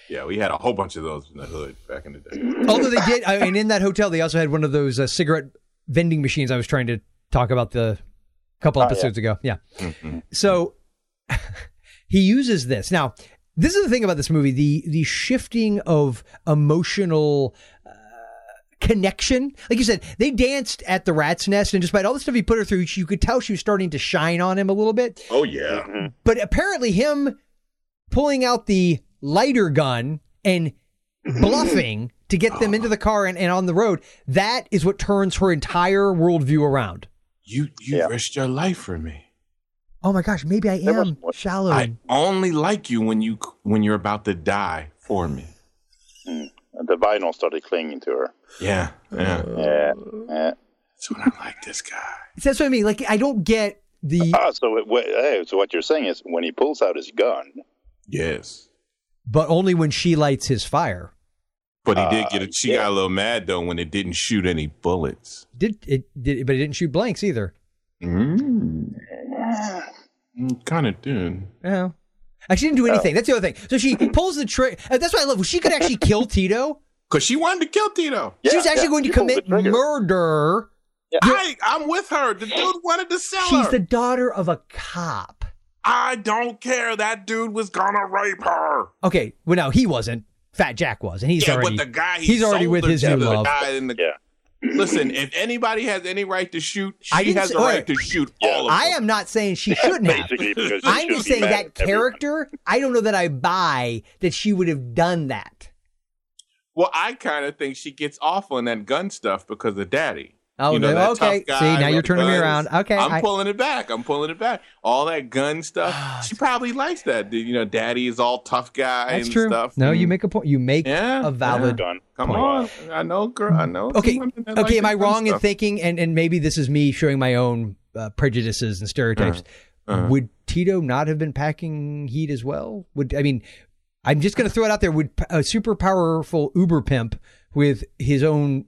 Speaker 7: yeah.
Speaker 5: we had a whole bunch of those in the hood back in the day.
Speaker 1: <laughs> Although they did, I, and in that hotel, they also had one of those uh, cigarette vending machines I was trying to talk about the couple episodes ago. Yeah. So <laughs> he uses this. Now, this is the thing about this movie the the shifting of emotional uh, connection like you said they danced at the rat's nest and despite all the stuff he put her through you could tell she was starting to shine on him a little bit
Speaker 5: Oh, yeah.
Speaker 1: but apparently him pulling out the lighter gun and bluffing to get them into the car and, and on the road that is what turns her entire worldview around
Speaker 5: You you
Speaker 7: Yeah.
Speaker 5: risked your life for me.
Speaker 1: oh my gosh maybe i
Speaker 7: was
Speaker 1: am
Speaker 7: one-
Speaker 1: shallow
Speaker 5: I only like you when you when you're about to die for me.
Speaker 7: And Mm. the vinyl started clinging to her.
Speaker 5: Yeah, yeah.
Speaker 7: Yeah.
Speaker 1: Mm-hmm.
Speaker 7: yeah.
Speaker 5: That's when I like this guy.
Speaker 1: See, that's what i mean like i don't get the
Speaker 7: Ah, so, it, wa- hey, so what you're saying is when he pulls out his gun,
Speaker 5: Yes.
Speaker 1: but only when she lights his fire
Speaker 5: But he did
Speaker 1: Uh,
Speaker 5: get it. She got a little mad though when it didn't shoot any bullets.
Speaker 1: Did it? Did but it didn't shoot blanks either. Mm.
Speaker 5: Kind of Mm, did.
Speaker 1: Yeah. Actually,
Speaker 7: Oh.
Speaker 1: didn't do anything. That's the other thing. So she pulls the trigger. That's what I love. She could actually kill Tito.
Speaker 5: Cause she wanted to kill Tito.
Speaker 1: she was
Speaker 7: Yeah,
Speaker 1: actually
Speaker 7: yeah.
Speaker 1: going to
Speaker 7: She pulled the
Speaker 1: commit
Speaker 7: trigger.
Speaker 1: murder.
Speaker 5: I, I'm with her. The dude wanted to sell
Speaker 1: She's
Speaker 5: her.
Speaker 1: the daughter of a cop.
Speaker 5: I don't care. That dude was gonna rape her.
Speaker 1: Okay, well, no, he wasn't. Fat Jack was, and he's
Speaker 5: yeah,
Speaker 1: already
Speaker 5: but the guy he
Speaker 1: he's already
Speaker 5: sold
Speaker 1: with
Speaker 5: her
Speaker 1: his
Speaker 5: to,
Speaker 1: new
Speaker 5: the
Speaker 1: love.
Speaker 5: guy in the-
Speaker 1: <laughs>
Speaker 7: Yeah.
Speaker 5: Listen, if anybody has any right to shoot,
Speaker 1: I
Speaker 5: she
Speaker 1: didn't
Speaker 5: has
Speaker 1: say-
Speaker 5: the
Speaker 1: wait.
Speaker 5: right to shoot
Speaker 7: Yeah.
Speaker 5: all of
Speaker 1: I
Speaker 5: them.
Speaker 1: am not saying
Speaker 5: <laughs>
Speaker 1: she shouldn't have.
Speaker 7: Basically, because she
Speaker 1: I'm
Speaker 7: should
Speaker 1: just
Speaker 7: be
Speaker 1: saying
Speaker 7: mad
Speaker 1: that
Speaker 7: at everyone.
Speaker 1: character. I don't know that I buy that she would have done that.
Speaker 5: Well, I kind of think she gets off on that gun stuff because of daddy.
Speaker 1: Oh,
Speaker 5: You know,
Speaker 1: no,
Speaker 5: that
Speaker 1: okay.
Speaker 5: tough guy
Speaker 1: See, now
Speaker 5: with
Speaker 1: you're turning me
Speaker 5: guns.
Speaker 1: around. Okay,
Speaker 5: I'm
Speaker 1: I- Ah,
Speaker 5: pulling it back. I'm pulling it back. All that gun stuff. she probably likes that. dude. You know, daddy is all tough guy
Speaker 1: That's
Speaker 5: and
Speaker 1: true.
Speaker 5: stuff.
Speaker 1: No, you
Speaker 5: Mm.
Speaker 1: make a point. You make
Speaker 5: Yeah,
Speaker 1: a valid.
Speaker 5: yeah.
Speaker 7: Done.
Speaker 5: Come on. I know, girl. I know. some
Speaker 1: Okay,
Speaker 5: women that like
Speaker 1: okay. Am
Speaker 5: that
Speaker 1: I
Speaker 5: gun
Speaker 1: wrong in
Speaker 5: stuff.
Speaker 1: thinking? And and maybe this is me showing my own uh, prejudices and stereotypes.
Speaker 5: Uh-huh.
Speaker 1: Would Tito not have been packing heat as well? Would I mean? I'm just going to throw it out there. Would p- a super powerful Uber pimp with his own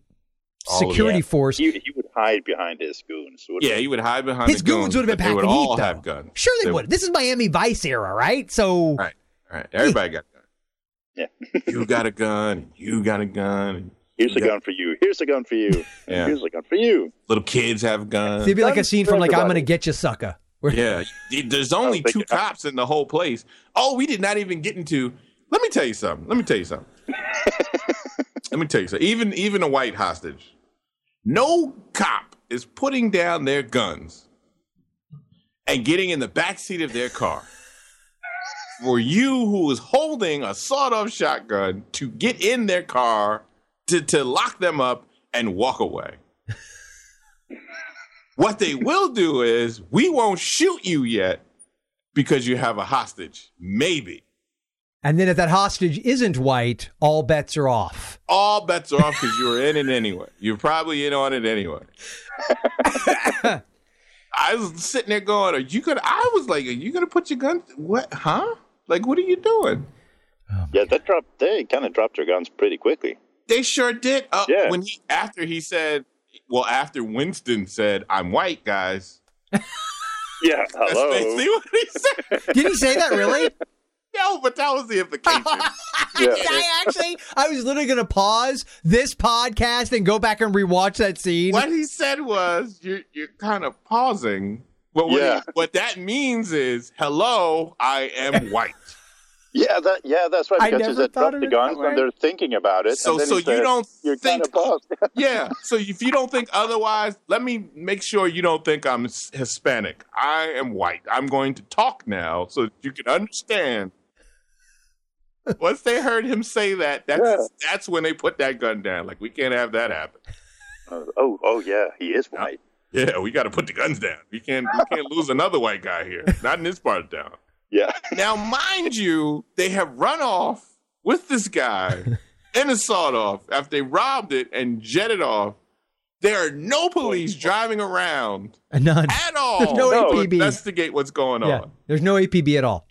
Speaker 5: All of
Speaker 1: security
Speaker 5: it.
Speaker 1: force?
Speaker 7: He, he would hide behind his goons. wouldn't
Speaker 5: Yeah,
Speaker 7: he?
Speaker 5: he would hide behind
Speaker 1: his
Speaker 5: the
Speaker 1: goons would have been
Speaker 5: but
Speaker 1: packing
Speaker 5: They would all
Speaker 1: heat. Though.
Speaker 5: have guns.
Speaker 1: Sure, they,
Speaker 5: They-
Speaker 1: would. This is Miami Vice era, right? So
Speaker 5: All right, all right. Everybody got a gun. Yeah. you got a gun. And you got a gun. And
Speaker 7: <laughs> Here's a
Speaker 5: Yeah.
Speaker 7: gun for you. Here's a gun for you.
Speaker 5: <laughs> Yeah.
Speaker 7: Here's a gun for you.
Speaker 5: little kids have guns.
Speaker 1: it'd be like a
Speaker 7: guns
Speaker 1: scene
Speaker 7: for
Speaker 1: from like "I'm going to
Speaker 7: everybody.
Speaker 1: get you, sucker." Where-
Speaker 5: Yeah, y- there's only
Speaker 7: think
Speaker 5: two
Speaker 7: it-
Speaker 5: cops in the whole place. Oh, we did not even get into. Let me tell you something. Let me tell you something. Let me tell you something. Even even a white hostage, no cop is putting down their guns and getting in the back seat of their car for you who is holding a sawed-off shotgun to get in their car to, to lock them up and walk away. <laughs> What they will do is we won't shoot you yet because you have a hostage. Maybe.
Speaker 1: And then if that hostage isn't white, all bets are off.
Speaker 5: All bets are off because you were in it anyway. You're probably in on it
Speaker 7: <laughs>
Speaker 5: anyway. I was sitting there going, Are you gonna I was like, Are you gonna put your gun what huh? Like what are you doing?
Speaker 7: Yeah, that dropped. They kind of dropped their guns pretty quickly.
Speaker 5: They sure did. Uh,
Speaker 7: Yeah.
Speaker 5: when he after he said well, after Winston said, I'm white, guys. <laughs>
Speaker 7: Yeah.
Speaker 5: That's
Speaker 7: Hello.
Speaker 5: basically what he said. <laughs>
Speaker 1: Did he say that really?
Speaker 5: no, but that was the implication.
Speaker 7: Yeah.
Speaker 1: <laughs> I actually, I was literally going to pause this podcast and go back and rewatch that scene.
Speaker 5: what he said was you're you're kind of pausing but what, he-
Speaker 7: Yeah.
Speaker 5: what that means is hello i am white
Speaker 7: Yeah, that, yeah, that's right.
Speaker 1: I
Speaker 7: Because
Speaker 1: never
Speaker 7: he said
Speaker 1: thought
Speaker 7: drop
Speaker 1: of
Speaker 7: the
Speaker 1: it that
Speaker 7: guns
Speaker 1: way.
Speaker 7: when they're thinking about it.
Speaker 5: So-
Speaker 7: and then
Speaker 5: so
Speaker 7: he
Speaker 5: you
Speaker 7: said,
Speaker 5: don't
Speaker 7: You're
Speaker 5: think-
Speaker 7: kinda bugged."
Speaker 5: yeah so if you don't think otherwise let me make sure you don't think i'm s- hispanic i am white i'm going to talk now so that you can understand once they heard him say that that's that's when they put that gun down like we can't have that happen
Speaker 7: <laughs> oh, oh yeah, he is white.
Speaker 5: yeah we got to put the guns down we can't we can't lose another white guy here not in this part of town
Speaker 7: Yeah.
Speaker 5: Now, mind you, they have run off with
Speaker 1: <laughs>
Speaker 5: this guy in a sawed off after they robbed it and jetted off. There are no police driving around
Speaker 1: None.
Speaker 5: at all
Speaker 1: There's <laughs> no
Speaker 5: to
Speaker 1: APB.
Speaker 5: investigate what's going
Speaker 1: Yeah,
Speaker 5: on.
Speaker 1: there's no APB at all.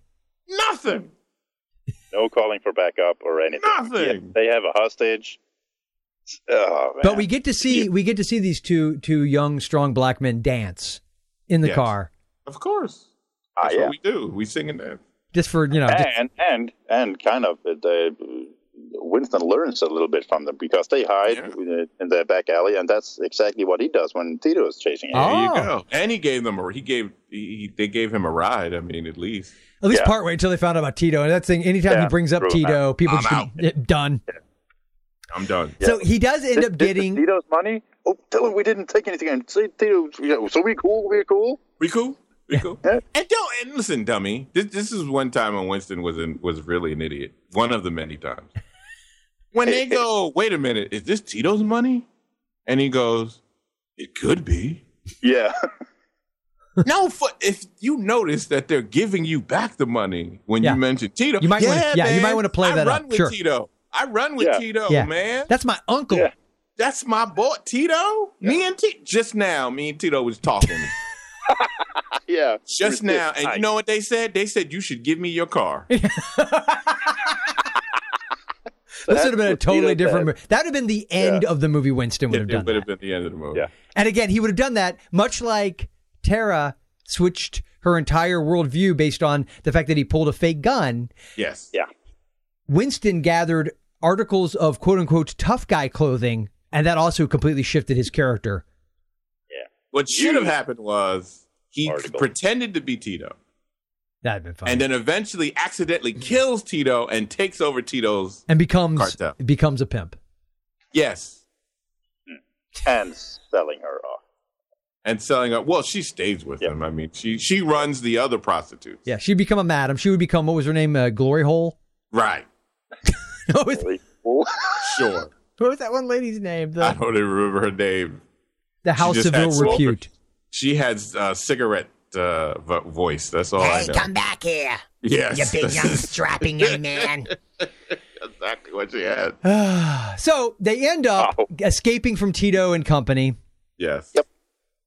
Speaker 5: Nothing.
Speaker 7: No calling for backup or anything.
Speaker 5: Nothing.
Speaker 7: Yeah, they have a hostage. Oh, man.
Speaker 1: But we get to see, we get to see these two two young, strong black men dance in the
Speaker 5: Yes.
Speaker 1: car,
Speaker 5: Of course.
Speaker 7: Ah,
Speaker 5: That's
Speaker 7: yeah.
Speaker 5: what we do. We sing and dance.
Speaker 1: just for you know. just-
Speaker 7: and and and kind of uh, the Winston learns a little bit from them because they hide uh in the back alley, and that's exactly what he does when Tito is chasing him.
Speaker 1: Oh.
Speaker 5: There you go. And he gave them a he gave he, he- they gave him a ride. I mean, at least
Speaker 1: At least
Speaker 7: Yeah.
Speaker 1: partway until they found out about Tito. And that thing, anytime
Speaker 7: Yeah,
Speaker 1: he brings up
Speaker 7: threw him
Speaker 1: Tito, people
Speaker 5: I'm
Speaker 1: just
Speaker 5: out.
Speaker 1: Yeah, done.
Speaker 5: I'm done.
Speaker 1: So he does end
Speaker 7: This-
Speaker 1: up
Speaker 7: this is
Speaker 1: getting.
Speaker 7: Tito's money. Oh, tell him we didn't take anything. And say, Tito, you know, so we cool, we're cool.
Speaker 5: We cool? We cool?
Speaker 7: Yeah.
Speaker 5: And don't and listen, dummy. This this is one time when Winston was in, was really an idiot. One of the many times.
Speaker 1: <laughs>
Speaker 5: When they go, wait a minute, is this Tito's money? And he goes, It could be.
Speaker 7: Yeah, <laughs>
Speaker 5: no, for, if you notice that they're giving you back the money when
Speaker 1: Yeah.
Speaker 5: you mention Tito,
Speaker 1: You might
Speaker 5: yeah,
Speaker 1: wanna- yeah, you
Speaker 5: man,
Speaker 1: might wanna play
Speaker 5: I
Speaker 1: that
Speaker 5: run
Speaker 1: up.
Speaker 5: With
Speaker 1: Sure.
Speaker 5: Tito, I run with
Speaker 7: Yeah.
Speaker 5: Tito,
Speaker 1: yeah,
Speaker 5: man.
Speaker 1: that's my uncle.
Speaker 7: Yeah.
Speaker 5: That's my boy, Tito. Me and Tito just now, me and Tito
Speaker 1: <laughs>
Speaker 5: was talking.
Speaker 7: yeah.
Speaker 5: just
Speaker 7: Resist.
Speaker 5: now. And
Speaker 7: I-
Speaker 5: you know what they said? They said you should give me your car.
Speaker 1: this
Speaker 7: That
Speaker 1: would have been a
Speaker 7: would be
Speaker 1: totally
Speaker 7: the
Speaker 1: different.
Speaker 7: best.
Speaker 1: movie. That would have been the end of the movie. Winston would have
Speaker 5: It
Speaker 1: done.
Speaker 5: would
Speaker 1: That.
Speaker 5: have been the end of the movie.
Speaker 7: Yeah.
Speaker 1: And again, he would have done that much like Tara switched her entire worldview based on the fact that he pulled a fake gun.
Speaker 5: Yes.
Speaker 7: Yeah.
Speaker 1: Winston gathered articles of quote unquote tough guy clothing, and that also completely shifted his character.
Speaker 5: What should have happened was he
Speaker 7: Article.
Speaker 5: pretended to be Tito
Speaker 1: That'd been fun.
Speaker 5: and then eventually accidentally
Speaker 8: Mm-hmm.
Speaker 5: kills Tito and takes over Tito's.
Speaker 1: and becomes
Speaker 5: Cartel.
Speaker 1: becomes a pimp.
Speaker 5: Yes.
Speaker 7: and selling her off.
Speaker 5: And selling up. Well, she stays with
Speaker 7: Yeah.
Speaker 5: him. I mean, she she runs the other prostitutes.
Speaker 1: Yeah, she'd become a madam. She would become what was her name? Uh, Glory Hole. <laughs>
Speaker 5: Right.
Speaker 1: what, was,
Speaker 7: Really cool.
Speaker 5: Sure.
Speaker 1: what was that one lady's name?
Speaker 5: I
Speaker 1: The,
Speaker 5: don't even remember her name.
Speaker 1: the House
Speaker 5: Uh, just
Speaker 1: of
Speaker 5: had
Speaker 1: Ill
Speaker 5: small
Speaker 1: Repute.
Speaker 5: She has uh, cigarette uh, vo- voice. That's all I
Speaker 8: Hey,
Speaker 5: know.
Speaker 8: come back here,
Speaker 5: yes.
Speaker 8: you big
Speaker 5: <laughs> that's
Speaker 8: young strapping young man.
Speaker 5: exactly what she had.
Speaker 1: So they end up
Speaker 7: Oh.
Speaker 1: escaping from Tito and company,
Speaker 5: Yes.
Speaker 7: Yep.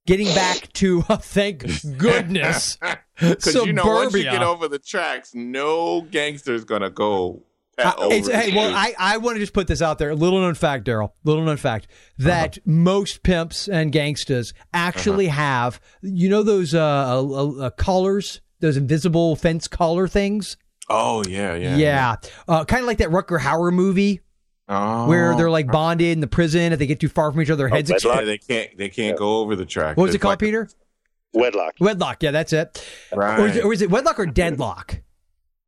Speaker 1: getting back to <laughs> uh, thank
Speaker 5: <laughs>
Speaker 1: goodness
Speaker 5: Because you know, once you
Speaker 1: Suburbia.
Speaker 5: get over the tracks, no gangster's gonna go.
Speaker 1: Uh,
Speaker 5: pat over
Speaker 1: it's- hey,
Speaker 5: you.
Speaker 1: well, I, I want to just put this out there. Little known fact, Daryl. Little known fact
Speaker 5: Uh-huh.
Speaker 1: that most pimps and gangsters actually
Speaker 5: Uh-huh.
Speaker 1: have, you know, those uh, uh, uh, uh, collars, those invisible fence collar things.
Speaker 5: oh yeah, yeah,
Speaker 1: Yeah, Uh, kind of like that Rucker Hauer movie
Speaker 5: Oh.
Speaker 1: where they're like bonded in the prison. If they get too far from each other, their heads
Speaker 7: Oh,
Speaker 1: explode.
Speaker 5: Yeah, they can't. They can't go over the track.
Speaker 1: What was it
Speaker 5: There's
Speaker 1: called,
Speaker 5: like-
Speaker 1: Peter?
Speaker 7: Wedlock.
Speaker 1: Wedlock. Yeah, that's it. Or is
Speaker 5: Right.
Speaker 1: it, or is it wedlock or deadlock?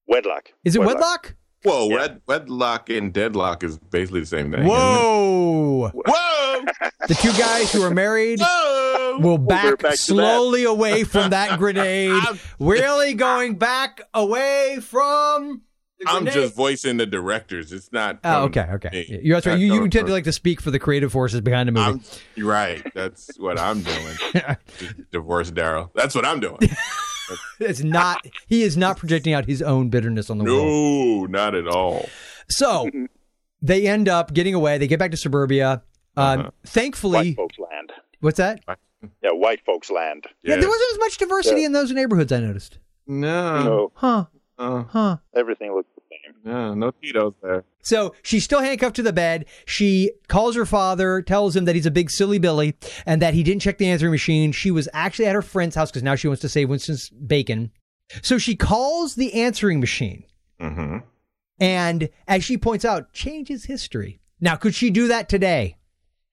Speaker 7: Wedlock.
Speaker 1: Is it wedlock?
Speaker 5: Whoa, red, wedlock and deadlock is basically the same thing. isn't it?
Speaker 1: Whoa!
Speaker 5: <laughs> Whoa!
Speaker 1: The two guys who are
Speaker 5: <laughs>
Speaker 1: married.
Speaker 5: Whoa!
Speaker 1: We'll back,
Speaker 7: back to
Speaker 1: slowly away from
Speaker 5: <laughs>
Speaker 1: that grenade. really going back away from. The
Speaker 5: I'm
Speaker 1: grenade.
Speaker 5: just voicing the directors. It's not.
Speaker 1: Oh,
Speaker 5: um,
Speaker 1: okay, okay.
Speaker 5: me.
Speaker 1: You're, that's right.
Speaker 5: Not
Speaker 1: You, you
Speaker 5: coming
Speaker 1: tend
Speaker 5: from-
Speaker 1: to like to speak for the creative forces behind the movie.
Speaker 5: I'm, you're right. That's what I'm doing. Just Divorce Daryl. That's what
Speaker 1: <laughs>
Speaker 5: I'm doing.
Speaker 1: <laughs> it's not. He is not projecting out his own bitterness on the world.
Speaker 5: No, not at all. <laughs>
Speaker 1: So they end up getting away. They get back to suburbia. Um,
Speaker 5: Uh-huh.
Speaker 1: Thankfully,
Speaker 7: White folks land.
Speaker 1: what's that?
Speaker 7: Yeah, white folks land.
Speaker 1: Yeah,
Speaker 5: Yes.
Speaker 1: there wasn't as much diversity in those neighborhoods. I noticed.
Speaker 5: No,
Speaker 1: Uh-huh.
Speaker 7: So
Speaker 1: Huh?
Speaker 5: uh,
Speaker 1: Huh?
Speaker 7: everything looks the same.
Speaker 1: Uh,
Speaker 5: no, no Tito's there.
Speaker 1: So she's still handcuffed to the bed. She calls her father, tells him that he's a big silly Billy and that he didn't check the answering machine. She was actually at her friend's house because now she wants to save Winston's bacon. So she calls the answering machine. And as she points out, changes history. Now, could she do that today?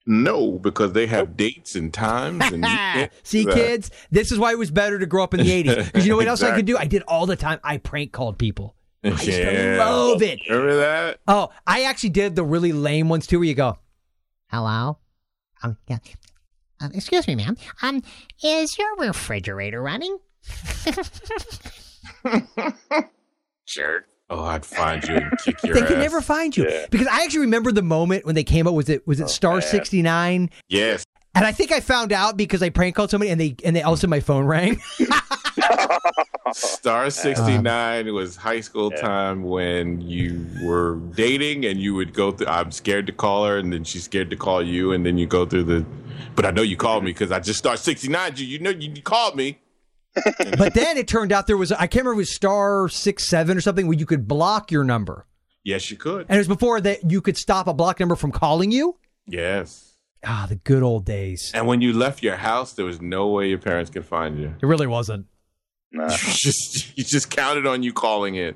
Speaker 5: No, because they have dates and times. And
Speaker 1: <laughs>
Speaker 5: you can't
Speaker 1: See,
Speaker 5: do that. <laughs>
Speaker 1: kids, this is why it was better to grow up in the 80s. Because you know what else I could do?
Speaker 5: Exactly.
Speaker 1: I did all the time. I prank called people. I used to
Speaker 5: Yeah.
Speaker 1: love it.
Speaker 5: Remember that?
Speaker 1: Oh, I actually did the really lame ones too, where you go,
Speaker 8: Hello. Um, yeah. Um, excuse me, ma'am. Um, is your refrigerator running? <laughs>
Speaker 5: Jerk. Oh, I'd find you and kick your
Speaker 1: <laughs> they
Speaker 5: ass.
Speaker 1: could never find you
Speaker 7: Yeah.
Speaker 1: because I actually remember the moment when they came up. Was it
Speaker 5: Oh,
Speaker 1: was it Star sixty nine? <laughs>
Speaker 5: yes.
Speaker 1: And I think I found out because I prank called somebody and they and they also my phone
Speaker 5: <laughs>
Speaker 1: rang. Oh. Uh.
Speaker 5: Star 69 was high school time when you were dating and you would go through. I'm scared to call her, and then she's scared to call you, and then you go through the. But I know you called me because I just Star 69 you. You know you called me.
Speaker 1: but then it turned out there was I can't remember if it was Star six seven or something where you could block your number.
Speaker 5: Yes, you could.
Speaker 1: And it was before that you could stop a block number from calling you.
Speaker 5: Yes.
Speaker 1: Ah, the good old days.
Speaker 5: And when you left your house, there was no way your parents could find you.
Speaker 1: It really wasn't.
Speaker 7: Nah.
Speaker 5: You <laughs> just you just counted on you calling in.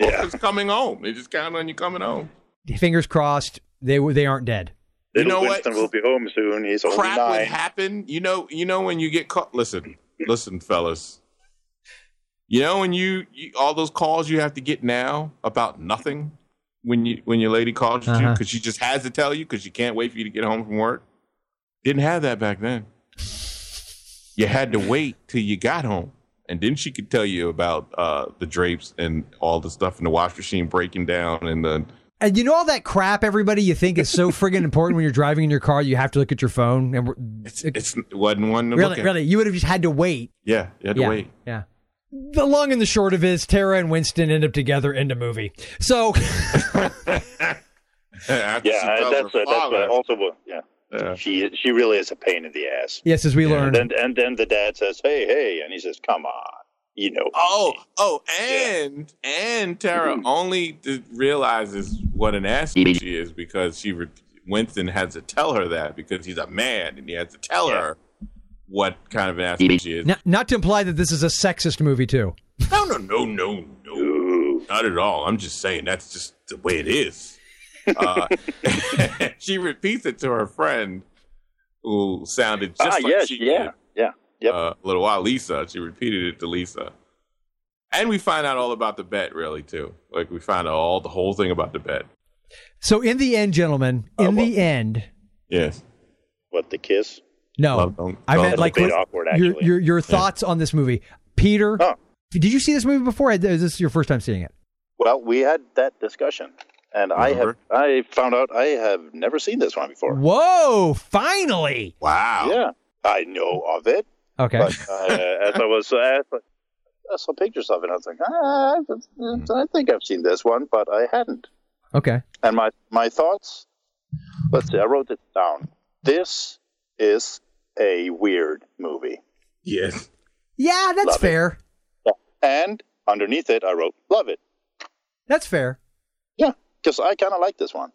Speaker 5: Or
Speaker 7: Yeah.
Speaker 5: just coming home. They just counted on you coming home.
Speaker 1: Fingers crossed. They were they aren't dead.
Speaker 5: You
Speaker 7: Little
Speaker 5: know what?
Speaker 7: Winston will be home soon. He's only
Speaker 5: crap would
Speaker 7: nine.
Speaker 5: happen. You know, you know when you get caught. Listen, listen, fellas. You know when you, you all those calls you have to get now about nothing when you when your lady calls you
Speaker 1: Uh-huh.
Speaker 5: because she just has to tell you because she can't wait for you to get home from work. Didn't have that back then. You had to wait till you got home, and then she could tell you about uh, the drapes and all the stuff in the wash machine breaking down and the
Speaker 1: And you know all that crap everybody you think is so friggin' important when you're driving in your car. You have to look at your phone and we're-
Speaker 5: it's, it's it wasn't one to
Speaker 1: Really,
Speaker 5: look at.
Speaker 1: really, you would have just had to wait.
Speaker 5: Yeah, you had to
Speaker 1: yeah,
Speaker 5: wait. <laughs>
Speaker 1: yeah. The long and the short of it is Tara and Winston end up together in the movie. So <laughs>
Speaker 5: After she
Speaker 7: Yeah,
Speaker 5: tells
Speaker 7: that's
Speaker 5: her
Speaker 7: a, that's
Speaker 5: father.
Speaker 7: a, also what. Yeah.
Speaker 5: Yeah.
Speaker 7: She she really is a pain in the ass.
Speaker 1: yes, as we
Speaker 5: Yeah,
Speaker 1: learned,
Speaker 7: And and then the dad says, "Hey, Mm-hmm. hey," and he says, "Come on." you know.
Speaker 5: Oh, oh, and and Tara only d- realizes what an ass she is because she re- Winston has to tell her that because he's a man and he has to tell her what kind of an ass she is.
Speaker 1: Not, not to imply that this is a sexist movie too.
Speaker 5: No, no, no, no, no, not at all. I'm just saying that's just the way it is. Uh, <laughs> she repeats it to her friend, who sounded just
Speaker 7: ah,
Speaker 5: like
Speaker 7: yes,
Speaker 5: she
Speaker 7: yeah,
Speaker 5: did
Speaker 7: yeah, yep.
Speaker 5: uh, a little while. Lisa, she repeated it to Lisa, and we find out all about the bet, really too. Like we find out all the whole thing about the bet.
Speaker 1: So in the end, gentlemen,
Speaker 7: Oh,
Speaker 1: in the end,
Speaker 5: Yes,
Speaker 7: what the kiss?
Speaker 1: no,
Speaker 5: Love don't-
Speaker 1: I
Speaker 5: love
Speaker 1: meant
Speaker 5: don't
Speaker 1: like
Speaker 7: be
Speaker 1: what-
Speaker 7: awkward,
Speaker 1: your
Speaker 7: actually.
Speaker 1: your your thoughts on this movie, Peter.
Speaker 7: Oh.
Speaker 1: Did you see this movie before? Is this your first time seeing it?
Speaker 7: Well, we had that discussion, and I have
Speaker 5: Remember?
Speaker 7: I found out I have never seen this one before.
Speaker 1: Whoa! Finally.
Speaker 5: wow.
Speaker 7: Yeah, I know of it,
Speaker 1: Okay.
Speaker 7: but uh, as I was as I I saw pictures of it, I was like, ah, I I think I've seen this one, but I hadn't.
Speaker 1: okay.
Speaker 7: And my, my thoughts, let's see, I wrote it down. This is a weird movie.
Speaker 5: Yes,
Speaker 1: Yeah, that's
Speaker 7: Love it.
Speaker 1: fair.
Speaker 7: And underneath it, I wrote, love it.
Speaker 1: That's fair.
Speaker 7: Yeah, because I kind of like this one.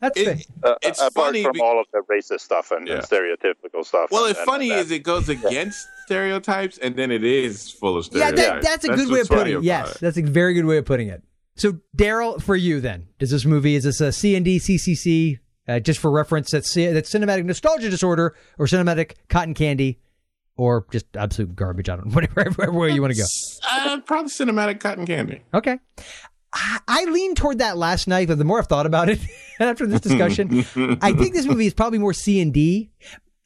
Speaker 1: That's fair.
Speaker 5: It-
Speaker 7: Uh,
Speaker 5: It's
Speaker 7: apart
Speaker 5: funny
Speaker 7: from
Speaker 5: be-
Speaker 7: all of the racist stuff and, and
Speaker 5: Yeah.
Speaker 7: stereotypical stuff.
Speaker 5: Well,
Speaker 7: and-
Speaker 5: it's
Speaker 7: and
Speaker 5: funny
Speaker 7: that.
Speaker 5: is it goes against stereotypes, and then it is full of
Speaker 1: Yeah,
Speaker 5: stereotypes.
Speaker 1: that, that's a good way of
Speaker 5: what's funny
Speaker 1: putting it.
Speaker 5: about
Speaker 1: Yes, that's a very good way of putting it. So, Daryl, for you then, does this movie is this a C and D CCC? Uh, just for reference, that's C- that's cinematic nostalgia disorder or cinematic cotton candy, or just absolute garbage. I don't <laughs> know, whatever, wherever you want to go.
Speaker 5: Uh, probably cinematic cotton candy.
Speaker 1: Okay. I, I leaned toward that last night, but the more I've thought about it, <laughs> and after this discussion, I think this movie is probably more C and D.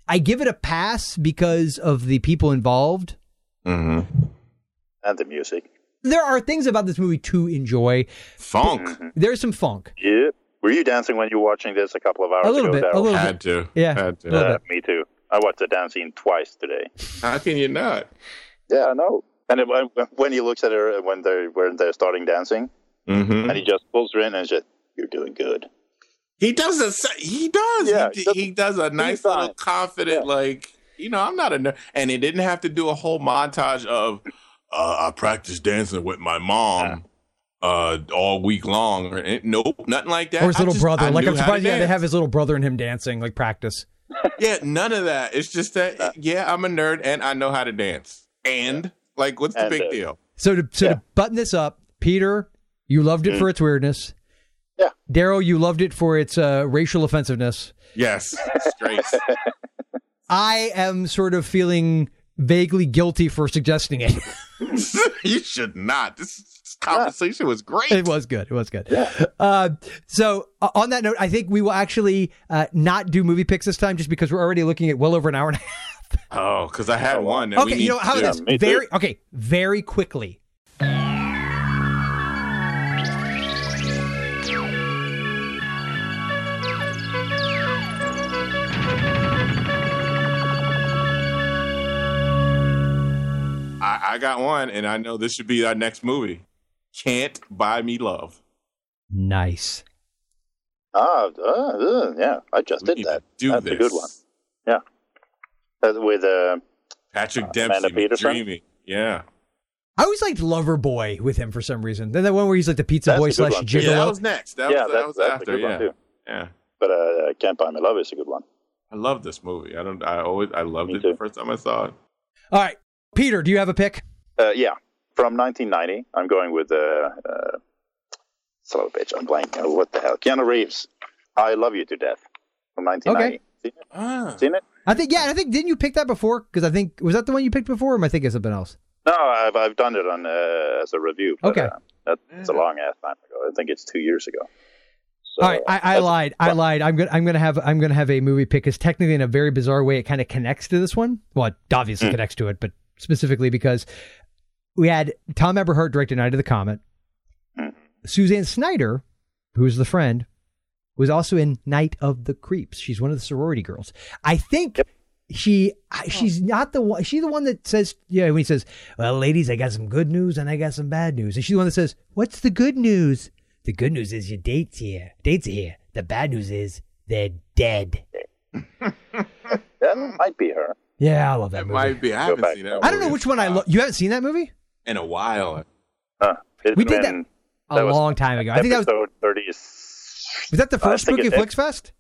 Speaker 1: I give it a pass because of the people involved.
Speaker 5: hmm
Speaker 1: Mm-hmm.
Speaker 7: And the music.
Speaker 1: There are things about this movie to enjoy.
Speaker 5: Funk
Speaker 1: There's some funk.
Speaker 7: Yeah. Were you dancing when you were watching this a couple of hours
Speaker 1: A little
Speaker 7: ago,
Speaker 1: bit. A
Speaker 7: Daryl?
Speaker 1: little bit.
Speaker 5: had to.
Speaker 1: Yeah.
Speaker 5: had to.
Speaker 1: little
Speaker 7: Uh, me too. I watched the dance scene twice today.
Speaker 5: How can you not?
Speaker 7: Yeah, I know. And it, when he looks at her when they're, when they're starting dancing,
Speaker 5: hmm
Speaker 1: Mm-hmm.
Speaker 7: and he just pulls her in and says, You're doing good.
Speaker 5: He does a s- he does
Speaker 7: Yeah,
Speaker 5: he, d-
Speaker 7: he does-
Speaker 5: he does a nice
Speaker 7: fine.
Speaker 5: little confident like you know I'm not a nerd and he didn't have to do a whole montage of uh, I practiced dancing with my mom uh, all week long or eh, nope nothing like that
Speaker 1: Or his
Speaker 5: I
Speaker 1: little
Speaker 5: just-
Speaker 1: brother.
Speaker 5: I
Speaker 1: like
Speaker 5: knew
Speaker 1: I'm
Speaker 5: how
Speaker 1: surprised he had to
Speaker 5: dance.
Speaker 1: have his little brother and him dancing, like practice.
Speaker 5: yeah none of that it's just that yeah I'm a nerd and I know how to dance and like what's the
Speaker 7: And,
Speaker 5: big
Speaker 7: uh,
Speaker 5: deal
Speaker 1: So to so
Speaker 7: Yeah.
Speaker 1: to button this up, Peter, you loved
Speaker 5: Mm.
Speaker 1: it for its weirdness.
Speaker 7: Yeah.
Speaker 1: Daryl, you loved it for its uh, racial offensiveness.
Speaker 5: yes straight <laughs>
Speaker 1: I am sort of feeling vaguely guilty for suggesting it. <laughs>
Speaker 5: you should not this conversation was great
Speaker 1: It was good. It was good. Uh, so, uh, on that note, I think we will actually uh, not do movie picks this time, just because we're already looking at well over an hour and a half.
Speaker 5: oh because I had one that we
Speaker 1: Okay,
Speaker 5: need
Speaker 1: you know
Speaker 5: to
Speaker 1: how
Speaker 5: do.
Speaker 1: about
Speaker 7: me
Speaker 1: this?
Speaker 7: too.
Speaker 1: Very okay. Very quickly.
Speaker 5: I, I got one, and I know this should be our next movie. Can't buy me love.
Speaker 1: Nice.
Speaker 7: Ah, uh, uh, yeah, I just
Speaker 5: We
Speaker 7: did
Speaker 5: need
Speaker 7: that.
Speaker 5: to do
Speaker 7: That's
Speaker 5: this.
Speaker 7: a good one. Yeah, That's with uh,
Speaker 5: Patrick
Speaker 7: Amanda
Speaker 5: Dempsey,
Speaker 7: Peterson?
Speaker 5: dreaming. Yeah,
Speaker 1: I always liked Lover Boy with him for some reason. Then that one where he's like the pizza
Speaker 7: That's a
Speaker 1: boy
Speaker 7: good
Speaker 1: slash
Speaker 7: one.
Speaker 1: gigolo.
Speaker 5: yeah, that was next. That
Speaker 7: yeah,
Speaker 5: was,
Speaker 7: that's,
Speaker 5: that was
Speaker 7: that's
Speaker 5: after.
Speaker 7: a good
Speaker 5: yeah,
Speaker 7: one too.
Speaker 5: yeah.
Speaker 7: But uh, "Can't Buy Me Love" is a good one.
Speaker 5: I love this movie. I don't. I always. I loved
Speaker 7: Me
Speaker 5: it
Speaker 7: too.
Speaker 5: the first time I saw it.
Speaker 1: All right, Peter, do you have a pick?
Speaker 7: Uh, yeah, from 1990, I'm going with uh, uh, slow bitch. I'm blank. Oh, what the hell? Keanu Reeves. I love you to death. From 1990. Seen it?
Speaker 5: Ah,
Speaker 7: Seen it?
Speaker 1: I think yeah. I think didn't you pick that before? Because I think was that the one you picked before, or am I thinking of something else?
Speaker 7: No, I've I've done it on uh, as a review. But,
Speaker 1: Okay.
Speaker 7: uh, that's a long ass time ago. I think it's two years ago. So,
Speaker 1: All right, I, I
Speaker 7: that's-
Speaker 1: lied. I lied. I'm gonna I'm gonna have I'm gonna have a movie pick. Because technically, in a very bizarre way, it kind of connects to this one. Well, it obviously
Speaker 7: Hmm.
Speaker 1: connects to it, but specifically because we had Tom Eberhardt directed Night of the Comet.
Speaker 7: Hmm.
Speaker 1: Suzanne Snyder, who's the friend, was also in Night of the Creeps. She's one of the sorority girls. I think she I- she's not the one. She's the one that says yeah. When he says, "Well, ladies, I got some good news and I got some bad news," and she's the one that says, "What's the good news?" The good news is your dates here. Dates are here. The bad news is they're dead.
Speaker 7: That might be her.
Speaker 1: Yeah, I love that
Speaker 5: that
Speaker 1: movie.
Speaker 5: might be. I haven't
Speaker 7: back.
Speaker 5: seen that.
Speaker 1: I don't know
Speaker 5: movie.
Speaker 7: Uh,
Speaker 1: which one I love. You haven't seen that movie?
Speaker 5: in a while.
Speaker 7: Huh.
Speaker 1: We did that
Speaker 7: Hitman,
Speaker 1: a
Speaker 7: that was
Speaker 1: long time ago. I think that was
Speaker 7: episode thirty.
Speaker 1: was that the
Speaker 7: I
Speaker 1: first
Speaker 7: think
Speaker 1: Spooky
Speaker 7: it- it-
Speaker 1: Flicks Fest.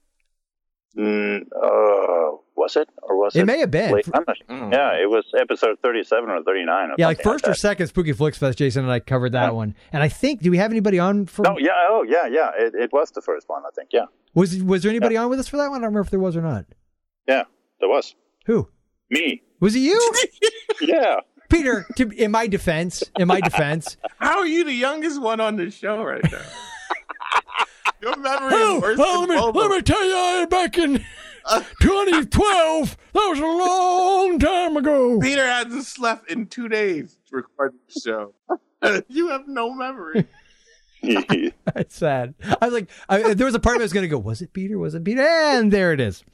Speaker 7: Mm, uh, was it or was it?
Speaker 1: It may have been.
Speaker 7: late- I'm not-
Speaker 5: Mm.
Speaker 7: Yeah, it was episode thirty-seven or thirty-nine. Or
Speaker 1: Yeah, like
Speaker 7: something
Speaker 1: first or
Speaker 7: like that.
Speaker 1: second Spooky Flicks Fest. Jason and I covered that
Speaker 7: Yeah.
Speaker 1: one. And I think do we have anybody on for?
Speaker 7: No, yeah, oh, yeah, yeah. It, it was the first one, I think. Yeah,
Speaker 1: Was was there anybody on with us for that one? I don't remember if there was or not.
Speaker 7: yeah, there was
Speaker 1: Who
Speaker 7: me. <laughs>
Speaker 1: was it? You,
Speaker 7: Yeah, <laughs>
Speaker 1: Peter? To, in my defense, in my <laughs> defense,
Speaker 5: How are you the youngest one on the show right <laughs> now? Your memory is worse than both of us.
Speaker 1: tell you, back
Speaker 7: <laughs>
Speaker 1: in 2012, that was a long time ago.
Speaker 5: Peter hasn't slept in two days recording the show. <laughs> you have no memory.
Speaker 1: <laughs> That's sad. I was like, I, there was a part of me that was going to go, was it Peter? Was it Peter? And there it is.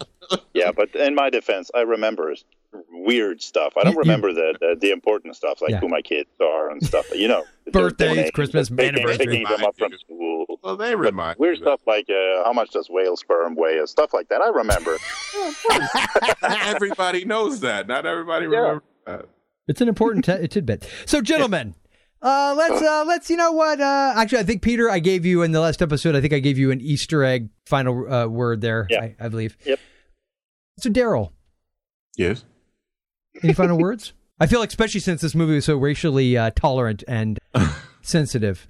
Speaker 7: yeah. But in my defense, I remember s- weird stuff. I don't
Speaker 1: You- you-
Speaker 7: remember the, the the important stuff, like
Speaker 1: Yeah.
Speaker 7: who my kids are and stuff.
Speaker 1: <laughs>
Speaker 7: You know, the
Speaker 1: Birthdays,
Speaker 7: donations,
Speaker 1: Christmas,
Speaker 7: picking-
Speaker 1: anniversaries.
Speaker 7: picking them up from school.
Speaker 5: Well, they remind
Speaker 7: Weird
Speaker 5: you.
Speaker 7: stuff like uh, how much does whale sperm weigh? and Stuff like that.
Speaker 1: <laughs>
Speaker 7: I remember.
Speaker 5: Not <laughs> everybody knows that. Not everybody remembers that.
Speaker 1: It's an important t- <laughs> tidbit. So, gentlemen, uh, let's uh, let's you know what? Uh, actually, I think Peter, I gave you in the last episode. I think I gave you an Easter egg final uh, word there.
Speaker 7: Yeah.
Speaker 1: I, I believe.
Speaker 7: Yep.
Speaker 1: So, Daryl,
Speaker 5: Yes.
Speaker 1: any <laughs> final words? I feel like, especially since this movie was so racially uh, tolerant <laughs> and sensitive.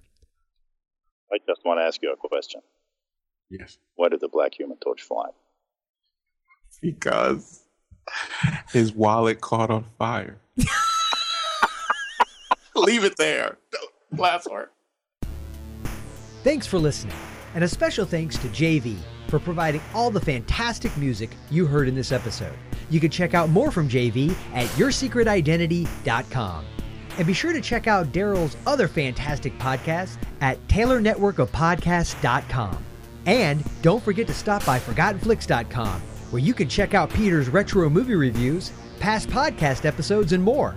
Speaker 7: I just want to ask you a question.
Speaker 5: Yes.
Speaker 7: Why did the black human torch fly?
Speaker 5: Because <laughs> his wallet caught on <laughs> fire. Leave it there. Don't- Last word.
Speaker 1: Thanks for listening, and a special thanks to JV for providing all the fantastic music you heard in this episode. You can check out more from JV at yoursecretidentity.com. And be sure to check out Daryl's other fantastic podcasts at taylornetworkofpodcasts.com. And don't forget to stop by ForgottenFlix.com, where you can check out Peter's retro movie reviews, past podcast episodes, and more.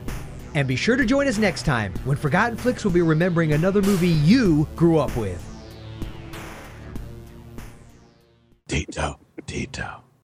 Speaker 1: And be sure to join us next time when Forgotten Flicks will be remembering another movie you grew up with.
Speaker 5: Tito. Tito.